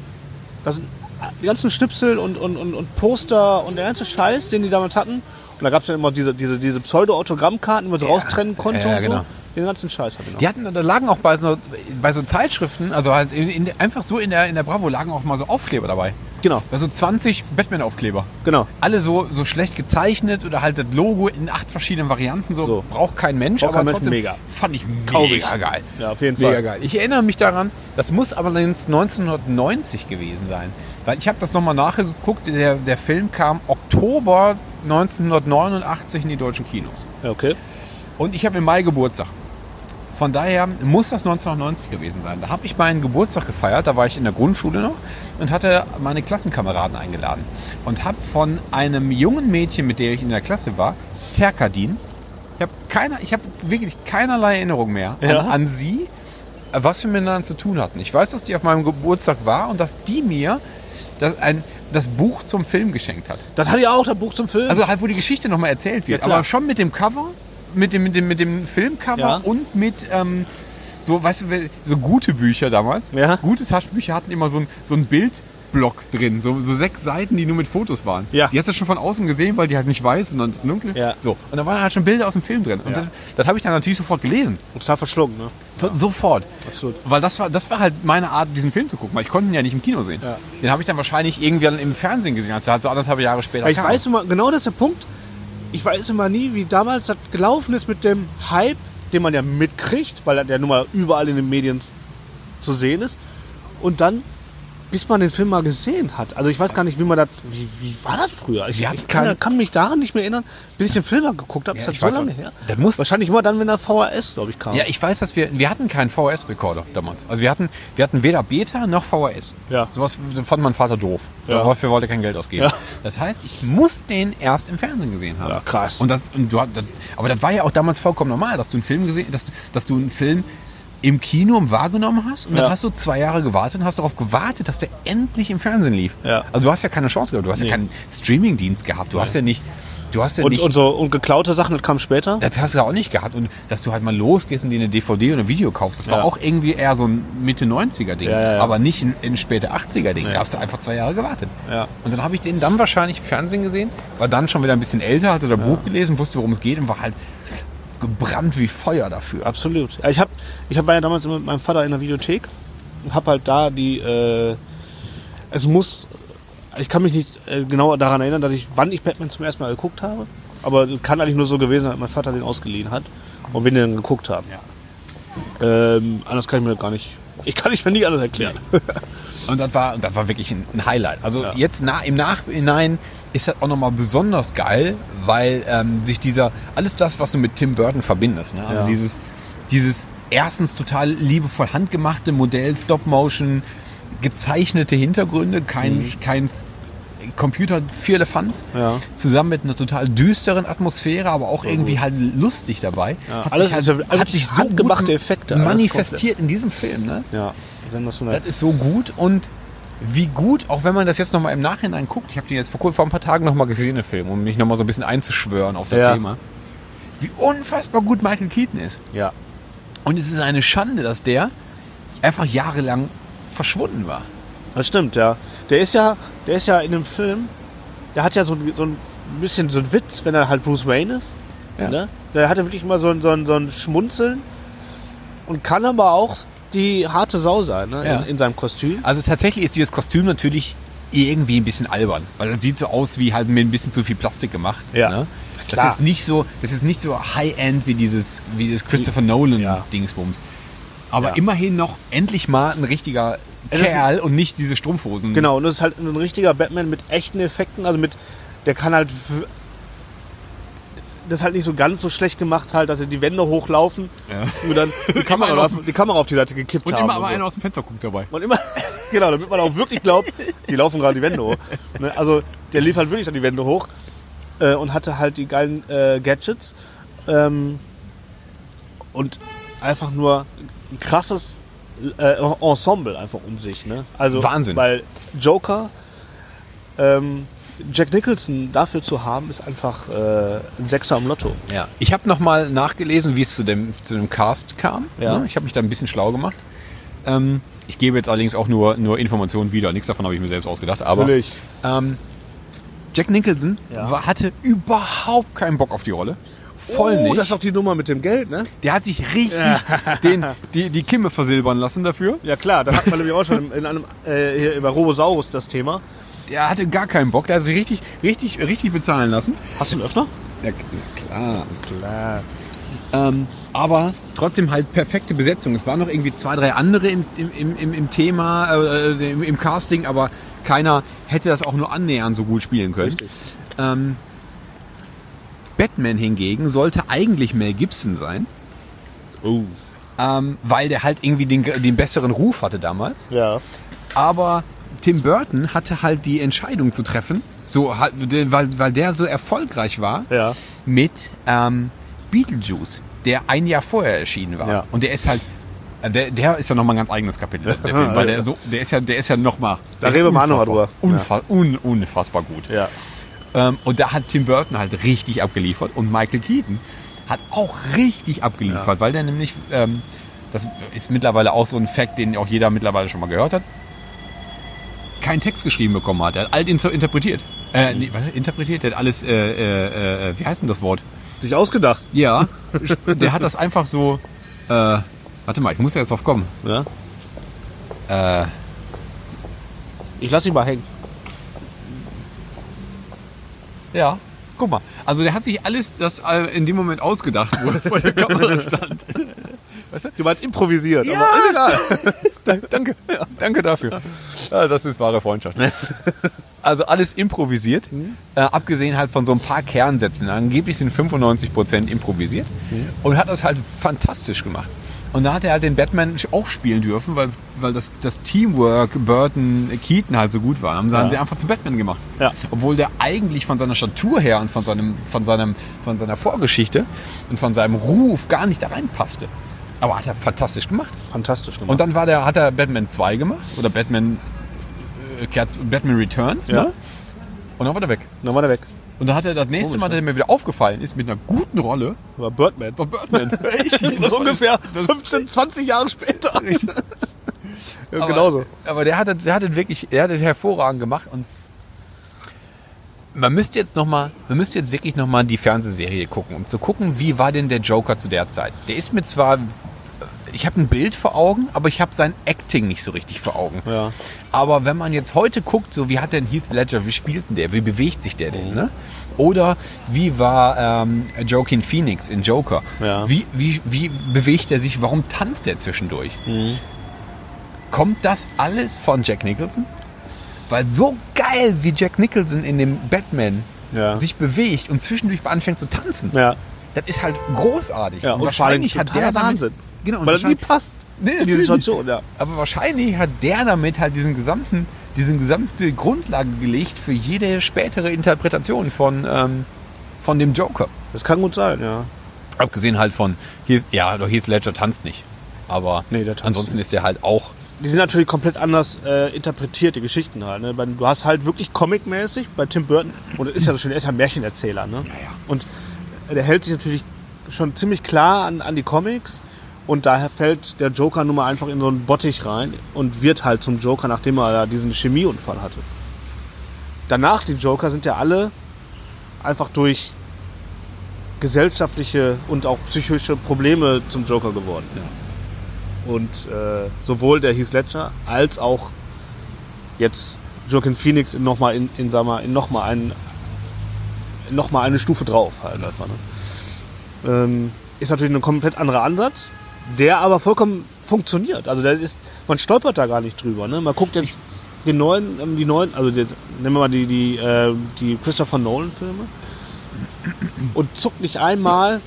C: das sind äh, die ganzen Schnipsel und, und, und, und Poster und der ganze Scheiß, den die damals hatten. Und da gab es dann immer diese, diese, diese Pseudo-Autogrammkarten, die man so raustrennen konnte
J: Ja, ja,
C: und
J: genau.
C: so. Den ganzen Scheiß habe ich noch.
J: Die hatten, da lagen auch bei so, bei so Zeitschriften, also halt in, in, einfach so in der, in der Bravo lagen auch mal so Aufkleber dabei.
C: Genau,
J: Da so 20 Batman-Aufkleber.
C: genau.
J: Alle so, so schlecht gezeichnet oder halt das Logo in acht verschiedenen Varianten. So,
C: So.
J: braucht kein Mensch,
C: Braucht
J: aber
C: kein Mensch,
J: trotzdem
C: mega.
J: fand ich
C: Kauf ich.
J: mega geil.
C: Ja, auf jeden
J: Mega
C: Fall.
J: geil. Ich erinnere mich daran, das muss allerdings 1990 gewesen sein. Weil ich habe das nochmal nachgeguckt, der, der Film kam Oktober 1989 in die deutschen Kinos.
C: Ja, okay.
J: Und ich habe im Mai Geburtstag. Von daher muss das 1990 gewesen sein. Da habe ich meinen Geburtstag gefeiert, da war ich in der Grundschule noch und hatte meine Klassenkameraden eingeladen. Und habe von einem jungen Mädchen, mit der ich in der Klasse war, Terkadin, ich habe keiner, ich habe wirklich keinerlei Erinnerung mehr an,
C: Ja.
J: an sie, äh, was wir miteinander zu tun hatten. Ich weiß, dass die auf meinem Geburtstag war und dass die mir das, ein, das Buch zum Film geschenkt hat.
C: Das hatte ich auch, das Buch zum Film.
J: Also halt, wo die Geschichte nochmal erzählt wird.
C: Ja, klar.
J: aber schon mit dem Cover, mit dem, mit dem, mit dem Filmcover
C: Ja.
J: und mit ähm, so, weißt du, so gute Bücher damals.
C: Ja.
J: Gute Taschenbücher hatten immer so ein, so ein Bildblock drin, so, so sechs Seiten, die nur mit Fotos waren.
C: Ja.
J: Die hast du schon von außen gesehen, weil die halt nicht weiß und dann dunkel.
C: Ja.
J: So. Und da waren halt schon Bilder aus dem Film drin. Und das, das habe ich dann natürlich sofort gelesen.
C: total verschlungen, ne?
J: To- Sofort.
C: Absolut.
J: Weil das war, das war halt meine Art, diesen Film zu gucken, weil ich konnte ihn ja nicht im Kino sehen.
C: Ja.
J: Den habe ich dann wahrscheinlich irgendwann im Fernsehen gesehen, als er halt so anderthalb Jahre später
C: Ja, ich
J: kam.
C: weiß immer, genau das ist der Punkt. Ich weiß immer nie, wie damals das gelaufen ist mit dem Hype, den man ja mitkriegt, weil der nun mal überall in den Medien zu sehen ist. Und dann, bis man den Film mal gesehen hat. Also ich weiß gar nicht, wie man das, wie, wie war das früher? Ich,
J: Wir hatten
C: ich kann,
J: keinen-
C: kann mich daran nicht mehr erinnern, bis ich den Film mal geguckt habe.
J: Ja,
C: ist das
J: ich
C: so
J: weiß
C: lange
J: auch-
C: her?
J: das muss-
C: Wahrscheinlich immer dann, wenn der VHS, glaube ich, kam.
J: Ja, ich weiß, dass wir, wir hatten keinen VHS-Rekorder damals. Also wir hatten, wir hatten weder Beta noch VHS.
C: Ja.
J: Sowas fand mein Vater doof.
C: Ja.
J: Dafür wollte er kein Geld ausgeben.
C: Ja.
J: Das heißt, ich muss den erst im Fernsehen gesehen haben.
C: Ja, krass.
J: Und das, und du, hat- das, aber das war ja auch damals vollkommen normal, dass du einen Film gesehen, dass, dass du einen Film im Kino wahrgenommen hast und
C: Ja.
J: dann hast du zwei Jahre gewartet und hast darauf gewartet, dass der endlich im Fernsehen lief.
C: Ja.
J: Also du hast ja keine Chance gehabt, du hast
C: Nee.
J: ja keinen Streamingdienst gehabt, du hast ja nicht, du hast ja
C: und,
J: nicht
C: und, so, und geklaute Sachen, das kam später.
J: das hast du ja auch nicht gehabt. Und dass du halt mal losgehst und dir eine DVD oder ein Video kaufst, das war auch irgendwie eher so ein Mitte-90er-Ding.
C: Ja, ja, ja.
J: Aber nicht ein, ein späte 80er-Ding. Da hast du einfach zwei Jahre gewartet.
C: Ja.
J: Und dann habe ich den dann wahrscheinlich im Fernsehen gesehen, war dann schon wieder ein bisschen älter, hatte da Buch gelesen, wusste, worum es geht und war halt gebrannt wie Feuer dafür.
C: Absolut. Ja, Ich habe ich hab war ja damals immer mit meinem Vater in der Videothek und habe halt da die. Äh, es muss. Ich kann mich nicht äh, genau daran erinnern, dass ich, wann ich Batman zum ersten Mal geguckt habe. Aber es kann eigentlich nur so gewesen sein, dass mein Vater den ausgeliehen hat und wir den dann geguckt haben. Ähm, anders kann ich mir das gar nicht. Ich kann ich mir nicht anders erklären.
J: Und das war, und das war wirklich ein, ein Highlight. Also jetzt na, im Nachhinein ist das auch nochmal besonders geil, weil ähm, sich dieser, alles das, was du mit Tim Burton verbindest, ne? also
C: Ja.
J: dieses, dieses erstens total liebevoll handgemachte Modell, Stop-Motion, gezeichnete Hintergründe, kein, kein Computer vier Elefants,
C: Mhm. Ja.
J: zusammen mit einer total düsteren Atmosphäre, aber auch irgendwie halt lustig dabei.
C: Ja, alles- also
J: hat
C: wirklich
J: sich so gut
C: handgemachte Effekte, alles
J: manifestiert in diesem Film. Ne?
C: Ja, sensationell.
J: Das ist so gut und wie gut, auch wenn man das jetzt nochmal im Nachhinein guckt, ich habe den jetzt vor, kur- vor ein paar Tagen nochmal gesehen, den Film, um mich nochmal so ein bisschen einzuschwören auf das
C: Ja.
J: Thema, wie unfassbar gut Michael Keaton ist.
C: Ja.
J: Und es ist eine Schande, dass der einfach jahrelang verschwunden war.
C: Das stimmt, ja. Der ist ja, der ist ja in dem Film, der hat ja so, ein- so ein bisschen so einen Witz, wenn er halt Bruce Wayne ist.
J: Ja.
C: Ne? Der hatte wirklich immer so ein, so, ein, so ein Schmunzeln und kann aber auch die harte Sau sein, ne?
J: Ja.
C: in, in seinem Kostüm.
J: Also tatsächlich ist dieses Kostüm natürlich irgendwie ein bisschen albern, weil das sieht so aus wie halt mit ein bisschen zu viel Plastik gemacht.
C: Ja.
J: Ne? Das ist jetzt nicht so, das ist nicht so High-End wie dieses, wie dieses Christopher Nolan Dingsbums. Aber immerhin noch endlich mal ein richtiger
C: Es ist-
J: Kerl und nicht diese Strumpfhosen.
C: Genau, und das ist halt ein richtiger Batman mit echten Effekten, also mit, der kann halt, w- das ist halt nicht so ganz so schlecht gemacht halt, dass er die Wände hochlaufen und wir dann die Kamera,
K: einer
C: auf, die Kamera auf die Seite gekippt
K: Und
C: haben.
K: immer aber
C: so.
K: einer aus dem Fenster guckt dabei.
C: Und immer, genau, damit man auch wirklich glaubt, die laufen gerade die Wände hoch. Ne? Also der lief halt wirklich dann die Wände hoch äh, und hatte halt die geilen äh, Gadgets. Ähm, und einfach nur ein krasses äh, Ensemble einfach um sich. Ne? Also,
J: Wahnsinn.
C: Weil Joker, ähm, Jack Nicholson dafür zu haben, ist einfach äh, ein Sechser im Lotto.
K: Ja.
J: Ich habe nochmal nachgelesen, wie es zu dem, zu dem Cast kam.
C: Ja.
J: Ne? Ich habe mich da ein bisschen schlau gemacht. Ähm, ich gebe jetzt allerdings auch nur, nur Informationen wieder. Nichts davon habe ich mir selbst ausgedacht. Aber
C: Natürlich.
J: Ähm, Jack Nicholson war, hatte überhaupt keinen Bock auf die Rolle. Voll
C: Oh,
J: nicht.
C: das ist doch die Nummer mit dem Geld, ne?
J: Der hat sich richtig den, die, die Kimme versilbern lassen dafür.
C: Ja klar, da hatten wir nämlich auch schon in einem, äh, hier über Robosaurus das Thema.
J: Der hatte gar keinen Bock. Der hat sich richtig, richtig, richtig bezahlen lassen.
C: Hast du einen Öffner?
J: Ja, k- klar, klar. Ähm, aber trotzdem halt perfekte Besetzung. Es waren noch irgendwie zwei, drei andere im, im- im, im, im Thema, äh, im, im Casting, aber keiner hätte das auch nur annähernd so gut spielen können. Ähm, Batman hingegen sollte eigentlich Mel Gibson sein. Ähm, weil der halt irgendwie den, den besseren Ruf hatte damals.
C: Ja.
J: Aber Tim Burton hatte halt die Entscheidung zu treffen, so, halt, weil, weil der so erfolgreich war,
C: Ja.
J: mit ähm, Beetlejuice, der ein Jahr vorher erschienen war.
C: Ja.
J: Und der ist halt, äh, der, der ist ja nochmal ein ganz eigenes Kapitel, der Film, weil der, so, der ist ja, der ist ja nochmal.
C: Da reden wir mal noch mal drüber.
J: Unfassbar, un, unfassbar gut.
C: Ja.
J: Ähm, und da hat Tim Burton halt richtig abgeliefert und Michael Keaton hat auch richtig abgeliefert, weil der nämlich, ähm, das ist mittlerweile auch so ein Fact, den auch jeder mittlerweile schon mal gehört hat, keinen Text geschrieben bekommen hat. Er hat alt inter- interpretiert. Äh, nee, was, interpretiert? Der hat alles, äh, äh, äh, wie heißt denn das Wort?
C: Sich ausgedacht.
J: Ja, der hat das einfach so, äh, warte mal, ich muss ja jetzt drauf kommen.
C: Ja. Ich lasse ihn mal hängen.
J: Ja. Guck mal, also der hat sich alles, das äh, in dem Moment ausgedacht, wo er vor der Kamera stand.
C: Du meinst improvisiert, ja.
J: Danke, danke dafür. Ja, das ist wahre Freundschaft. Also alles improvisiert, äh, abgesehen halt von so ein paar Kernsätzen. Angeblich sind 95% improvisiert und hat das halt fantastisch gemacht. Und da hat er halt den Batman auch spielen dürfen, weil, weil das, das Teamwork Burton Keaton halt so gut war. Haben sie haben sie einfach zu Batman gemacht.
C: Ja.
J: Obwohl der eigentlich von seiner Statur her und von, seinem, von, seinem, von seiner Vorgeschichte und von seinem Ruf gar nicht da reinpasste. Aber hat er fantastisch gemacht.
C: Fantastisch gemacht.
J: Und dann war der, hat er Batman 2 gemacht oder Batman, äh, kehrt zu- Batman Returns.
C: Ja.
J: Ne? Und dann war der weg.
C: dann war er weg.
J: Und dann hat er das nächste
C: ne?
J: Mal, dass er mir wieder aufgefallen ist, mit einer guten Rolle,
C: War Birdman.
J: war Birdman. Echt?
C: Das war ungefähr 15, 20 Jahre später. ja,
J: Aber-
C: genauso.
J: Aber der hat, das- der hat das wirklich, der hat das hervorragend gemacht und man müsste jetzt noch mal, man müsste jetzt wirklich noch mal die Fernsehserie gucken, um zu gucken, wie war denn der Joker zu der Zeit? Der ist mir zwar ich habe ein Bild vor Augen, aber ich habe sein Acting nicht so richtig vor Augen.
C: Ja.
J: Aber wenn man jetzt heute guckt, so wie hat denn Heath Ledger, wie spielt denn der, wie bewegt sich der
C: Mhm.
J: denn, ne? Oder wie war ähm, Joaquin Phoenix in Joker?
C: Ja.
J: Wie, wie, wie bewegt er sich? Warum tanzt er zwischendurch?
C: Mhm.
J: Kommt das alles von Jack Nicholson? Weil so geil, wie Jack Nicholson in dem Batman
C: Ja.
J: sich bewegt und zwischendurch anfängt zu tanzen,
C: Ja.
J: das ist halt großartig.
C: Ja, und vor allem totaler
J: damit-
C: Wahnsinn.
J: Genau, und
C: Weil das nie
J: wahrscheinlich-
C: passt.
J: Nee,
C: in diese
J: natürlich nicht.
C: Situation, ja.
J: Aber wahrscheinlich hat der damit halt diesen gesamten, diesen gesamte Grundlage gelegt für jede spätere Interpretation von, ähm, von dem Joker.
C: Das kann gut sein, ja.
J: Abgesehen halt von Heath, ja, doch Heath Ledger tanzt nicht. Aber
C: Nee, der tanzt
J: ansonsten ist der halt auch.
C: Die sind natürlich komplett anders äh, interpretiert, die Geschichten halt. Ne? Weil Du hast halt wirklich comic-mäßig bei Tim Burton, und das ist ja schon, er ist ja ein Märchenerzähler. Ne? Und der hält sich natürlich schon ziemlich klar an, an die Comics. Und daher fällt der Joker nun mal einfach in so einen Bottich rein und wird halt zum Joker, nachdem er da diesen Chemieunfall hatte. Danach, die Joker sind ja alle einfach durch gesellschaftliche und auch psychische Probleme zum Joker geworden. Und äh, sowohl der Heath Ledger als auch jetzt Joaquin Phoenix nochmal in, in, sag mal, in noch mal einen nochmal eine Stufe drauf halt einfach. Ne? Ähm, ist natürlich ein komplett anderer Ansatz, der aber vollkommen funktioniert. Also das ist, man stolpert da gar nicht drüber. Ne? Man guckt jetzt den neuen, ähm, die neuen, also die, nehmen wir mal die, die, äh, die Christopher Nolan Filme und zuckt nicht einmal,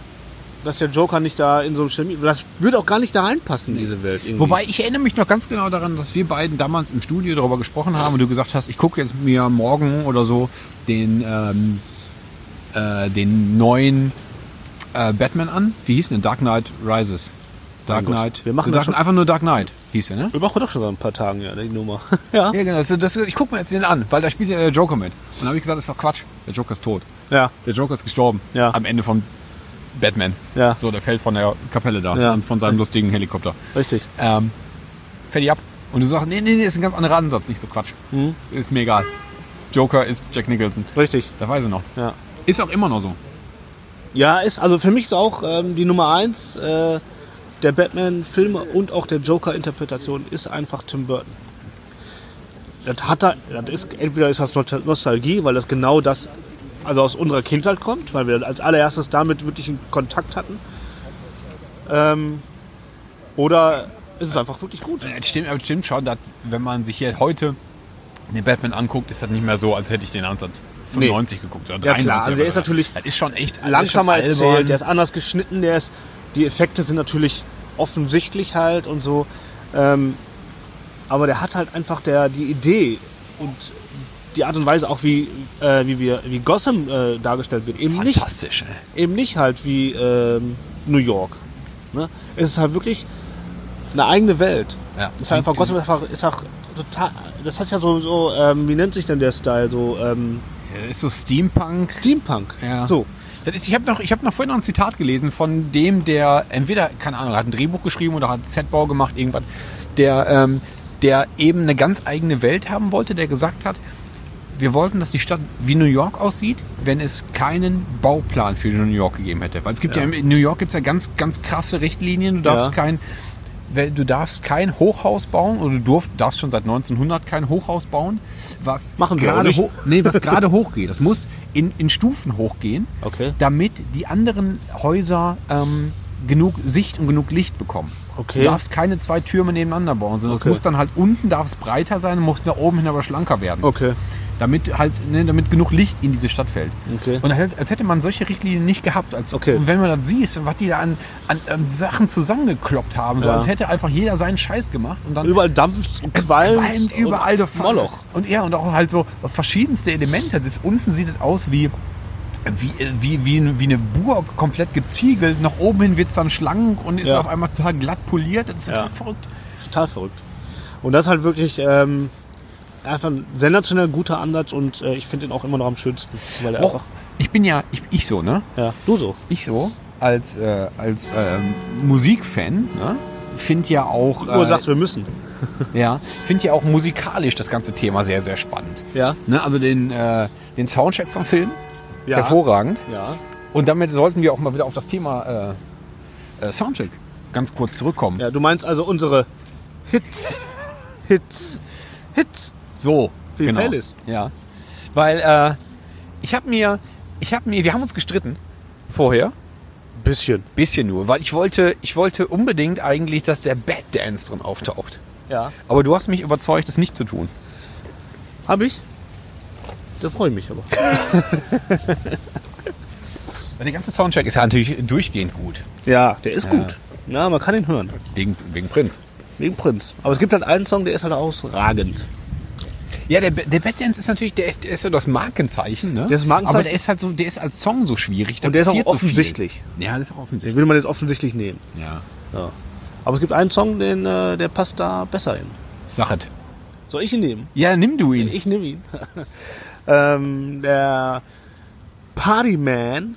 C: dass der Joker nicht da in so einem Chemie, das würde auch gar nicht da reinpassen, diese Welt. Irgendwie.
J: Wobei ich erinnere mich noch ganz genau daran, dass wir beiden damals im Studio darüber gesprochen haben und du gesagt hast, ich gucke jetzt mir morgen oder so den, ähm, äh, den neuen äh, Batman an. Wie hieß denn? Dark Knight Rises. Dark
C: Mein Gott.
J: Knight.
C: Wir machen
J: Dark,
C: das schon-
J: einfach nur Dark Knight hieß er, ne?
C: wir machen doch schon seit ein paar Tagen ja die Nummer.
J: Ja. genau. Das, das, ich gucke mir jetzt den an, weil da spielt ja der Joker mit. Und dann habe ich gesagt, das ist doch Quatsch. Der Joker ist tot.
C: Ja.
J: Der Joker ist gestorben.
C: Ja.
J: Am Ende von Batman.
C: Ja.
J: So, der fällt von der Kapelle da
C: Ja.
J: und von seinem lustigen Helikopter.
C: Richtig.
J: Ähm, fertig ab. Und du sagst, nee, nee, nee, ist ein ganz anderer Ansatz, nicht so Quatsch.
C: Mhm.
J: Ist mir egal. Joker ist Jack Nicholson.
C: Richtig.
J: Da weiß ich noch.
C: Ja.
J: Ist auch immer noch so.
C: Ja, ist also für mich ist auch ähm, die Nummer eins äh, der Batman-Filme und auch der Joker-Interpretation ist einfach Tim Burton. Das hat er, das ist, entweder ist das Nostal- Nostalgie, weil das genau das also aus unserer Kindheit kommt, weil wir als allererstes damit wirklich einen Kontakt hatten. Ähm, oder ist es einfach wirklich gut.
J: Es stimmt, aber es stimmt schon, dass, wenn man sich hier heute den Batman anguckt, ist das nicht mehr so, als hätte ich den Ansatz 95 geguckt. Oder
C: Ja, klar,
J: 93
C: also der
J: oder
C: ist
J: so.
C: natürlich
J: Das ist schon echt alles
C: langsamer
J: schon albern.
C: erzählt, der ist anders geschnitten, der ist, die Effekte sind natürlich offensichtlich halt und so. Ähm, aber der hat halt einfach der, die Idee und die Art und Weise auch, wie, äh, wie, wir, wie Gotham äh, dargestellt wird. Eben nicht,
J: Fantastisch, ey.
C: eben nicht halt wie ähm, New York. Ne? Es ist halt wirklich eine eigene Welt.
J: Ja.
C: Es ist halt einfach, Gotham ist einfach, ist auch total, das heißt ja so, so ähm, wie nennt sich denn der Style? So ähm,
J: Ja, das ist so Steampunk.
C: Steampunk.
J: Ja.
C: So,
J: Das ist, ich habe noch, ich hab noch vorhin noch ein Zitat gelesen von dem, der entweder, keine Ahnung, hat ein Drehbuch geschrieben oder hat Setbau gemacht, irgendwas, der, ähm, der eben eine ganz eigene Welt haben wollte, der gesagt hat, wir wollten, dass die Stadt wie New York aussieht, wenn es keinen Bauplan für New York gegeben hätte. Weil es gibt ja, in New York gibt's ja ganz, ganz krasse Richtlinien. Du darfst
C: Ja.
J: kein, weil du darfst kein Hochhaus bauen oder du durft, darfst schon seit 1900 kein Hochhaus bauen, was
C: Machen wir auch
J: gerade
C: nicht.
J: hoch, nee, was gerade hochgeht. Das muss in, in Stufen hochgehen,
C: Okay.
J: damit die anderen Häuser ähm, genug Sicht und genug Licht bekommen.
C: Okay.
J: Du darfst keine zwei Türme nebeneinander bauen, sondern
C: Okay.
J: es muss dann halt unten darf es breiter sein, muss nach oben hin aber schlanker werden
C: okay.
J: damit halt, ne, damit genug Licht in diese Stadt fällt.
C: Okay.
J: Und als, als hätte man solche Richtlinien nicht gehabt. Als,
C: Okay.
J: Und wenn man das sieht, was die da an, an, an Sachen zusammengekloppt haben, so
C: Ja.
J: als hätte einfach jeder seinen Scheiß gemacht und dann
C: Überall dampft und Äh, qualmt.
J: qualmt
C: und
J: überall der Fall.
C: Moloch.
J: Und ja, und auch halt so verschiedenste Elemente. Das ist, unten sieht es aus wie. Wie, äh, wie, wie, eine- wie eine Burg komplett geziegelt, nach oben hin wird es dann schlank und ist
C: Ja.
J: auf einmal total glatt poliert. Das ist total
C: Ja.
J: verrückt.
C: Total verrückt. Und das ist halt wirklich ähm, einfach ein sensationell guter Ansatz und äh, ich finde ihn auch immer noch am schönsten. Weil er
J: Och,
C: einfach.
J: Also, ich bin ja, ich, ich so, ne?
C: Ja, du so.
J: ich so als, äh, als ähm, Musikfan ne, finde ja auch
C: Du
J: äh,
C: sagst, wir müssen.
J: ja, find ja auch musikalisch das ganze Thema sehr sehr spannend.
C: Ja.
J: Ne, also den, äh, den Soundcheck vom Film
C: Ja.
J: hervorragend.
C: Ja.
J: Und damit sollten wir auch mal wieder auf das Thema äh, äh, Soundcheck ganz kurz zurückkommen.
C: Ja, du meinst also unsere Hits. Hits. Hits.
J: So,
C: Für die Playlist.
J: Genau. Ja. Weil äh, ich habe mir ich habe mir wir haben uns gestritten vorher.
C: Bisschen.
J: Bisschen nur, weil ich wollte, ich wollte unbedingt eigentlich, dass der Bad Dance drin auftaucht.
C: Ja.
J: Aber du hast mich überzeugt, das nicht zu tun.
C: Hab ich? Da freue ich mich aber.
J: Weil Der ganze Soundtrack ist ja natürlich durchgehend gut.
C: Ja, der ist gut. Ja, man kann ihn hören.
J: Wegen, wegen Prinz.
C: Wegen Prinz. Aber es gibt halt einen Song, der ist halt ausragend.
J: Ja, der, der Bad Dance ist natürlich, der ist, der ist so das Markenzeichen, ne?
C: Der ist Markenzeichen.
J: Aber der ist halt so, der ist als Song so schwierig. da
C: Und der ist auch
J: passiert so viel.
C: offensichtlich.
J: ja, der ist auch
C: Den
J: offensichtlich.
C: will man jetzt offensichtlich nehmen.
J: Ja.
C: Ja. Aber es gibt einen Song, den, äh, der passt da besser hin.
J: Sag es.
C: Soll ich ihn nehmen?
J: Ja, nimm du ihn.
C: Ich nehme ihn. ähm, der Partyman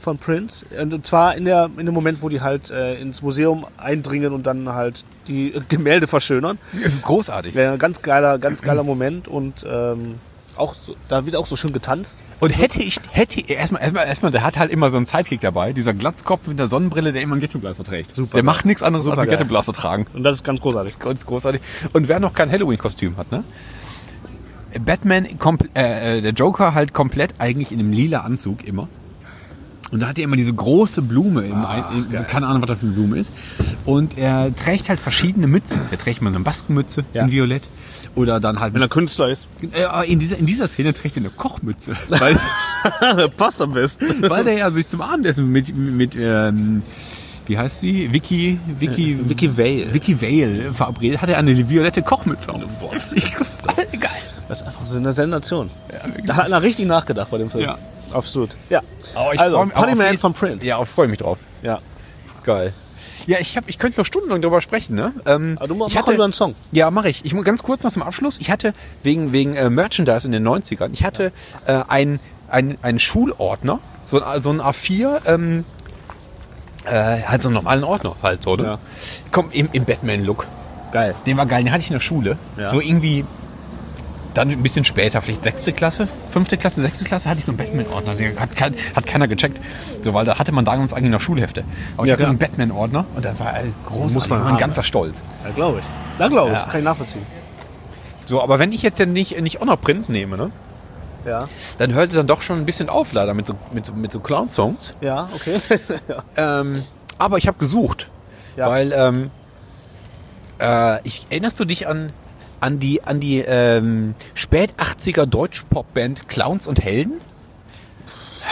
C: von Prince. Und zwar in, der, in dem Moment, wo die halt äh, ins Museum eindringen und dann halt die Gemälde verschönern.
J: Großartig.
C: Wäre ein ganz geiler, ganz geiler Moment und ähm, auch so, da wird auch so schön getanzt.
J: Und hätte ich, hätte erstmal, erstmal, erstmal, der hat halt immer so einen Sidekick dabei, dieser Glatzkopf mit der Sonnenbrille, der immer einen Ghettoblaster trägt.
C: Super
J: Der
C: geil.
J: macht nichts anderes als einen
C: Supergeil.
J: Ghettoblaster tragen.
C: Und das ist ganz
J: Das
C: großartig.
J: ist ganz großartig. Und wer noch kein Halloween-Kostüm hat, ne? Batman, kompl- äh, äh, der Joker halt komplett eigentlich in einem lila Anzug immer. Und da hat er immer diese große Blume, im
L: Ah,
J: Ein- in, keine Ahnung, was das für eine Blume ist. Und er trägt halt verschiedene Mützen. Er trägt mal eine Baskenmütze in Violett. Oder dann halt...
L: Wenn er Künstler ist.
J: Äh, In dieser, in dieser Szene trägt er eine Kochmütze. Weil,
L: Passt am besten.
J: weil der ja sich zum Abendessen mit, mit ähm, wie heißt sie? Vicky, Äh, Vicky,
C: Vicky Vale.
J: Vicky Vale Oh verabredet, hat er eine violette Kochmütze auf. Ich, geil.
C: Das ist einfach so eine Sensation. da hat einer richtig nachgedacht bei dem Film.
J: Ja.
C: Absolut. Ja.
J: Aber ich freu
C: also,
J: mich- aber
C: Party
J: auf
C: Man
J: die-
C: von Prince.
J: Ja, freue mich drauf.
C: Ja.
J: Geil. Ja, ich, hab, ich könnte noch stundenlang drüber sprechen, ne? Ähm,
C: Aber Ah, du mach
J: ich
C: mach
J: hatte-
C: über einen Song.
J: Ja, mache ich. Ich muss ganz kurz noch zum Abschluss. Ich hatte wegen, wegen äh, Merchandise in den 90ern, ich hatte äh, einen ein Schulordner, so, ein- so ein A4, ähm, äh, halt so einen normalen Ordner halt, so, ne?
C: Ja.
J: Komm, im, im Batman-Look.
C: Geil.
J: Den war geil, den hatte ich in der Schule.
C: Ja.
J: So irgendwie dann ein bisschen später, vielleicht sechste Klasse, fünfte Klasse, sechste Klasse, hatte ich so einen Batman-Ordner. Den Hat, kein, hat keiner gecheckt. So, weil da hatte man damals eigentlich noch Schulhefte. Aber ich hatte so einen Batman-Ordner und da war äh, großartig, war ein
C: haben,
J: ganzer Stolz.
C: Ja, glaube ich. Da glaube ich.
J: Ja.
C: Kann ich nachvollziehen.
J: So, aber wenn ich jetzt ja nicht, nicht auch noch Prinz nehme, ne?
C: Ja.
J: Dann hört es dann doch schon ein bisschen auf, leider, mit so, mit so, mit so Clown-Songs.
C: Ja, okay. ja.
J: Ähm, aber ich habe gesucht,
C: Ja.
J: weil ähm, äh, ich erinnerst du dich an an die an die ähm, spät 80er Deutsch-Pop-Band Clowns und Helden?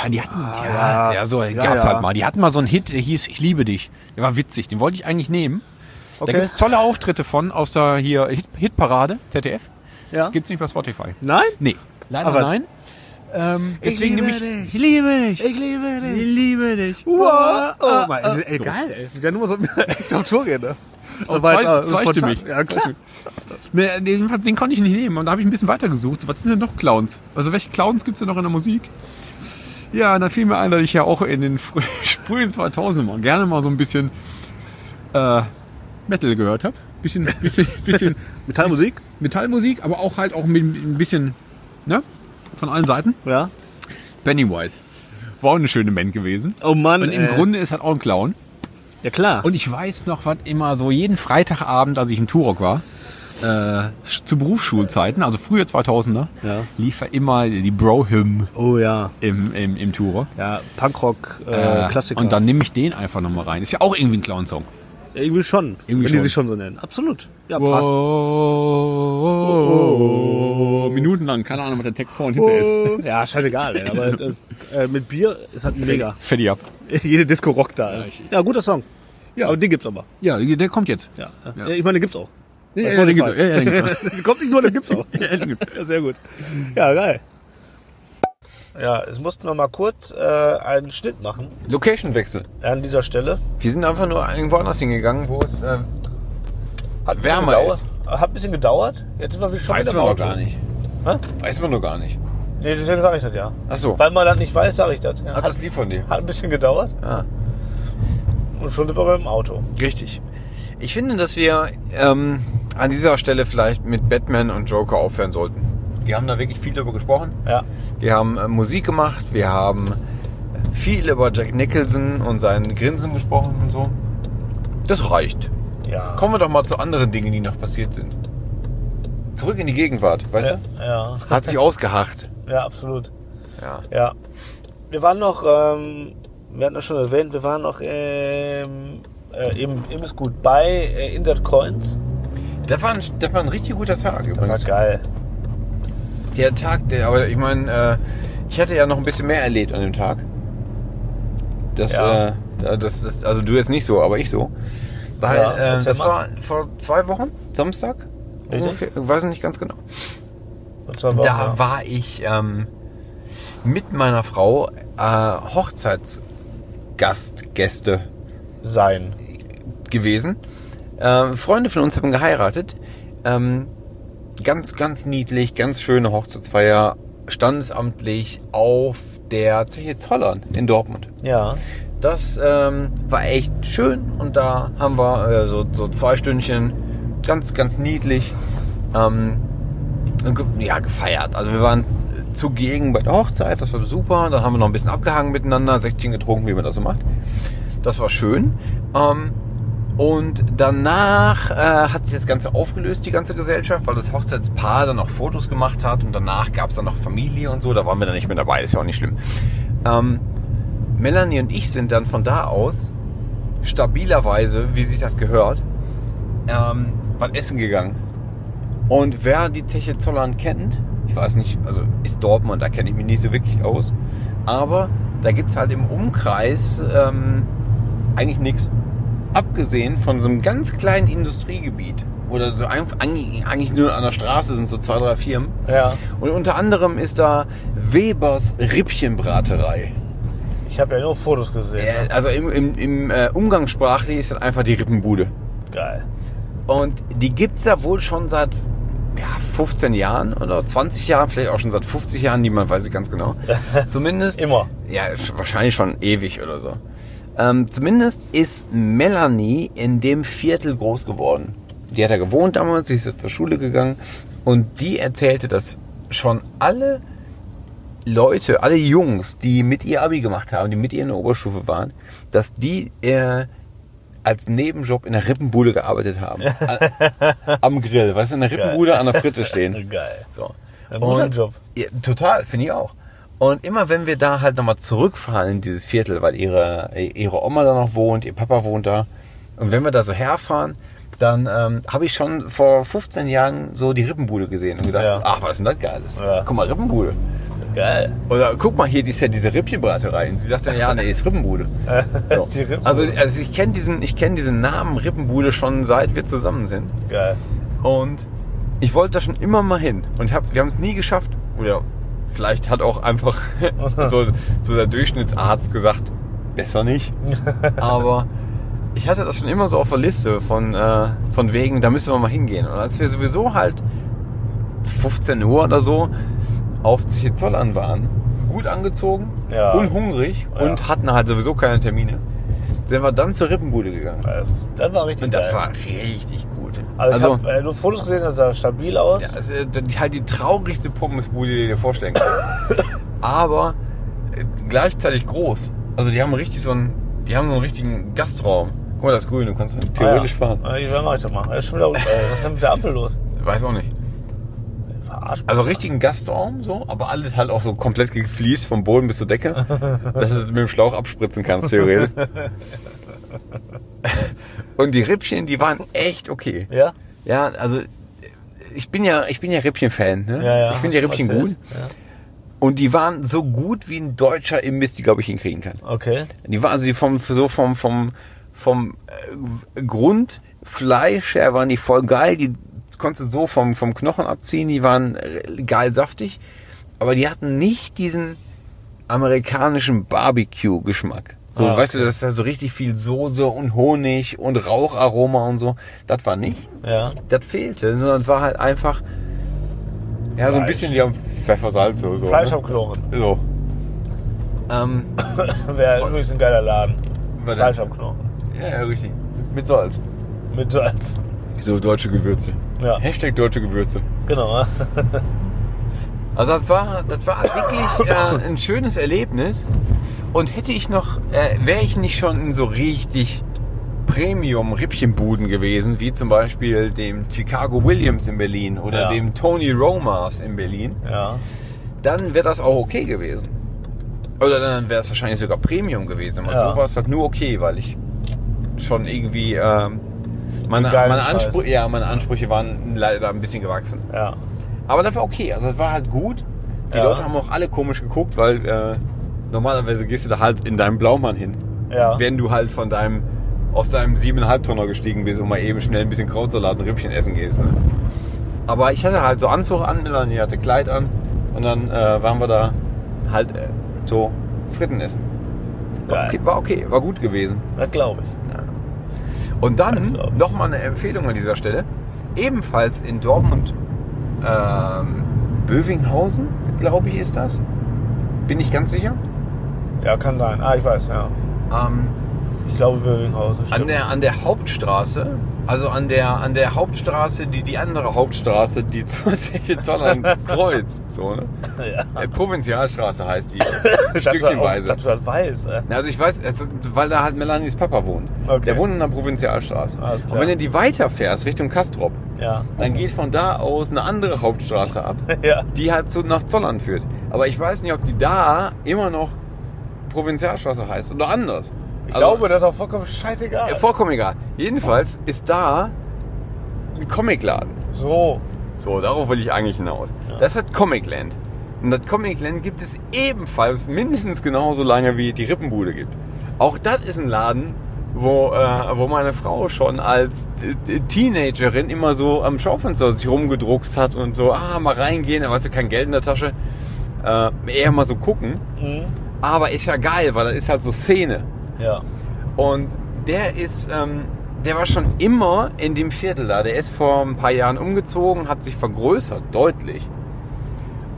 J: Ja, die hatten ja, ja, so gab's
C: Ah, ja.
J: halt mal. Die hatten mal so einen Hit, der hieß Ich liebe dich. Der war witzig, den wollte ich eigentlich nehmen.
C: Okay.
J: Da gibt's tolle Auftritte von aus der hier Hit Hitparade ZDF.
C: Ja.
J: Gibt's nicht bei Spotify.
C: Nein?
J: Nee, leider
C: Aber-
J: nein. Ähm, deswegen
C: liebe
J: nehme ich Ich liebe dich.
C: Ich liebe dich.
J: liebe dich.
C: Wow. Oh,
J: Ah,
C: mein,
J: ah,
C: ey,
J: so.
C: geil, ey. Mit der Nummer sollten wir echt auf Tour gehen, ne?
J: Oh,
C: Aber
J: zwei-
C: halt, äh,
J: zweistimmig.
C: spontan. Ja, klar.
J: Ne, den- jedenfalls den konnte ich nicht nehmen. Und da habe ich ein bisschen weitergesucht. So, Was sind denn noch Clowns? Also welche Clowns gibt es denn noch in der Musik? Ja, und dann fiel mir ein, dass ich ja auch in den frü frühen 2000 mal gerne mal so ein bisschen äh, Metal gehört habe. Bisschen, bisschen, bisschen
C: Metallmusik?
J: Metallmusik, aber auch halt auch mit ein bisschen, ne? Von allen Seiten.
C: Ja.
J: Pennywise. War auch eine schöne Band gewesen.
C: Oh Mann.
J: Und im
C: ey.
J: Grunde ist halt auch ein Clown.
C: Ja, klar.
J: Und ich weiß noch, was immer so jeden Freitagabend, als ich im Turok war, äh, zu Berufsschulzeiten, also frühe 2000er,
C: Ja.
J: lief ja immer die Bro-Hymn
C: oh ja.
J: im, im, im Turok.
C: Ja, Punkrock, äh,
J: Äh,
C: Klassiker.
J: Und dann nehme ich den einfach nochmal rein. Ist ja auch irgendwie ein Clown-Song.
C: Irgendwie schon.
J: Irgendwie
C: wenn die
J: schon.
C: sich schon so nennen. Absolut. Ja,
J: Oh,
C: passt.
J: Wow. Minutenlang, oh. keine Ahnung, was der Text vor und hinter ist.
C: Oh. Ja, scheißegal, ey. Aber äh, äh, mit Bier ist halt
G: Oh.
C: mega.
J: Fertig ab.
C: Jede Disco rockt da. ey. Ja, guter Song. Ja. Aber den gibt's aber.
J: Ja, der kommt jetzt.
C: Ja.
J: Ja.
C: Ich meine, den gibt's auch.
J: Ja,
C: Auf
J: ja, den gibt's auch.
C: Spotify.
J: Ja, ja, den gibt's
C: Den Kommt nicht nur, den gibt's auch.
J: Ja, den gibt's.
C: Ja, sehr gut. Ja, geil. Ja, es mussten wir mal kurz äh, einen Schnitt machen
G: Location-Wechsel.
C: an dieser Stelle.
G: Wir sind einfach nur irgendwo anders hingegangen, wo es. Äh,
C: Hat ein
G: Wärmer
C: bisschen
G: ist.
C: gedauert. Hat ein bisschen gedauert. Jetzt sind wir schon wieder im Auto.
G: nicht.
C: Hä?
G: Weiß man noch gar nicht.
C: Nee, deswegen sage ich das ja.
G: Ach so.
C: Weil man das nicht weiß, sage ich das. Ja,
G: Ah, das lief von dir.
C: Hat ein bisschen gedauert.
G: Ah.
C: Und schon sind wir beim Auto.
G: Richtig. Ich finde, dass wir ähm, an dieser Stelle vielleicht mit Batman und Joker aufhören sollten. Wir haben da wirklich viel darüber gesprochen.
C: Ja.
G: Wir haben äh, Musik gemacht, wir haben viel über Jack Nicholson und seinen Grinsen gesprochen und so. Das reicht.
C: Ja.
G: Kommen wir doch mal zu anderen Dingen, die noch passiert sind. Zurück in die Gegenwart, weißt
C: Ja, ja.
G: du? Hat sich ausgehacht.
C: ja absolut.
G: Ja.
C: Ja. Wir waren noch, ähm, wir hatten das schon erwähnt, wir waren noch ähm, äh, im Imbissgut bei äh, Indert Coins.
G: Das war, ein, das war ein richtig guter Tag
C: Das war
G: übrigens.
C: geil.
G: Der Tag, der, aber ich meine, äh, ich hatte ja noch ein bisschen mehr erlebt an dem Tag. Das,
C: Ja.
G: äh, da- das ist, also du jetzt nicht so, aber ich so. Weil
C: Ja,
G: äh,
C: erzähl
G: das
C: mal.
G: war vor zwei Wochen, Samstag,
C: Richtig.
G: ungefähr, ich weiß nicht ganz genau.
C: Und zwar war,
G: Da war ich ähm, mit meiner Frau äh, Hochzeitsgastgäste
C: sein.
G: gewesen. Ähm, Freunde von uns haben geheiratet. Ähm, ganz, ganz niedlich, ganz schöne Hochzeitsfeier, standesamtlich auf der Zeche Zollern in Dortmund.
C: Ja.
G: Das ähm, war echt schön und da haben wir äh, so, so zwei Stündchen ganz, ganz niedlich ähm, ge ja, gefeiert. Also wir waren zugegen bei der Hochzeit, das war super. Dann haben wir noch ein bisschen abgehangen miteinander, Säckchen getrunken, wie man das so macht. Das war schön. Ähm,
J: Und danach äh, hat sich das Ganze aufgelöst, die ganze Gesellschaft, weil das Hochzeitspaar dann noch Fotos gemacht hat und danach gab es dann noch Familie und so. Da waren wir dann nicht mehr dabei, ist ja auch nicht schlimm. Ähm, Melanie und ich sind dann von da aus stabilerweise, wie sich das gehört, ähm, waren essen gegangen. Und wer die Zeche Zollern kennt, ich weiß nicht, also ist Dortmund, da kenne ich mich nicht so wirklich aus, aber da gibt es halt im Umkreis ähm, eigentlich nichts. Abgesehen von so einem ganz kleinen Industriegebiet, oder so ein- eigentlich eigentlich nur an der Straße sind so zwei, drei Firmen.
M: Ja.
J: Und unter anderem ist da Webers Rippchenbraterei.
M: Ich habe ja nur Fotos gesehen.
J: Äh, Also im, im, im äh, Umgangssprachlich ist das einfach die Rippenbude.
M: Geil.
J: Und die gibt's ja wohl schon seit ja, 15 Jahren oder 20 Jahren, vielleicht auch schon seit 50 Jahren, niemand weiß es ganz genau. Zumindest.
M: Immer.
J: Ja, sch- wahrscheinlich schon ewig oder so. Ähm, zumindest ist Melanie in dem Viertel groß geworden. Die hat da gewohnt damals, sie ist jetzt zur Schule gegangen und die erzählte, dass schon alle Leute, alle Jungs, die mit ihr Abi gemacht haben, die mit ihr in der Oberstufe waren, dass die äh, als Nebenjob in der Rippenbude gearbeitet haben. An, am Grill, weißt du, in der Rippenbude an der Fritte stehen.
M: Geil. So. Ein
J: Und-
M: guter Job.
J: Ja, total, finde ich auch. Und immer wenn wir da halt nochmal zurückfahren in dieses Viertel, weil ihre, ihre Oma da noch wohnt, ihr Papa wohnt da. Und wenn wir da so herfahren, dann ähm, habe ich schon vor 15 Jahren so die Rippenbude gesehen und gedacht,
M: Ja.
J: ach, was ist denn das Geiles?
M: Ja.
J: Guck mal, Rippenbude.
M: Geil.
J: Oder guck mal, hier die ist ja diese Rippchenbraterei. Und sie sagt dann, ja, nee, ist Rippenbude. So.
M: Ist die Rippenbude.
J: Also, also ich kenne diesen, ich kenn diesen Namen Rippenbude schon seit wir zusammen sind.
M: Geil.
J: Und ich wollte da schon immer mal hin. Und hab, wir haben es nie geschafft. Oder vielleicht hat auch einfach so, so der Durchschnittsarzt gesagt, besser nicht. Aber ich hatte das schon immer so auf der Liste von, äh, von wegen, da müssen wir mal hingehen. Und als wir sowieso halt 15 Uhr oder so auf Zichizollern waren, gut angezogen
M: Ja.
J: und hungrig und hatten halt sowieso keine Termine, sind wir dann zur Rippenbude gegangen.
M: Das, das war richtig
J: und das
M: geil.
J: war richtig gut.
M: Also, ich habe äh, nur Fotos gesehen, das sah stabil aus.
J: Ja, es ist äh, die- halt die traurigste Pommesbude, die du dir vorstellen kannst. Aber äh, gleichzeitig groß. Also die haben richtig so einen, die haben so einen richtigen Gastraum. Guck mal, das Grüne, du kannst theoretisch
M: ah, ja.
J: fahren.
M: Äh, Ich werde heute mal. Ist schon wieder, äh, was ist denn mit der Ampel los?
J: Weiß auch nicht.
M: Verarscht.
J: Also richtigen Gastraum so, aber alles halt auch so komplett gefliest vom Boden bis zur Decke, dass du das mit dem Schlauch abspritzen kannst, theoretisch. Und die Rippchen, die waren echt okay.
M: Ja?
J: Ja, also ich bin ja, ich bin ja Rippchen-Fan. Ne?
M: Ja, ja,
J: ich finde ja
M: hast du
J: Rippchen
M: mal
J: gut.
M: erzählt.
J: Und die waren so gut wie ein deutscher Imbiss, die glaube ich hinkriegen kann.
M: Okay.
J: Die waren also die vom so vom vom vom äh, Grundfleisch her waren die voll geil. Die konntest du so vom vom Knochen abziehen. Die waren äh, geil saftig, aber die hatten nicht diesen amerikanischen Barbecue-Geschmack. So,
M: Ah,
J: weißt du, dass da so richtig viel Soße und Honig und Raucharoma und so. Das war nicht.
M: Ja.
J: Das fehlte, sondern war halt einfach ja so ein
M: Fleisch.
J: bisschen wie am Pfeffersalz so. so
M: Fleisch
J: ne?
M: am Knochen.
J: So. Ähm,
M: Wäre übrigens ein geiler Laden.
J: Warte.
M: Fleisch am Knochen.
J: ja, ja, richtig. Mit Salz.
M: Mit Salz.
J: So deutsche Gewürze.
M: Ja.
J: Hashtag deutsche Gewürze.
M: Genau.
G: ne?
J: Also das war, das war wirklich äh, ein schönes Erlebnis. Und hätte ich noch, äh, wäre ich nicht schon in so richtig Premium-Rippchenbuden gewesen, wie zum Beispiel dem Chicago Williams in Berlin oder
M: Ja.
J: dem Tony Romas in Berlin,
M: Ja.
J: dann wäre das auch okay gewesen. Oder dann wäre es wahrscheinlich sogar Premium gewesen. Aber
M: Ja.
J: so war es halt nur okay, weil ich schon irgendwie ähm, meine,
M: geilen
J: meine,
M: Scheiß.
J: Anspr ja, meine Ansprüche waren leider ein bisschen gewachsen.
M: Ja.
J: Aber das war okay. Also das war halt gut. Die
M: Ja.
J: Leute haben auch alle komisch geguckt, weil äh, normalerweise gehst du da halt in deinem Blaumann hin.
M: Ja.
J: Wenn du halt von deinem aus deinem 7,5 Tonner gestiegen bist und mal eben schnell ein bisschen Krautsalat und Rippchen essen gehst. Ne? Aber ich hatte halt so Anzug an, Melanie hatte Kleid an und dann äh, waren wir da halt äh, so Fritten essen.
M: Geil.
J: War okay, war okay, war gut gewesen.
M: Das glaube ich.
J: Und dann nochmal eine Empfehlung an dieser Stelle. Ebenfalls in Dortmund, ähm, Bövinghausen, glaube ich, ist das. Bin ich ganz sicher.
M: Ja, kann sein. Ah, ich weiß, ja.
J: Ähm,
M: Ich glaube, Bövinghausen.
J: an, äh,
M: Stimmt.
J: der, an der Hauptstraße Also an der, an der Hauptstraße, die die andere Hauptstraße, die zur Zechenzollern kreuzt. So, ne? Äh, Provinzialstraße heißt die. Stückchenweise.
G: Stadt weiß. Äh.
J: Na, Also ich weiß, also, weil da halt Melanies Papa wohnt.
G: Okay.
J: Der wohnt in der Provinzialstraße.
G: Alles klar.
J: Und wenn du die weiterfährst Richtung Kastrop,
G: Ja.
J: dann geht von da aus eine andere Hauptstraße ab,
G: Ja.
J: die halt zu, nach Zollern führt. Aber ich weiß nicht, ob die da immer noch Provinzialstraße heißt oder anders.
G: Ich glaube, das ist auch vollkommen scheißegal.
J: Äh, vollkommen egal. Jedenfalls ist da ein Comicladen.
G: So.
J: So, darauf will ich eigentlich hinaus. Das hat Comicland. Und das Comicland gibt es ebenfalls mindestens genauso lange, wie die Rippenbude gibt. Auch das ist ein Laden, wo, äh, wo meine Frau schon als äh, Teenagerin immer so am Schaufenster sich rumgedruckst hat und so, ah, mal reingehen, aber hast du kein Geld in der Tasche. Äh, eher mal so gucken. Aber ist ja geil, weil das ist halt so Szene.
G: Ja.
J: Und der ist, ähm, der war schon immer in dem Viertel da. Der ist vor ein paar Jahren umgezogen, hat sich vergrößert, deutlich.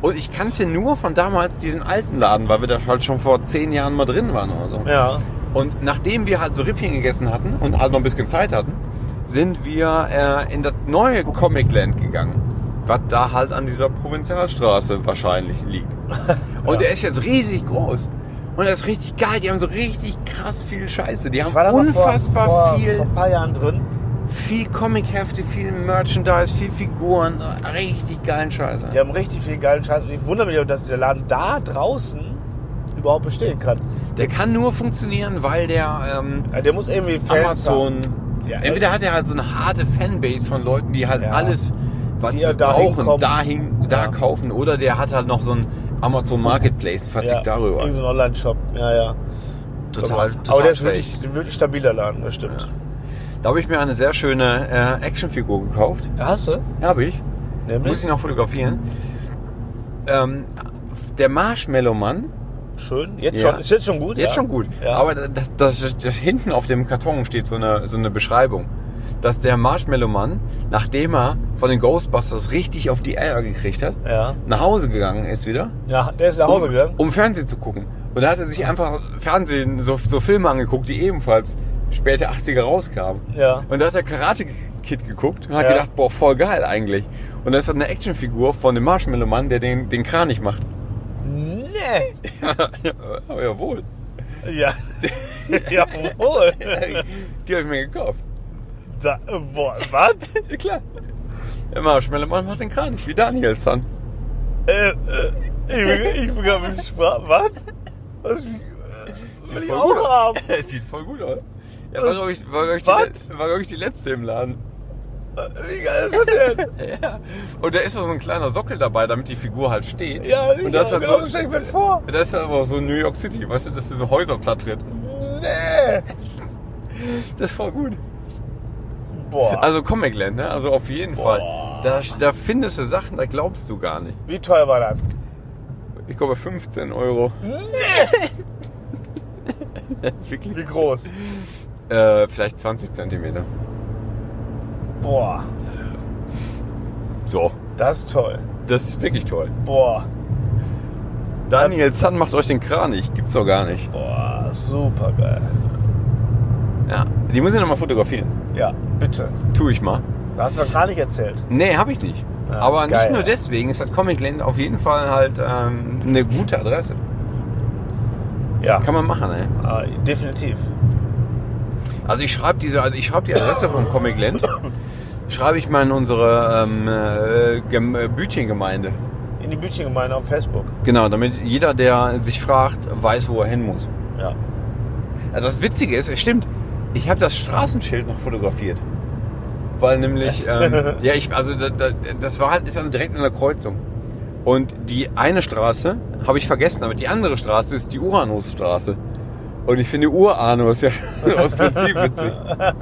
J: Und ich kannte nur von damals diesen alten Laden, weil wir da halt schon vor zehn Jahren mal drin waren oder so.
G: Ja.
J: Und nachdem wir halt so Rippchen gegessen hatten und halt noch ein bisschen Zeit hatten, sind wir äh, in das neue Comicland gegangen, was da halt an dieser Provinzialstraße wahrscheinlich liegt. Und der ist jetzt riesig groß. Und das ist richtig geil. Die haben so richtig krass viel Scheiße. Die haben
G: war da mal vor-
J: unfassbar
G: vor-
J: viel.
G: vor ein paar Jahren drin.
J: Viel Comichefte, viel Merchandise, viel Figuren. Richtig geilen Scheiße.
G: Die haben richtig viel geilen Scheiß. Und ich wundere mich, dass der Laden da draußen überhaupt bestehen kann.
J: Der kann nur funktionieren, weil der, ähm,
G: der muss irgendwie Fans
J: Amazon.
G: haben. Ja,
J: entweder hat er halt so eine harte Fanbase von Leuten, die halt alles, was
G: Die
J: sie
G: ja da
J: brauchen,
G: hinkommen.
J: da, hin, da kaufen. Oder der hat halt noch so einen Amazon Marketplace, vertickt
G: ja,
J: darüber.
G: Irgend so ein Online-Shop. Ja, ja.
J: Total,
G: Aber-
J: total
G: Aber der ist
J: schräg.
G: wirklich, wirklich stabiler Laden, das stimmt.
J: Da habe ich mir eine sehr schöne äh, Actionfigur gekauft.
G: Hast du?
J: Ja, habe ich.
G: Nämlich?
J: Muss ich noch fotografieren. Ähm, der Marshmallow-Mann.
G: Schön. Jetzt schon- ist jetzt schon gut,
J: Jetzt
G: ja.
J: schon gut.
G: Ja.
J: Aber das, das, das, das, hinten auf dem Karton steht so eine, so eine Beschreibung, dass der Marshmallow-Mann, nachdem er von den Ghostbusters richtig auf die Eier gekriegt hat,
G: Ja.
J: nach Hause gegangen ist wieder.
G: Ja, der ist nach Hause
J: um,
G: gegangen.
J: Um Fernsehen zu gucken. Und da hat er sich einfach Fernsehen, so, so Filme angeguckt, die ebenfalls späte 80er rauskamen.
G: Ja.
J: Und da hat er Karate Kid geguckt und hat
G: Ja.
J: gedacht, boah, voll geil eigentlich. Und da ist dann eine Actionfigur von dem Marshmallow-Mann, der den, den Kranich macht.
G: Nee.
J: ja, ja, jawohl.
G: Ja. Jawohl.
J: Die habe ich mir gekauft.
G: Da, boah, was?
J: Ja, klar. Der Marshmallow-Mann macht den Kranich, wie Daniels Son.
G: Äh, äh, ich bin, ich bin gerade ein bisschen sprach. Was? Was? Will ich
J: voll
G: auch
J: gut aus.
G: haben.
J: Sieht voll gut aus. Ja, war, glaube ich, war, glaub ich, die,
G: Was? Äh,
J: le- war, glaub ich, die letzte im Laden.
G: Wie geil ist das denn?
J: Ja. Und da ist noch so ein kleiner Sockel dabei, damit die Figur halt steht.
G: Ja,
J: Und das
G: ja,
J: hat
G: genau
J: so,
G: so stell ich mir das vor.
J: das ist aber so Also New York City, weißt du, dass diese Häuser platt tritt.
G: Nee.
J: Das ist voll gut.
G: Boah.
J: Also Comicland, ne? Also auf jeden Fall. Da, da findest du Sachen, da glaubst du gar nicht.
G: Wie teuer war das?
J: Ich glaube 15 Euro. Wirklich?
G: Wie groß?
J: Äh, vielleicht 20 Zentimeter.
G: Boah,
J: So.
G: das ist toll.
J: Das ist wirklich toll.
G: Boah,
J: Daniel Sun macht euch den Kranich. Gibt's doch gar nicht.
G: boah, super geil.
J: Ja. Die muss ich nochmal fotografieren.
G: Ja, bitte.
J: Tu ich mal.
G: Das hast du doch gar nicht erzählt.
J: Nee, habe ich nicht.
G: Ja,
J: Aber
G: geil.
J: nicht nur deswegen ist das Comicland auf jeden Fall halt ähm, eine gute Adresse.
G: Ja.
J: Kann man machen, ey.
G: Ah, definitiv.
J: Also ich schreibe diese, also ich schreibe die Adresse vom Comicland, schreibe ich mal in unsere ähm, äh, Gem- äh, Bütchengemeinde.
G: In die Bütchengemeinde auf Facebook.
J: Genau, damit jeder, der sich fragt, weiß, wo er hin muss.
G: Ja.
J: Also das Witzige ist, es stimmt, ich habe das Straßenschild noch fotografiert. Weil nämlich, ähm, ja, ich, also da, da, das war halt, ist dann direkt an der Kreuzung. Und die eine Straße habe ich vergessen, aber die andere Straße ist die Uranusstraße. Und ich finde Uranus ja aus Prinzip witzig.
G: Der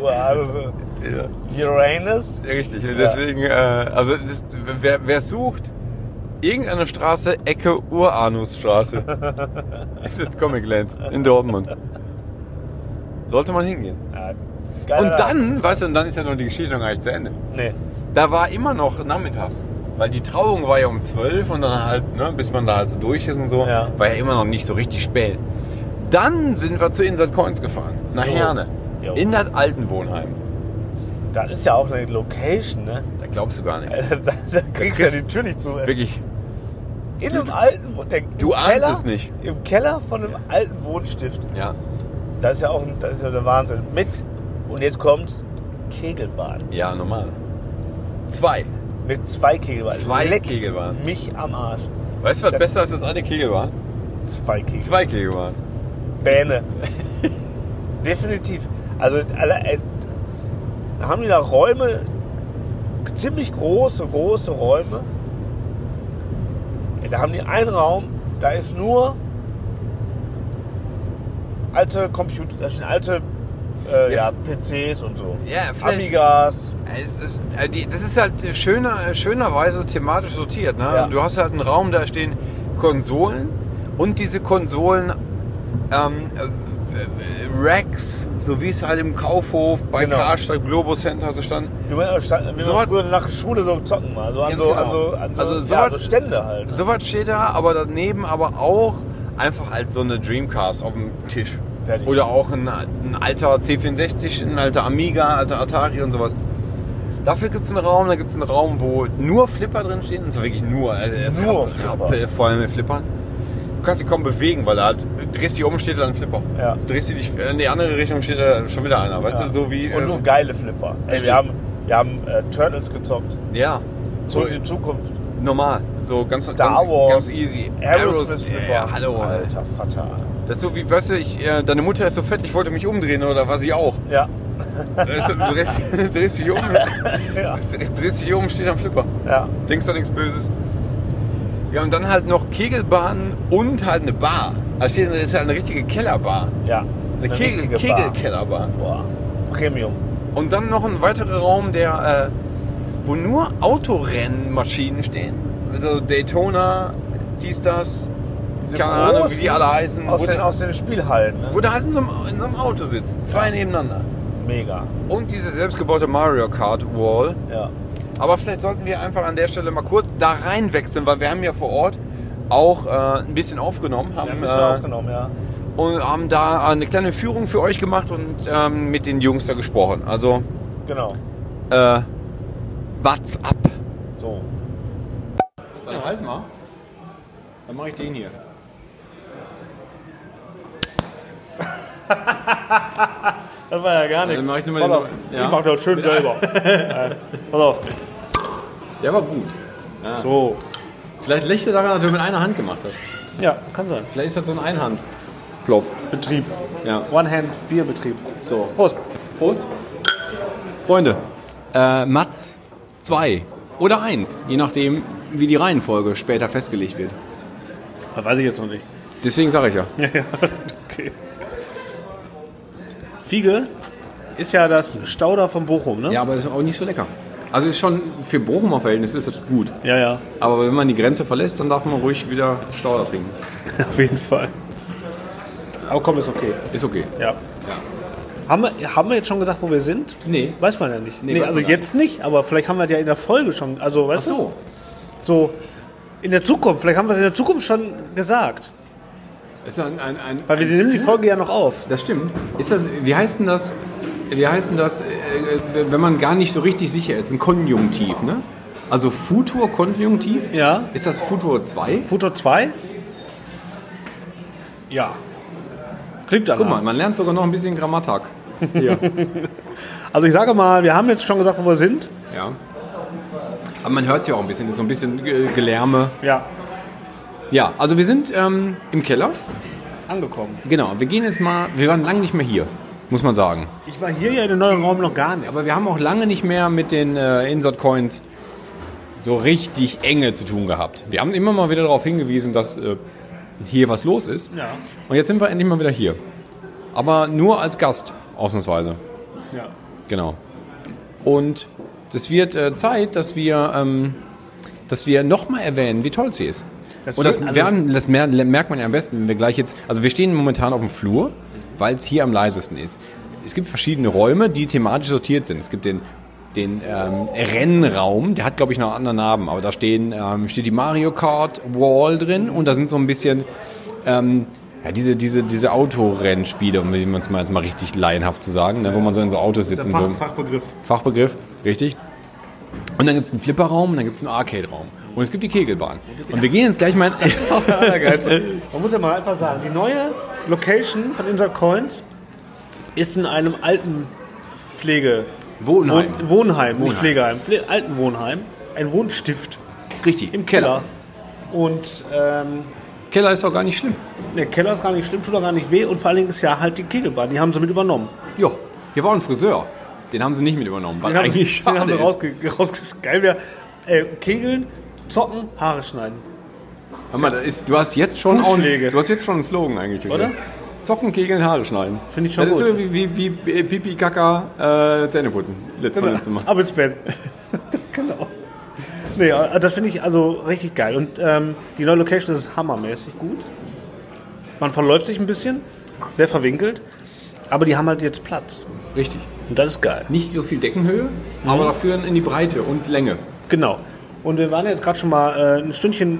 G: Uranus.
J: Ja.
G: Uranus?
J: Ja, Richtig, und deswegen, äh, also das, wer, wer sucht, irgendeine Straße, Ecke Uranusstraße, ist das Comicland in Dortmund. Sollte man hingehen.
G: Ja,
J: Und dann, weißt du, und dann ist ja noch die Geschichte noch gar nicht zu Ende.
G: Nee.
J: Da war immer noch nachmittags, weil die Trauung war ja um 12 und dann halt, ne, bis man da halt so durch ist und so,
G: Ja.
J: war ja immer noch nicht so richtig spät. Dann sind wir zu Insert Coins gefahren, nach
G: So.
J: Herne,
G: Jo.
J: in das alten Wohnheim.
C: Das ist ja auch eine Location, ne?
J: Da glaubst du gar nicht.
C: Da, da kriegst du ja die Tür nicht zu. ey.
J: Wirklich.
C: In einem alten Wo- der,
J: Du
C: im
J: ahnst
C: Keller,
J: es nicht.
C: Im Keller von einem alten Wohnstift.
J: Ja.
C: Das ist ja auch ein, das ist ja der Wahnsinn. Mit, und jetzt kommt Kegelbahn.
J: Ja, normal. Zwei.
C: Mit zwei Kegelbahnen.
J: Zwei
C: Leck
J: Kegelbahnen.
C: Mich am Arsch.
J: Weißt du, was
C: Das-
J: besser ist als eine Kegelbahn?
C: Zwei Kegelbahnen.
J: Zwei Kegelbahnen.
C: Bähne. Definitiv. Also alle, äh, da haben die da Räume, ziemlich große, große Räume. Ja, Da haben die einen Raum, da ist nur alte Computer, da stehen alte äh, ja,
J: Ja,
C: PCs und so.
J: Ja, vielleicht-
C: Amigas.
A: Es ist, äh, die- das ist halt schöner, schönerweise thematisch sortiert. Ne?
C: Ja.
A: Du hast halt einen Raum, da stehen Konsolen und diese Konsolen ähm, äh, äh, Racks, so wie es halt im Kaufhof, bei
C: Genau.
A: Karstadt, Globus Center so stand.
C: Wie man, wie
A: So
C: man
A: was-
C: früher nach Schule so zocken war. So an
A: Ganz
C: so, an
A: genau.
C: so, an so,
A: Also so
C: ja,
A: was-
C: so Stände halt. Ne?
A: Sowas steht da, aber daneben aber auch einfach halt so eine Dreamcast auf dem Tisch.
C: Fertig.
A: Oder auch ein, ein alter C64, ein alter Amiga, alter Atari und sowas. Dafür gibt es einen Raum, da gibt es einen Raum, wo nur Flipper drin stehen. Und zwar wirklich nur. Also er ist
C: Nur
A: rappel- voll mit Flippern. Du kannst dich kaum bewegen, weil da halt, drehst dich um, steht da ein Flipper.
C: Ja.
A: Drehst du dich in die andere Richtung, steht da schon wieder einer. Weißt
C: Ja.
A: du, so wie.
C: Und
A: äh,
C: nur geile Flipper. Ey,
A: Richtig.
C: wir haben, wir haben äh, Turtles gezockt.
A: ja.
C: Zurück
A: So
C: in die Zukunft.
A: normal. So ganz,
C: Star
A: ganz,
C: Wars.
A: ganz easy.
C: Aerosmith
A: Aerosmith,
C: Flipper.
A: ja, hallo, Alter.
C: Alter Vater.
A: Das ist so wie, weißt du, ich, äh, deine Mutter ist so fett, ich wollte mich umdrehen oder was ich auch.
C: Ja.
A: Weißt du, du drehst, drehst dich um,
C: ja.
A: drehst dich um, steht am Flipper.
C: Ja.
A: Denkst da nichts Böses. Ja, und dann halt noch Kegelbahnen und halt eine Bar. Da steht, das ist halt eine richtige Kellerbar.
C: Ja.
A: Eine, Kegel,
C: richtige Bar.
A: Kegelkellerbar.
C: Boah. Premium.
A: Und dann noch ein weiterer Raum, der, äh, wo nur Autorennmaschinen stehen. Also Daytona, dies, das.
C: Diese
A: Keine Ahnung, wie die
C: großen
A: alle heißen.
C: Aus
A: Wo-
C: den, aus den Spielhallen. Ne?
A: Wo du halt in so, einem, in so einem Auto sitzt. Zwei nebeneinander.
C: Mega.
A: Und diese selbstgebaute Mario Kart Wall.
C: Ja.
A: Aber vielleicht sollten wir einfach an der Stelle mal kurz da reinwechseln, weil wir haben ja vor Ort auch äh, ein bisschen aufgenommen. Haben,
C: Wir haben ein bisschen
A: äh,
C: aufgenommen, Genau, ja.
A: und haben da eine kleine Führung für euch gemacht und ähm, mit den Jungs da gesprochen. Also,
C: Genau.
A: äh, what's up?
C: So.
J: Dann halt mal. Dann mache ich den hier.
C: Das war ja gar nichts.
J: Dann mach ich nur mal
C: Pass
J: den-
C: auf.
J: ja.
C: Ich mach das schön selber. Äh, Pass auf.
J: Der war gut.
C: So.
J: Vielleicht lächelt er daran, dass du mit einer Hand gemacht hast.
C: Ja, kann sein.
J: Vielleicht ist das so ein Einhand.
C: Betrieb.
J: Ja.
C: One-Hand-Bierbetrieb. So. Prost.
J: Prost. Freunde, äh, Mats 2 oder 1, je nachdem, wie die Reihenfolge später festgelegt wird.
C: Das weiß ich jetzt noch nicht.
J: Deswegen sage ich ja.
C: Ja, ja, okay. Fiege ist ja das Stauder von Bochum, ne?
J: Ja, aber ist auch nicht so lecker. Also ist schon für Bochumer Verhältnisse ist das gut.
C: ja, ja.
J: Aber wenn man die Grenze verlässt, dann darf man ruhig wieder Stauder trinken.
C: auf jeden Fall. Aber komm, ist okay.
J: Ist okay.
C: Ja. Haben, wir, haben wir jetzt schon gesagt, wo wir sind?
J: Nee.
C: Weiß man ja nicht.
J: Nee,
C: Nee,
J: weiß
C: also
J: man gar
C: jetzt nicht, aber vielleicht haben wir das ja in der Folge schon. Also, weißt
J: So.
C: du? So. In der Zukunft, vielleicht haben wir es in der Zukunft schon gesagt.
J: Ist ein, ein, ein,
C: Weil wir nehmen die Folge ja noch auf.
J: Das stimmt. Ist das, wie heißt denn das, wie heißt denn das äh, äh, wenn man gar nicht so richtig sicher ist? Ein Konjunktiv, ne? Also Futur Konjunktiv?
C: Ja.
J: Ist das Futur 2?
C: Foto 2? Ja. Klingt danach.
J: Guck mal, man lernt sogar noch ein bisschen Grammatik.
C: Also ich sage mal, wir haben jetzt schon gesagt, wo wir sind.
J: Ja. Aber man hört es ja auch ein bisschen, ist so ein bisschen äh, Gelärme.
C: Ja,
J: Ja, also wir sind ähm, im Keller.
C: angekommen.
J: Genau, wir gehen jetzt mal, wir waren lange nicht mehr hier, muss man sagen.
C: Ich war hier ja in dem neuen Raum noch gar nicht.
J: Aber wir haben auch lange nicht mehr mit den äh, Insert Coins so richtig enge zu tun gehabt. Wir haben immer mal wieder darauf hingewiesen, dass äh, hier was los ist.
C: Ja.
J: Und jetzt sind wir endlich mal wieder hier. Aber nur als Gast, ausnahmsweise.
C: Ja.
J: Genau. Und es wird äh, Zeit, dass wir, ähm, dass wir nochmal erwähnen, wie toll sie ist.
C: Das
J: Und das,
C: wird- also-
J: wir haben, das mer- merkt man ja am besten, wenn wir gleich jetzt. Also, wir stehen momentan auf dem Flur, weil es hier am leisesten ist. Es gibt verschiedene Räume, die thematisch sortiert sind. Es gibt den, den ähm, Rennraum, der hat, glaube ich, noch einen anderen Namen, aber da stehen, ähm, steht die Mario Kart Wall drin und da sind so ein bisschen Ja, diese, diese, diese Autorennspiele, um es mal jetzt mal richtig laienhaft zu sagen, ne, wo man so in so Autos sitzt.
G: Der
J: in so einem-
G: Fach- Fachbegriff.
J: Fachbegriff, richtig. Und dann gibt es einen Flipperraum und dann gibt es einen Arcade-Raum. Und es gibt die Kegelbahn. Und wir gehen jetzt gleich mal in...
G: Man muss ja mal einfach sagen, die neue Location von Insert Coins ist in einem alten Pflege...
J: Wohnheim.
G: Wohn- Wohnheim, nicht
J: Wohnheim.
G: Pflegeheim. Pfle alten Wohnheim. Ein Wohnstift.
J: äh, Richtig,
G: Im Keller. Und ähm,
J: Keller ist auch gar nicht schlimm.
G: der Keller ist gar nicht schlimm, tut auch gar nicht weh. Und vor allen Dingen ist ja halt die Kegelbahn, die haben sie mit übernommen.
J: Jo, hier war ein Friseur. Den haben sie nicht mit übernommen, was
G: Den haben,
J: eigentlich
G: den haben
J: schade
G: sie
J: ist.
G: rausge rausge Geil wäre, äh, kegeln, zocken, Haare schneiden.
J: Hör mal, da ist, du hast jetzt schon auch,
G: Fußpflege.
J: du hast jetzt schon einen Slogan eigentlich.
G: Oder?
J: Zocken, kegeln, Haare schneiden.
G: Finde ich schon
J: das
G: gut.
J: ist so wie, wie, wie Pipi, Kaka, äh, Zähne putzen. Letzt, von letztem Mal.
G: Ab ins Bett. genau. Nee, äh, das finde ich also richtig geil. Und ähm, die neue Location ist hammermäßig gut. Man verläuft sich ein bisschen, sehr verwinkelt. Aber die haben halt jetzt Platz.
J: Richtig.
G: Und das ist geil.
J: Nicht so viel Deckenhöhe, aber dafür in die Breite und Länge.
G: Genau. Und wir waren jetzt gerade schon mal äh, ein Stündchen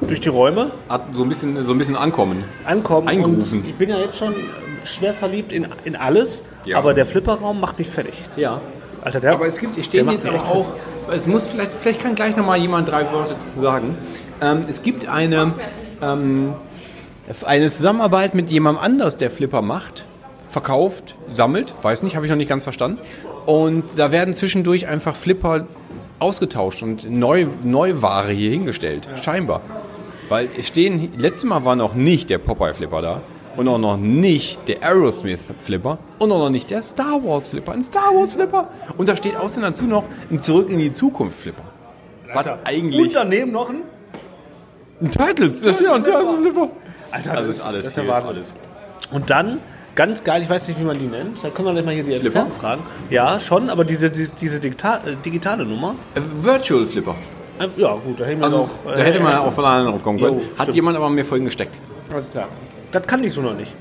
G: durch die Räume
J: Hat so ein bisschen, so ein bisschen ankommen.
G: ankommen.
J: Eingerufen.
G: Und ich bin ja jetzt schon äh, schwer verliebt in, in alles.
J: Ja.
G: Aber der Flipperraum macht mich fertig.
J: Ja.
G: Alter, der,
J: Aber es gibt, ich stehe
G: der macht
J: jetzt
G: mich
J: aber
G: echt
J: auch, es muss vielleicht, vielleicht kann gleich nochmal jemand drei Worte dazu sagen. Ähm, es gibt eine, ähm, eine Zusammenarbeit mit jemandem anders, der Flipper macht, verkauft, sammelt, weiß nicht, habe ich noch nicht ganz verstanden. Und da werden zwischendurch einfach Flipper ausgetauscht und neu, Neuware hier hingestellt, scheinbar. Weil es stehen, letztes Mal war noch nicht der Popeye-Flipper da. Und auch noch nicht der Aerosmith-Flipper und auch noch nicht der Star Wars-Flipper. Ein Star Wars-Flipper. Und da steht außerdem dazu noch ein Zurück in die Zukunft-Flipper. Was
G: Und
J: eigentlich?
G: daneben noch ein
J: Ein Turtles. Da steht auch ein Turtles-Flipper.
G: Alter,
J: Das Also ist alles.
G: der
J: Hier ist
G: Wahnsinn.
J: alles.
G: Und dann, ganz geil, ich weiß nicht, wie man die nennt, da können wir gleich mal hier die
J: Flipper?
G: Experten fragen. Ja, schon, aber diese, die- diese digita äh, digitale Nummer.
J: Äh, Virtual-Flipper.
G: Äh, Ja, gut, da hätten wir
J: Also,
G: noch.
J: da hätte man auch von allen drauf kommen können.
G: Jo,
J: Hat
G: stimmt.
J: jemand aber mir vorhin gesteckt.
G: Alles klar. Das kann ich so noch nicht.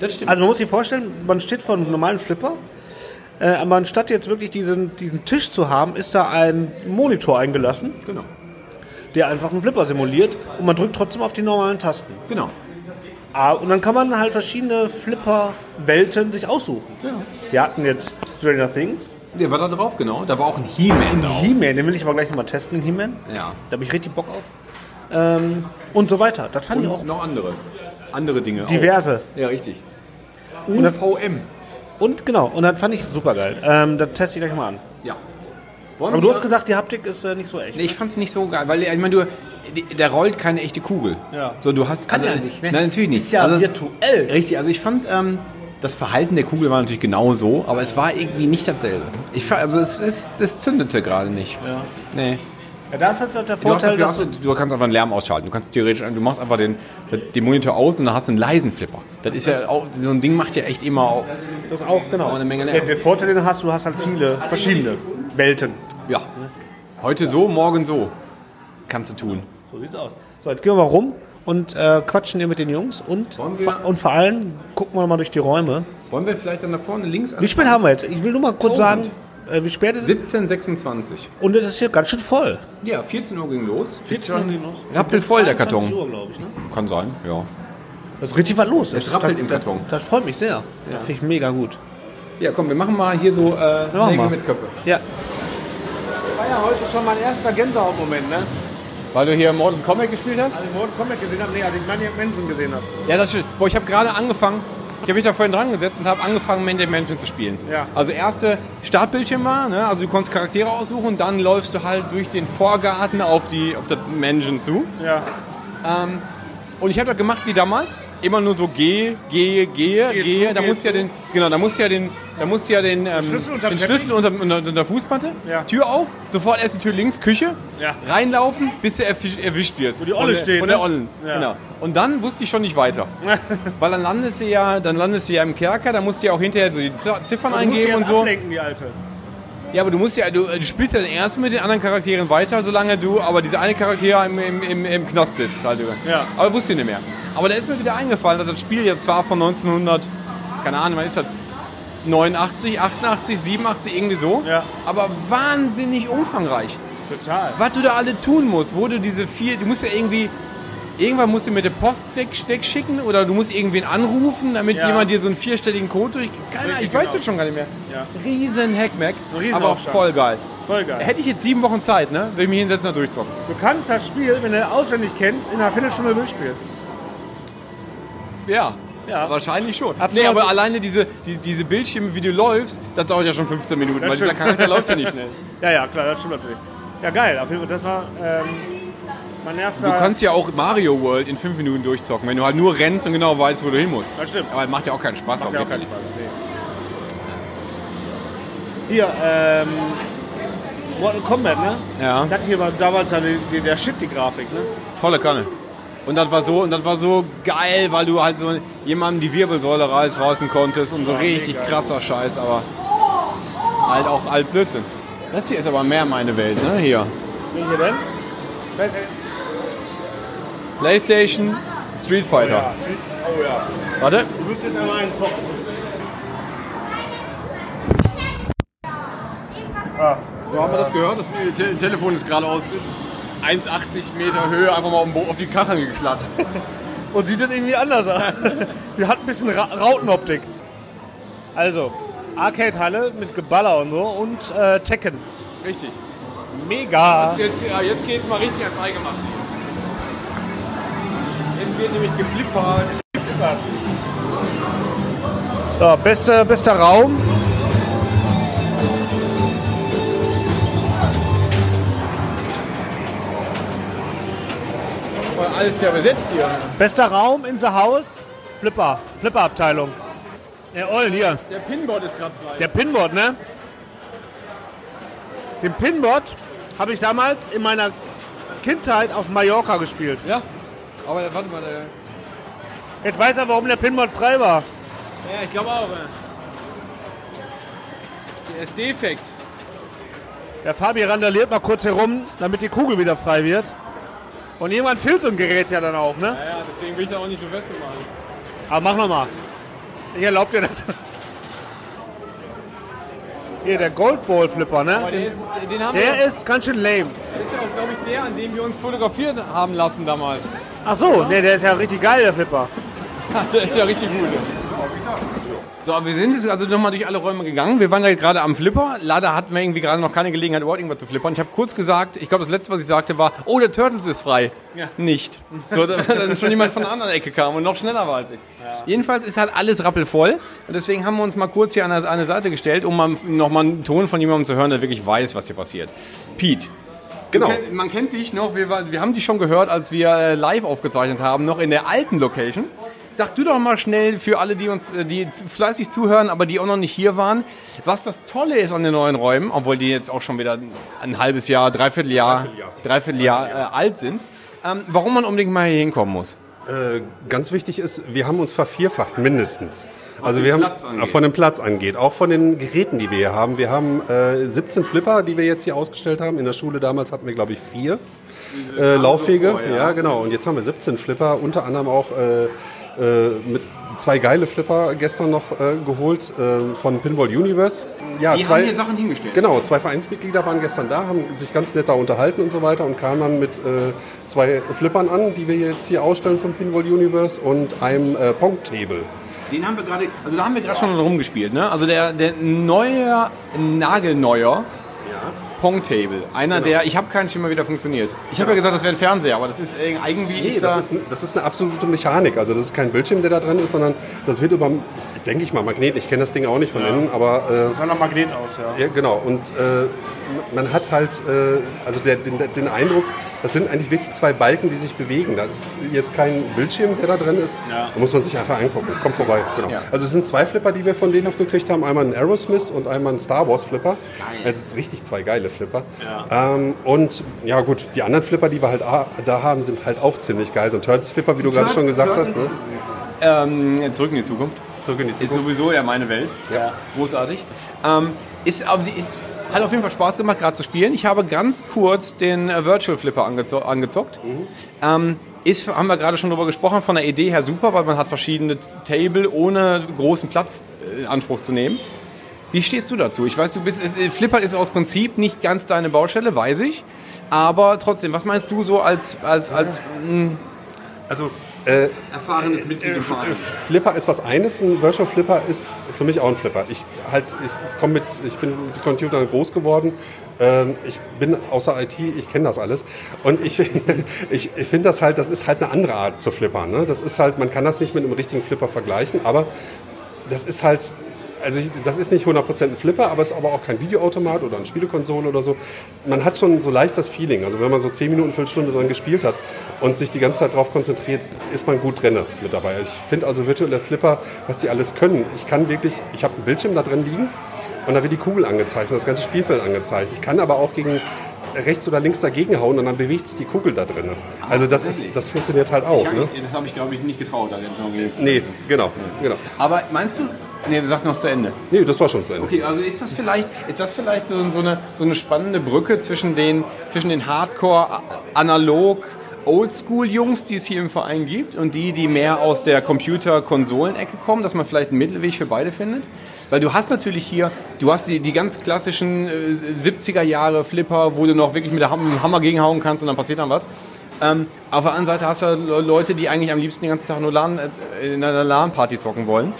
J: Das stimmt.
G: Also, man muss sich vorstellen, man steht vor einem normalen Flipper. Äh, aber anstatt jetzt wirklich diesen, diesen Tisch zu haben, ist da ein Monitor eingelassen,
J: Genau.
G: der einfach einen Flipper simuliert und man drückt trotzdem auf die normalen Tasten.
J: Genau.
G: Ah, und dann kann man halt verschiedene Flipper-Welten sich aussuchen.
J: Ja.
G: Wir hatten jetzt Stranger Things,
J: Der war da drauf, genau. Da war auch ein He-Man
G: Den
J: drauf.
G: He-Man, den will ich aber gleich nochmal testen, den He-Man.
J: Ja.
G: Genau. Da habe ich richtig Bock auf. Ähm, und so weiter. Das fand ich auch
J: Und noch andere. Andere Dinge. auch.
G: diverse.
J: Ja, richtig.
G: Und, das,
J: UVM.
G: und genau, und das fand ich super geil. Ähm, das teste ich gleich mal an.
J: Ja.
G: Aber du hast gesagt, die Haptik ist äh, nicht so echt.
J: Nee, ich fand's nicht so geil, weil ich meine, du, die- da rollt keine echte Kugel.
G: Ja.
J: So, du hast
G: Kann
J: also,
G: ja nicht, ne?
J: Nein, natürlich nicht. Also,
G: Ist ja
J: es-
G: virtuell.
J: Richtig, also ich fand ähm, das Verhalten der Kugel war natürlich genau so, aber es war irgendwie nicht dasselbe. Ich fa- also es, es, es zündete gerade nicht.
G: Ja.
J: Nee.
G: Ja, da ist halt der
J: Du, hast
G: Vorteil,
J: dafür-
G: dass du,
J: hast, du kannst einfach den Lärm ausschalten. Du kannst theoretisch, du machst einfach den, den Monitor aus und dann hast du einen leisen Flipper. Das ist ja auch, so ein Ding macht ja echt immer auch,
G: das auch, genau.
J: auch eine Menge
G: Der,
J: Lärm.
G: der Vorteil, den du hast, du hast halt viele verschiedene Welten.
J: Ja. Heute so, morgen so. Kannst du tun.
G: So sieht's aus. So, jetzt gehen wir mal rum und äh, quatschen hier mit den Jungs und,
J: Wollen wir-
G: vor- und vor allem gucken wir mal durch die Räume.
J: Wollen wir vielleicht dann da vorne links
G: Wie spät haben wir jetzt? Ich will nur mal kurz sagen, äh,
J: Tausend.
G: wie spät es ist.
J: 1726.
G: Und es ist hier ganz schön voll.
J: Ja, 14 Uhr ging los.
G: 14 Uhr ging los.
J: Rappelvoll der
G: 22
J: Karton.
G: Uhr, glaub ich, ne?
J: Kann sein, ja.
G: Da ist richtig was los.
J: Es
G: Das-
J: rappelt
G: das-
J: im Karton.
G: Das, das freut mich sehr. Das finde ich mega gut.
J: Ja, komm, wir machen mal hier so äh,
G: Ja, machen wir.
J: mit Köpfe.
G: Ja. War ja heute schon mein erster Gänsehautmoment, ne?
J: Weil du hier Mortal Comic gespielt hast?
G: Als ich Mortal Kombat gesehen habe, nee, als ich Maniac Manson gesehen habe.
J: Ja, das stimmt. Boah, ich habe gerade angefangen. Ich habe mich da vorhin dran gesetzt und habe angefangen, Man Mansion zu spielen.
G: Ja.
J: Also erste Startbildschirm war, ne? also du konntest Charaktere aussuchen, dann läufst du halt durch den Vorgarten auf, die, auf das Mansion zu.
G: Ja.
J: Ähm, und ich habe das gemacht wie damals, immer nur so gehe, gehe, gehe, gehe. da
G: geh
J: musst du ja
G: zu.
J: den, genau, da musst du ja den, da musst du ja den, ähm,
G: Schlüssel unterm
J: den
G: Teppich.
J: Schlüssel unter, unter, unter der Fußmatte,
G: Ja.
J: Tür auf, sofort erst die Tür links, Küche,
G: Ja.
J: reinlaufen, bis du erfisch, erwischt wirst. Wo
G: die Olle
J: von der,
G: steht,
J: Von der
G: ne?
J: Ollen.
G: Ja.
J: Genau. Und dann wusste ich schon nicht weiter. Weil dann landest du ja, dann landest du ja im Kerker, da musst du ja auch hinterher so die Z- Ziffern eingeben und so.
G: Ablenken, die alte.
J: Ja, aber du musst ja, du, du spielst ja dann erst mit den anderen Charakteren weiter, solange du, aber dieser eine Charakter im, im, im, im Knast sitzt halt.
G: Ja.
J: Aber wusste ich nicht mehr. Aber da ist mir wieder eingefallen, dass das Spiel ja zwar von 1900, keine Ahnung, wann ist das? 89, 88, 87, irgendwie so.
G: Ja.
J: Aber wahnsinnig umfangreich
G: Total.
J: was du da alle tun musst, wo du diese vier, du musst ja irgendwie Irgendwann musst du mit der Post weg, wegschicken oder du musst irgendwen anrufen, damit
N: Ja.
J: jemand dir so einen vierstelligen Code durch. Keine Ahnung, ich
N: Richtig,
J: weiß
G: genau.
J: das schon gar nicht mehr.
N: Ja.
J: Riesen Hackmack,
N: Riesen
J: aber
N: Aufstand.
J: voll geil.
G: Voll geil.
J: Hätte ich jetzt sieben Wochen Zeit, ne? Will ich mich hinsetzen und durchzocken.
G: Du kannst das Spiel, wenn du auswendig kennst, in einer Viertelstunde durchspielen.
J: Ja. Ja. Wahrscheinlich schon.
G: Absolut.
J: Nee, aber alleine diese, die, diese Bildschirme, wie du läufst, das dauert ja schon 15 Minuten,
G: Das
J: weil dieser
G: stimmt.
J: Charakter läuft ja nicht schnell.
G: Ja, ja, klar, das stimmt natürlich. Ja, geil. Auf jeden Fall, das war ähm, mein erster.
J: Du kannst ja auch Mario World in 5 Minuten durchzocken, wenn du halt nur rennst und genau weißt, wo du hin musst.
G: Das stimmt.
J: Aber macht ja auch keinen Spaß.
G: Macht ja auch keinen
J: Spaß.
G: Hier, ähm. Mortal Kombat, ne?
J: Ja.
G: Das hier war damals ja die, die, der Shit, die Grafik, ne?
J: Volle Kanne. Und das war so, und das war so geil, weil du halt so jemandem die Wirbelsäule reiß- reißen konntest und so
G: Ja,
J: richtig
G: mega.
J: krasser Scheiß, aber halt auch alt Blödsinn. Das hier ist aber mehr meine Welt, ne? Hier.
G: Welche denn? Das ist-
J: PlayStation, Street
G: Oh ja.
J: Fighter.
G: Oh ja.
J: Warte.
G: Du müsst jetzt einmal einen zocken. Ah.
O: So haben wir das gehört. Das Te Telefon ist gerade aus 1,80 Meter Höhe einfach mal auf den Bo- auf die Kacheln geklatscht.
G: Und sieht das irgendwie anders aus. Die hat ein bisschen Ra Rautenoptik. Also, Arcade-Halle mit Geballer und so und äh, Tekken.
J: Richtig.
G: Mega.
J: Jetzt, jetzt, ja, jetzt geht's mal richtig ans Eingemachte. Jetzt wird nämlich geflippert.
G: So, beste, bester Raum.
J: Weil alles ja besetzt hier.
G: Bester Raum in the House. Flipper. Flipper-Abteilung. Der Ollen hier.
J: Der Pinboard ist gerade frei.
G: Der Pinboard, ne? Den Pinboard habe ich damals in meiner Kindheit auf Mallorca gespielt.
J: Ja. Aber der- warte mal, äh, der.
G: Jetzt weiß er, warum der Pinboard frei war.
J: Ja, ich glaube auch. äh. Der ist defekt.
G: Der Fabi randaliert mal kurz herum, damit die Kugel wieder frei wird. Und irgendwann tilt so ein Gerät ja dann auch, ne?
J: Naja, deswegen will ich da auch nicht so festmachen.
G: Aber mach nochmal. Ich erlaub dir das. Hier, der Goldball-Flipper, ne?
J: Aber der ist, den haben wir,
G: Der ist ganz schön lame.
J: das ist ja auch, glaube ich, der, an dem wir uns fotografiert haben lassen damals.
G: Ach so, ne, der ist ja richtig geil, der Flipper.
J: der ist ja richtig gut. So, aber wir sind jetzt also nochmal durch alle Räume gegangen. Wir waren ja gerade am Flipper. Leider hatten wir irgendwie gerade noch keine Gelegenheit, überhaupt irgendwas zu flippern. Ich habe kurz gesagt, ich glaube, das Letzte, was ich sagte, war, oh, der Turtles ist frei.
N: Ja.
J: Nicht. So, da- dann schon jemand von der anderen Ecke kam und noch schneller war als ich. Jedenfalls ist halt alles rappelvoll. Und deswegen haben wir uns mal kurz hier an eine, eine Seite gestellt, um mal, noch mal einen Ton von jemandem zu hören, der wirklich weiß, was hier passiert. Pete. Genau.
O: Du kenn-
J: man kennt dich noch, wir, wir haben dich schon gehört, als wir äh, live aufgezeichnet haben, noch in der alten Location. Sag du doch mal schnell für alle, die uns, äh, die zu- fleißig zuhören, aber die auch noch nicht hier waren, was das Tolle ist an den neuen Räumen, obwohl die jetzt auch schon wieder ein- ein halbes Jahr, dreiviertel Jahr, dreiviertel Jahr äh, alt sind, ähm, warum man unbedingt mal hier hinkommen muss.
B: Äh, ganz wichtig ist, wir haben uns vervierfacht, mindestens. also
J: dem
B: wir haben
J: Platz angeht.
B: äh, von dem Platz angeht, auch von den Geräten, die wir hier haben. Wir haben äh, 17 Flipper, die wir jetzt hier ausgestellt haben. In der Schule damals hatten wir, glaube ich, vier äh, Lauffähige.
O: davor, ja.
B: ja. genau. Und jetzt haben wir 17 Flipper, unter anderem auch äh, äh, mit zwei geile Flipper gestern noch äh, geholt äh, von Pinball Universe. Ja,
O: Die
B: zwei,
O: haben hier Sachen hingestellt.
B: Genau, zwei Vereinsmitglieder waren gestern da, haben sich ganz nett da unterhalten und so weiter und kamen dann mit äh, zwei Flippern an, die wir jetzt hier ausstellen vom Pinball Universe und einem äh, Pong-Table.
J: Den haben wir gerade, also da haben wir gerade schon rumgespielt, ne? Also der, der neue, nagelneuer Pong Table. Einer
B: Genau.
J: der, ich habe keinen Schimmer, wie der funktioniert. Ich habe ja gesagt, das wäre ein Fernseher, aber das ist irg- irgendwie.
B: Nee,
J: ist da,
B: das ist, das ist eine absolute Mechanik. Also das ist kein Bildschirm, der da dran ist, sondern das wird über, denke ich mal, Magnet. Ich kenne das Ding auch nicht von innen, aber... Äh,
G: Das sah nach Magnet aus, ja.
B: Ja, genau. Und äh, man hat halt äh, also der, den, den Eindruck, das sind eigentlich wirklich zwei Balken, die sich bewegen. Das ist jetzt kein Bildschirm, der da drin ist.
O: Ja.
B: Da muss man sich einfach angucken. Kommt vorbei. Genau.
O: Ja.
B: Also es sind zwei Flipper, die wir von denen noch gekriegt haben. Einmal einen Aerosmith und einmal einen Star Wars Flipper.
O: Geil.
B: Also jetzt richtig zwei geile Flipper. Ähm, und ja gut, die anderen Flipper, die wir halt a- da haben, sind halt auch ziemlich geil. So ein Turtles Flipper, wie du gerade schon gesagt hast. Ne?
J: Ähm, zurück in die Zukunft.
B: Zurück in die
J: Zukunft. Ist sowieso ja meine Welt. Ja. Großartig. Ähm, ist, aber die- ist, hat auf jeden Fall Spaß gemacht, gerade zu spielen. Ich habe ganz kurz den äh, Virtual Flipper angezo angezockt. Ähm, ist, haben wir gerade schon drüber gesprochen, von der Idee her super, weil man hat verschiedene Table ohne großen Platz äh, in Anspruch zu nehmen. Wie stehst du dazu? Ich weiß, du bist, es, äh, Flipper ist aus Prinzip nicht ganz deine Baustelle, weiß ich. Aber trotzdem, was meinst du so als, als, als mh,
B: Also äh,
J: Erfahrenes Mitglied
B: äh,
J: im Verein.
B: Flipper ist was eines, ein Virtual Flipper ist für mich auch ein Flipper. Ich halt, ich, ich komme mit, ich bin mit Computern groß geworden. Ähm, ich bin außer IT, ich kenne das alles. Und ich, ich, ich finde das halt, das ist halt eine andere Art zu flippern. Ne? Das ist halt, man kann das nicht mit einem richtigen Flipper vergleichen, aber das ist halt, also ich, das ist nicht 100% ein Flipper, aber es ist aber auch kein Videoautomat oder eine Spielekonsole oder so. Man hat schon so leicht das Feeling. Also wenn man so 10 Minuten, Viertelstunde dran gespielt hat und sich die ganze Zeit drauf konzentriert, ist man gut drinne mit dabei. Ich finde also virtuelle Flipper, was die alles können. Ich kann wirklich, ich habe einen Bildschirm da drin liegen und da wird die Kugel angezeichnet, das ganze Spielfeld angezeigt. Ich kann aber auch gegen rechts oder links dagegen hauen und dann bewegt sich die Kugel da drin. Also das, ist, das funktioniert halt auch.
J: Ah, Ich hab
B: Ne?
J: mich- das habe ich, glaube ich, nicht getraut, da den Song jetzt.
B: Nee, genau, genau.
J: Aber meinst du? Nee, sag noch zu Ende.
B: Nee, das war schon zu Ende.
J: Okay, also ist das vielleicht, ist das vielleicht so, so, eine, so eine spannende Brücke zwischen den, zwischen den Hardcore, a- analog, Oldschool-Jungs, die es hier im Verein gibt und die, die mehr aus der Computer-Konsolen-Ecke kommen, dass man vielleicht einen Mittelweg für beide findet? Weil du hast natürlich hier, du hast die, die ganz klassischen äh, 70er Jahre Flipper, wo du noch wirklich mit der Ham- mit dem Hammer gegenhauen kannst und dann passiert dann was. Ähm, auf der anderen Seite hast du Le- Leute, die eigentlich am liebsten den ganzen Tag nur LAN, äh, in einer LAN-Party zocken wollen.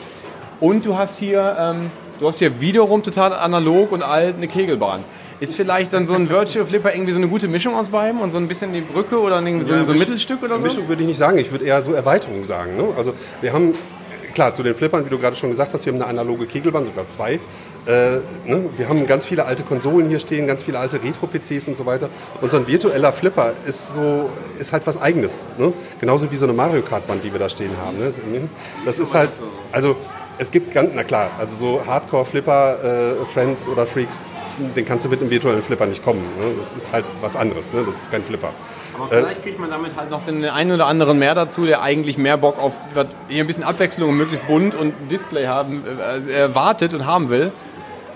J: Und du hast hier, ähm, du hast hier wiederum total analog und alt eine Kegelbahn. Ist vielleicht dann so ein Virtual Flipper irgendwie so eine gute Mischung aus beidem und so ein bisschen die Brücke oder irgendwie so,
B: Ja,
J: so ein
B: Misch-
J: Mittelstück oder so?
B: Mischung würde ich nicht sagen, ich würde eher so Erweiterung sagen. Ne? Also wir haben, klar, zu den Flippern, wie du gerade schon gesagt hast, wir haben eine analoge Kegelbahn, sogar zwei. Äh, ne? Wir haben ganz viele alte Konsolen hier stehen, ganz viele alte Retro-PCs und so weiter. Und so ein virtueller Flipper ist so, ist halt was Eigenes. Ne? Genauso wie so eine Mario Kart-Wand, die wir da stehen haben. Ne? Das ist halt, also es gibt ganz, na klar, also so Hardcore-Flipper, äh, Friends oder Freaks, den kannst du mit einem virtuellen Flipper nicht kommen. Ne? Das ist halt was anderes, ne? das ist kein Flipper.
J: Aber
B: Äh,
J: vielleicht kriegt man damit halt noch den einen oder anderen mehr dazu, der eigentlich mehr Bock auf was- hier ein bisschen Abwechslung und möglichst bunt und Display haben, äh, erwartet und haben will.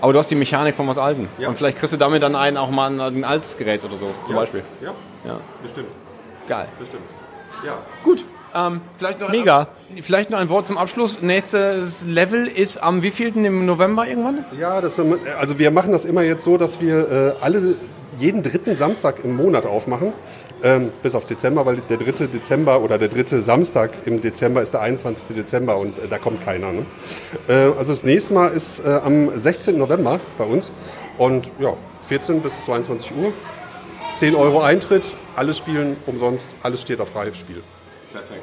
J: Aber du hast die Mechanik von was Alten. Und vielleicht kriegst du damit dann einen auch mal an ein altes Gerät oder so, zum
B: Ja,
J: Beispiel.
B: ja.
J: ja.
B: Bestimmt.
J: Geil.
B: Bestimmt. Ja.
J: Gut. Ähm, vielleicht noch Mega. Vielleicht noch ein Wort zum Abschluss. Nächstes Level ist am wievielten im November irgendwann?
B: Ja, das, ähm, also wir machen das immer jetzt so, dass wir äh, alle jeden dritten Samstag im Monat aufmachen, ähm, bis auf Dezember, weil der dritte Dezember oder der dritte Samstag im Dezember ist der 21. Dezember und äh, da kommt keiner. Ne? Äh, also das nächste Mal ist äh, am 16. November bei uns und ja, 14 bis 22 Uhr, 10 Euro Eintritt, alles spielen umsonst, alles steht auf freies Spiel.
J: Perfekt.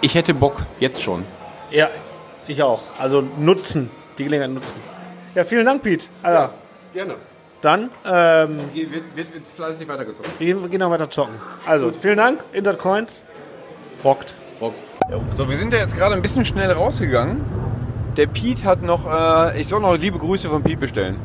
J: Ich hätte Bock, jetzt schon.
E: Ja, ich auch. Also nutzen, die Gelegenheit nutzen. Ja, vielen Dank, Piet.
G: Also,
E: Alter.
B: Gerne.
E: Dann, ähm,
J: Wird, wird jetzt fleißig weitergezogen.
E: wir gehen- wir gehen noch weiter zocken. Also, vielen Dank, Insert Coins. Rockt.
J: Rockt.
A: So, wir sind ja jetzt gerade ein bisschen schnell rausgegangen. Der Pete hat noch, äh, ich soll noch liebe Grüße von Pete bestellen.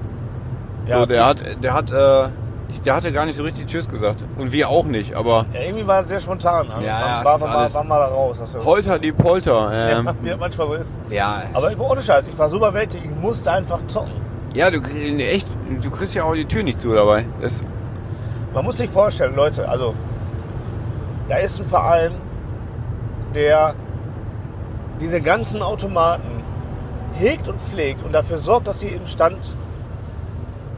E: Ja,
A: so, der
E: Pete.
A: hat, der hat, äh, ich, der hatte gar nicht so richtig Tschüss gesagt. Und wir auch nicht, aber
E: Ja, irgendwie war es sehr spontan.
A: Ja,
E: Also,
A: ja, es
E: war,
A: ist
E: war,
A: alles-
E: war, war mal da raus. Hast du
A: Polter die Polter. Ähm,
E: ja, wie das manchmal so ist.
A: ja.
E: Aber ich- ohne Scheiß, ich war so überwältigt, ich musste einfach zocken.
A: Ja, du, krie- echt, du kriegst ja auch die Tür nicht zu dabei. Das,
E: Man muss sich vorstellen, Leute, also da ist ein Verein, der diese ganzen Automaten hegt und pflegt und dafür sorgt, dass sie im Stand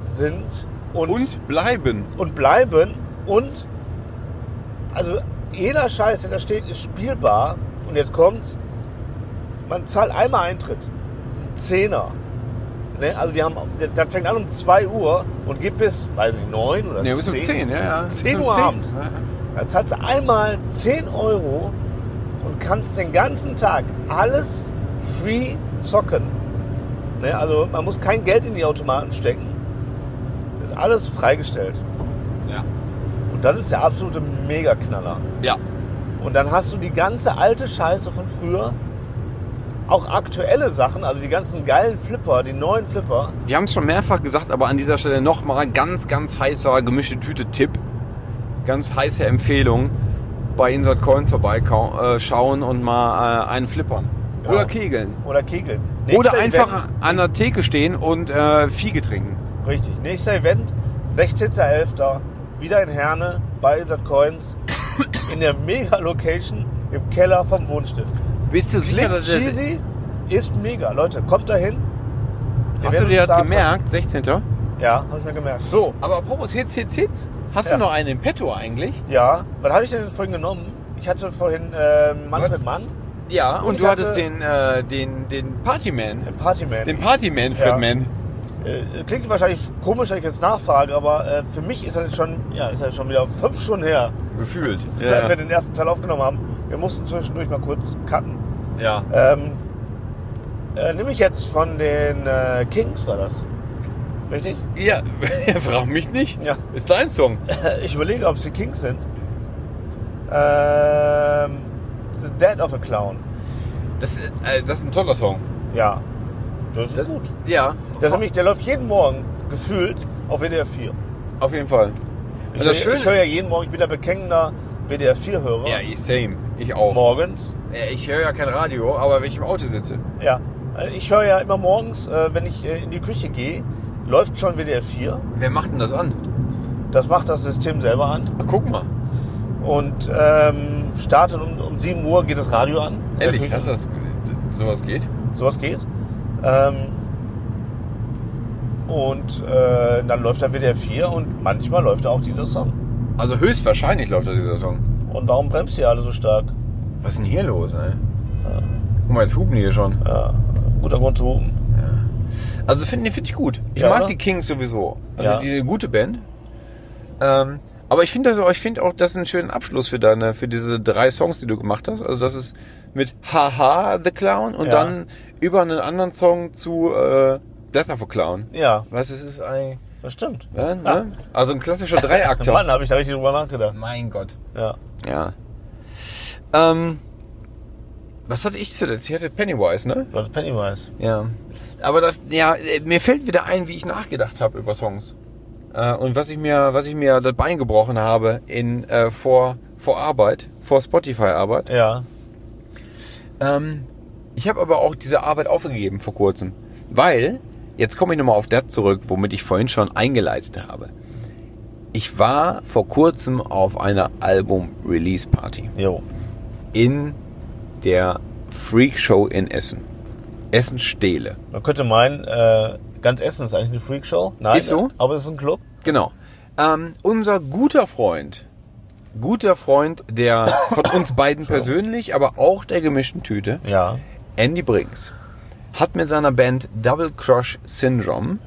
E: sind und,
A: bleiben.
E: und bleiben und also jeder Scheiß, der da steht, ist spielbar und jetzt kommt's, man zahlt einmal Eintritt, Ein Zehner. Ne? Also die haben, das fängt an um 2 Uhr und geht bis, weiß nicht, 9 oder
A: Ne, bis um
E: 10,
A: 10, ja, ja. Bis
E: 10
A: um
E: Uhr
A: 10.
E: abends. Dann zahlst du einmal 10 Euro und kannst den ganzen Tag alles free zocken. Ne? Also man muss kein Geld in die Automaten stecken. Ist alles freigestellt.
J: Ja.
E: Und das ist der absolute Megaknaller.
J: Ja.
E: Und dann hast du die ganze alte Scheiße von früher, auch aktuelle Sachen, also die ganzen geilen Flipper, die neuen Flipper.
A: Wir haben es schon mehrfach gesagt, aber an dieser Stelle nochmal ganz, ganz heißer gemischte Tüte-Tipp. Ganz heiße Empfehlung. Bei Insert Coins vorbeischauen und mal äh, einen flippern. Oder kegeln.
E: Genau. Oder Kegeln.
A: Oder
E: Nächster
A: einfach
E: Event.
A: an der Theke stehen und äh, Fiege trinken.
E: Richtig. Nächster Event, 16.11. Wieder in Herne bei Insert Coins in der Mega-Location im Keller vom Wohnstift.
A: Bist du sicher,
E: Click
A: dass das-
E: Cheesy ist mega. Leute, kommt da hin. Wir
A: Hast du
E: werden
A: dir
E: uns
A: das
E: da
A: gemerkt? 16.
E: treffen. Ja, habe ich mir gemerkt. So.
A: Aber apropos Hits, Hits, Hits. Hast
E: Ja.
A: du noch einen im Petto eigentlich?
E: Ja, was habe ich denn vorhin genommen?
C: Ich hatte vorhin äh, Mann mit Mann.
A: Ja, und,
C: ich
A: du
C: hatte-
A: hattest den, äh, den, den Partyman. Den
C: Partyman.
A: Den Partyman, Fredman.
C: Äh, klingt wahrscheinlich komisch, wenn ich jetzt nachfrage, aber äh, für mich ist das jetzt schon, ja, ist das schon wieder fünf Stunden her,
A: Gefühlt.
C: dass
A: Ja.
C: wir den ersten Teil aufgenommen haben. Wir mussten zwischendurch mal kurz cutten.
A: ja.
C: Ähm, äh, nehme ich jetzt von den äh, Kings, war das? Richtig?
A: Ja, frag mich nicht.
C: Ja.
A: Ist dein Song.
C: Ich überlege, ob sie Kings sind. Ähm, The Dead of a Clown.
A: Das, äh, das ist ein toller Song.
C: Ja. Das ist gut.
A: Ja.
C: Das nämlich, der läuft jeden Morgen gefühlt auf WDR 4.
A: Auf jeden Fall.
C: Ich,
A: Und Also
C: höre-
A: das Schöne-
C: ich höre ja jeden Morgen, ich bin ja bekennender WDR 4-Hörer.
A: Ja, same. Ich auch.
C: Morgens.
A: Äh, Ich höre ja kein Radio, aber wenn ich im Auto sitze.
C: Ja. Also Ich höre ja immer morgens, äh, wenn ich äh, in die Küche gehe, läuft schon WDR 4.
A: Wer macht denn das an?
C: Das macht das System selber an.
A: guck mal.
C: Und ähm, startet um, um 7 Uhr geht das Radio an.
A: Ehrlich, hast du das, sowas geht?
C: Sowas geht. Ähm, und äh, dann läuft da WDR 4 und manchmal läuft da auch dieser Song.
A: Also höchstwahrscheinlich läuft da dieser Song.
C: Und warum bremst ihr alle so stark?
A: Was ist denn hier los, ey? Guck mal, jetzt hupen die hier schon.
C: Ja, guter Grund zu hupen.
A: Also finde find ich gut. Ich
C: Ja,
A: mag
C: oder?
A: die Kings sowieso. Also
C: Ja.
A: die eine gute Band. Ähm, aber ich finde das, auch- ich finde auch, das ist einen schönen Abschluss für deine, für diese drei Songs, die du gemacht hast. Also das ist mit Haha the Clown und
C: Ja.
A: dann über einen anderen Song zu äh, Death of a Clown.
C: Ja.
A: Was es ist ein.
C: Das stimmt.
A: Ja, ne? Also ein klassischer Dreiakter.
C: Mann, habe ich da richtig drüber nachgedacht.
A: Mein Gott.
C: Ja.
A: Ja. Ähm, was hatte ich zuletzt? Ich hatte Pennywise, ne?
C: Du hattest Pennywise.
A: Ja. Aber das, ja, äh, mir fällt wieder ein, wie ich nachgedacht habe über Songs. Äh, und was ich mir, was ich mir das Bein gebrochen habe in äh, vor, vor Arbeit, vor Spotify-Arbeit.
C: Ja.
A: Ähm, ich habe aber auch diese Arbeit aufgegeben vor kurzem. Weil, jetzt komme ich nochmal auf das zurück, womit ich vorhin schon eingeleitet habe. Ich war vor kurzem auf einer Album-Release-Party.
C: Jo.
A: In der Freak Show in Essen. Essen Stehle.
C: Man könnte meinen, äh, ganz Essen ist eigentlich eine Freakshow. Nein,
A: Ist so?
C: aber es ist ein Club.
A: Genau. Ähm, unser guter Freund, guter Freund der von uns beiden persönlich, aber auch der gemischten Tüte,
C: ja.
A: Andy Briggs, hat mit seiner Band Double Crush Syndrome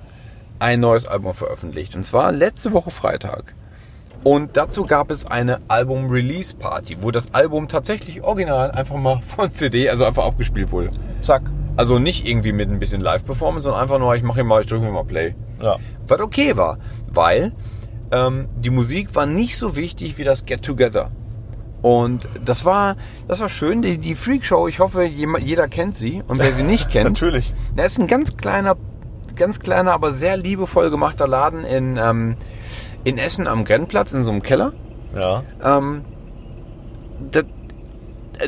A: ein neues Album veröffentlicht. Und zwar letzte Woche Freitag. Und dazu gab es eine Album-Release-Party, wo das Album tatsächlich original einfach mal von CD, also einfach abgespielt wurde.
C: Zack.
A: Also nicht irgendwie mit ein bisschen Live-Performance, sondern einfach nur, ich mache hier mal, ich drücke mir mal Play.
C: Ja.
A: Was okay war, weil ähm, die Musik war nicht so wichtig wie das Get Together. Und das war, das war schön. Die, die Freak Show, ich hoffe, jema- jeder kennt sie. Und wer sie nicht kennt,
C: natürlich.
A: Na, ist ein ganz kleiner, ganz kleiner, aber sehr liebevoll gemachter Laden in, ähm, in Essen am Grenzplatz in so einem Keller.
C: Ja.
A: Ähm, da,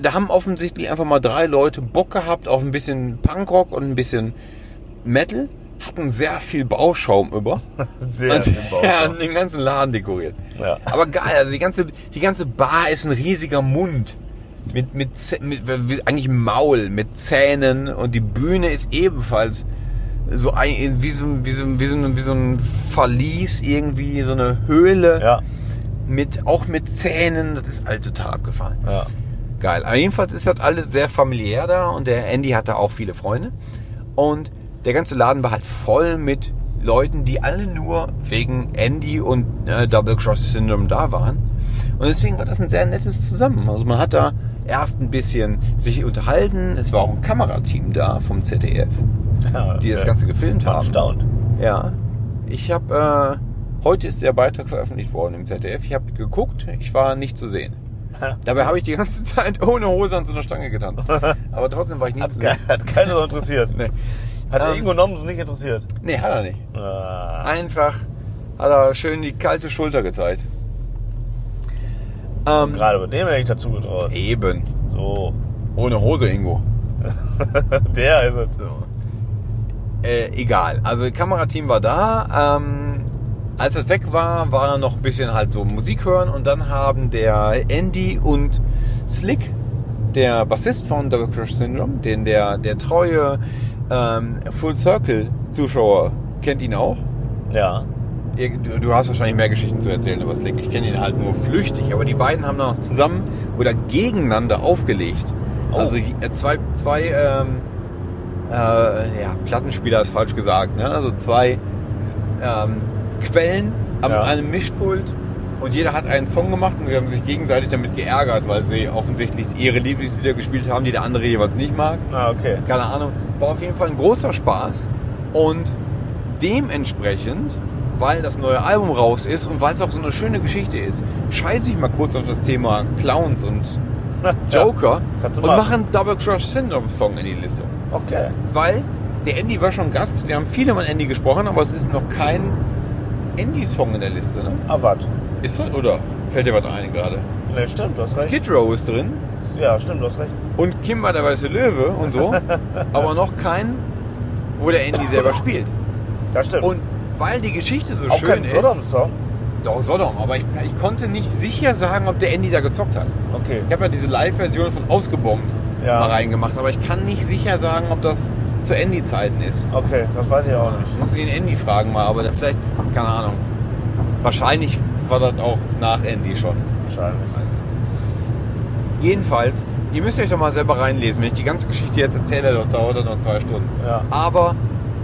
A: da haben offensichtlich einfach mal drei Leute Bock gehabt auf ein bisschen Punkrock und ein bisschen Metal, hatten sehr viel Bauschaum über.
C: Sehr
A: und
C: viel Bauschaum.
A: Ja, und den ganzen Laden dekoriert.
C: Ja.
A: Aber geil, also die ganze, die ganze Bar ist ein riesiger Mund. Mit, mit, Zä- mit, mit eigentlich Maul, mit Zähnen und die Bühne ist ebenfalls so ein, wie so, ein- wie so, ein- wie so, ein- wie so ein Verlies irgendwie, so eine Höhle. Mit, auch mit Zähnen, das ist all total abgefahren.
C: Ja.
A: Geil. Aber jedenfalls ist das alles sehr familiär da und der Andy hat da auch viele Freunde. Und der ganze Laden war halt voll mit Leuten, die alle nur wegen Andy und äh, Double Cross Syndrome da waren. Und deswegen war das ein sehr nettes Zusammen. Also man hat da erst ein bisschen sich unterhalten. Es war auch ein Kamerateam da vom ZDF, die das Ganze gefilmt haben.
C: Erstaunt.
A: Ja. Ich habe äh, heute ist der Beitrag veröffentlicht worden im ZDF. Ich habe geguckt, ich war nicht zu sehen. Dabei habe ich die ganze Zeit ohne Hose an so einer Stange getanzt. Aber trotzdem war ich nicht zu sehen.
C: Hat keiner so interessiert.
A: nee.
C: Hat
A: Ähm,
C: er Ingo Nomsen nicht interessiert?
A: Nee, hat er nicht.
C: Ah.
A: Einfach hat er schön die kalte Schulter gezeigt. Ähm,
C: Gerade bei dem hätte ich dazu getraut. Oh.
A: Eben.
C: So.
A: Ohne Hose, Ingo.
C: Der ist es.
A: Äh, egal. Also das Kamerateam war da. Ähm, als das weg war, war noch ein bisschen halt so Musik hören und dann haben der Andy und Slick, der Bassist von Double Crush Syndrome, den der, der treue ähm, Full Circle Zuschauer kennt ihn auch.
C: Ja.
A: ihr, du, du hast wahrscheinlich mehr Geschichten zu erzählen über Slick. Ich kenne ihn halt nur flüchtig, aber die beiden haben dann noch zusammen oder gegeneinander aufgelegt. Also äh, zwei, zwei ähm, äh, ja, Plattenspieler ist falsch gesagt, ne? also zwei ähm, Quellen an einem Mischpult und jeder hat einen Song gemacht und sie haben sich gegenseitig damit geärgert, weil sie offensichtlich ihre Lieblingslieder gespielt haben, die der andere jeweils nicht mag.
G: Ah, okay.
A: Keine Ahnung. War auf jeden Fall ein großer Spaß und dementsprechend, weil das neue Album raus ist und weil es auch so eine schöne Geschichte ist, scheiße ich mal kurz auf das Thema Clowns und Joker
G: kannst du
A: und
G: machen.
A: mache einen Double Crush Syndrome Song in die Liste.
G: Okay.
A: Weil der Andy war schon Gast, wir haben viel über Andy gesprochen, aber es ist noch kein Andy-Song in der Liste. Ne?
C: Ah, was?
A: Ist das, oder? Fällt dir was ein gerade?
C: Ne, stimmt, du hast recht.
A: Skid Row ist drin
C: Ja, stimmt, du hast recht.
A: und Kimba der Weiße Löwe und so, aber noch kein, wo der Andy selber spielt.
C: Das stimmt.
A: Und weil die Geschichte so
G: Auch
A: schön
G: kein
A: ist.
G: Sodom-Song.
A: Doch, Sodom, aber ich, ich konnte nicht sicher sagen, ob der Andy da gezockt hat.
G: Okay.
A: Ich habe ja diese Live-Version von Ausgebombt
G: Ja.
A: mal reingemacht, aber ich kann nicht sicher sagen, ob das zu Andy-Zeiten ist.
C: Okay, das weiß ich auch
A: nicht. Muss ich den Andy fragen mal, aber der vielleicht, keine Ahnung. Wahrscheinlich war das auch nach Andy schon.
C: Wahrscheinlich.
A: Jedenfalls, ihr müsst euch doch mal selber reinlesen. Wenn ich die ganze Geschichte jetzt erzähle, dann dauert das noch zwei Stunden. Aber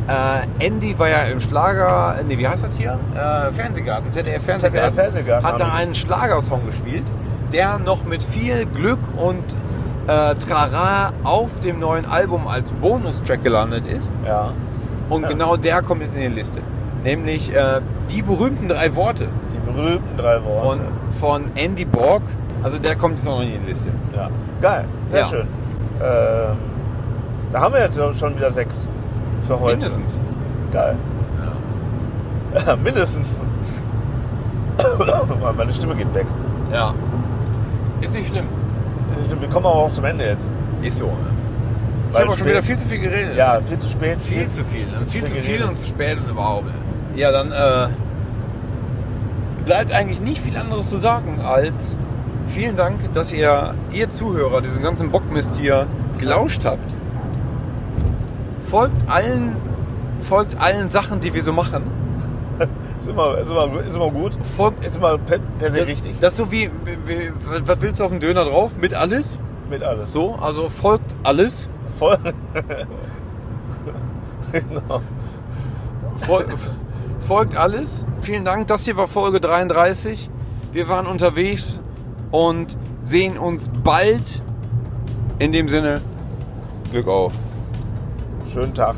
A: äh, Andy war ja im Schlager, nee, wie heißt das hier? Äh, Fernsehgarten, ZDF Fernsehgarten.
C: ZDF Fernsehgarten,
A: Hat da
C: haben wir.
A: einen Schlagersong gespielt, der noch mit viel Glück und äh, Trara auf dem neuen Album als Bonustrack gelandet ist.
C: Ja.
A: Und genau der kommt jetzt in die Liste. Nämlich äh, die berühmten drei Worte.
C: Die berühmten drei Worte.
A: Von, von Andy Borg. Also der kommt jetzt noch in die Liste.
C: Ja. Geil, sehr
A: Ja.
C: schön. Ähm, da haben wir jetzt schon wieder sechs für heute.
A: Mindestens.
C: Geil. Ja. Mindestens. Oh, Meine Stimme geht weg.
A: Ja. Ist nicht schlimm.
C: Wir kommen aber auch zum Ende jetzt.
A: Ist so. Ich
C: ne? Weil
A: habe auch schon
C: spät-
A: wieder viel zu viel geredet.
C: Ja, viel zu spät.
A: Viel zu viel. ne? Viel zu viel
C: geredet.
A: und zu spät und überhaupt. Ja, dann äh, bleibt eigentlich nicht viel anderes zu sagen als vielen Dank, dass ihr, ihr Zuhörer, diesen ganzen Bockmist hier gelauscht habt. Folgt allen, folgt allen Sachen, die wir so machen.
C: Ist immer, ist immer, ist immer gut.
A: Folgt,
C: ist immer per, per se
A: das,
C: richtig.
A: Das so wie, wie, was willst du auf dem Döner drauf? Mit alles?
C: Mit alles.
A: So, also folgt alles.
C: Voll. genau.
A: Fol folgt alles. Vielen Dank. Das hier war Folge 33. Wir waren unterwegs und sehen uns bald. In dem Sinne, Glück auf.
C: Schönen Tag.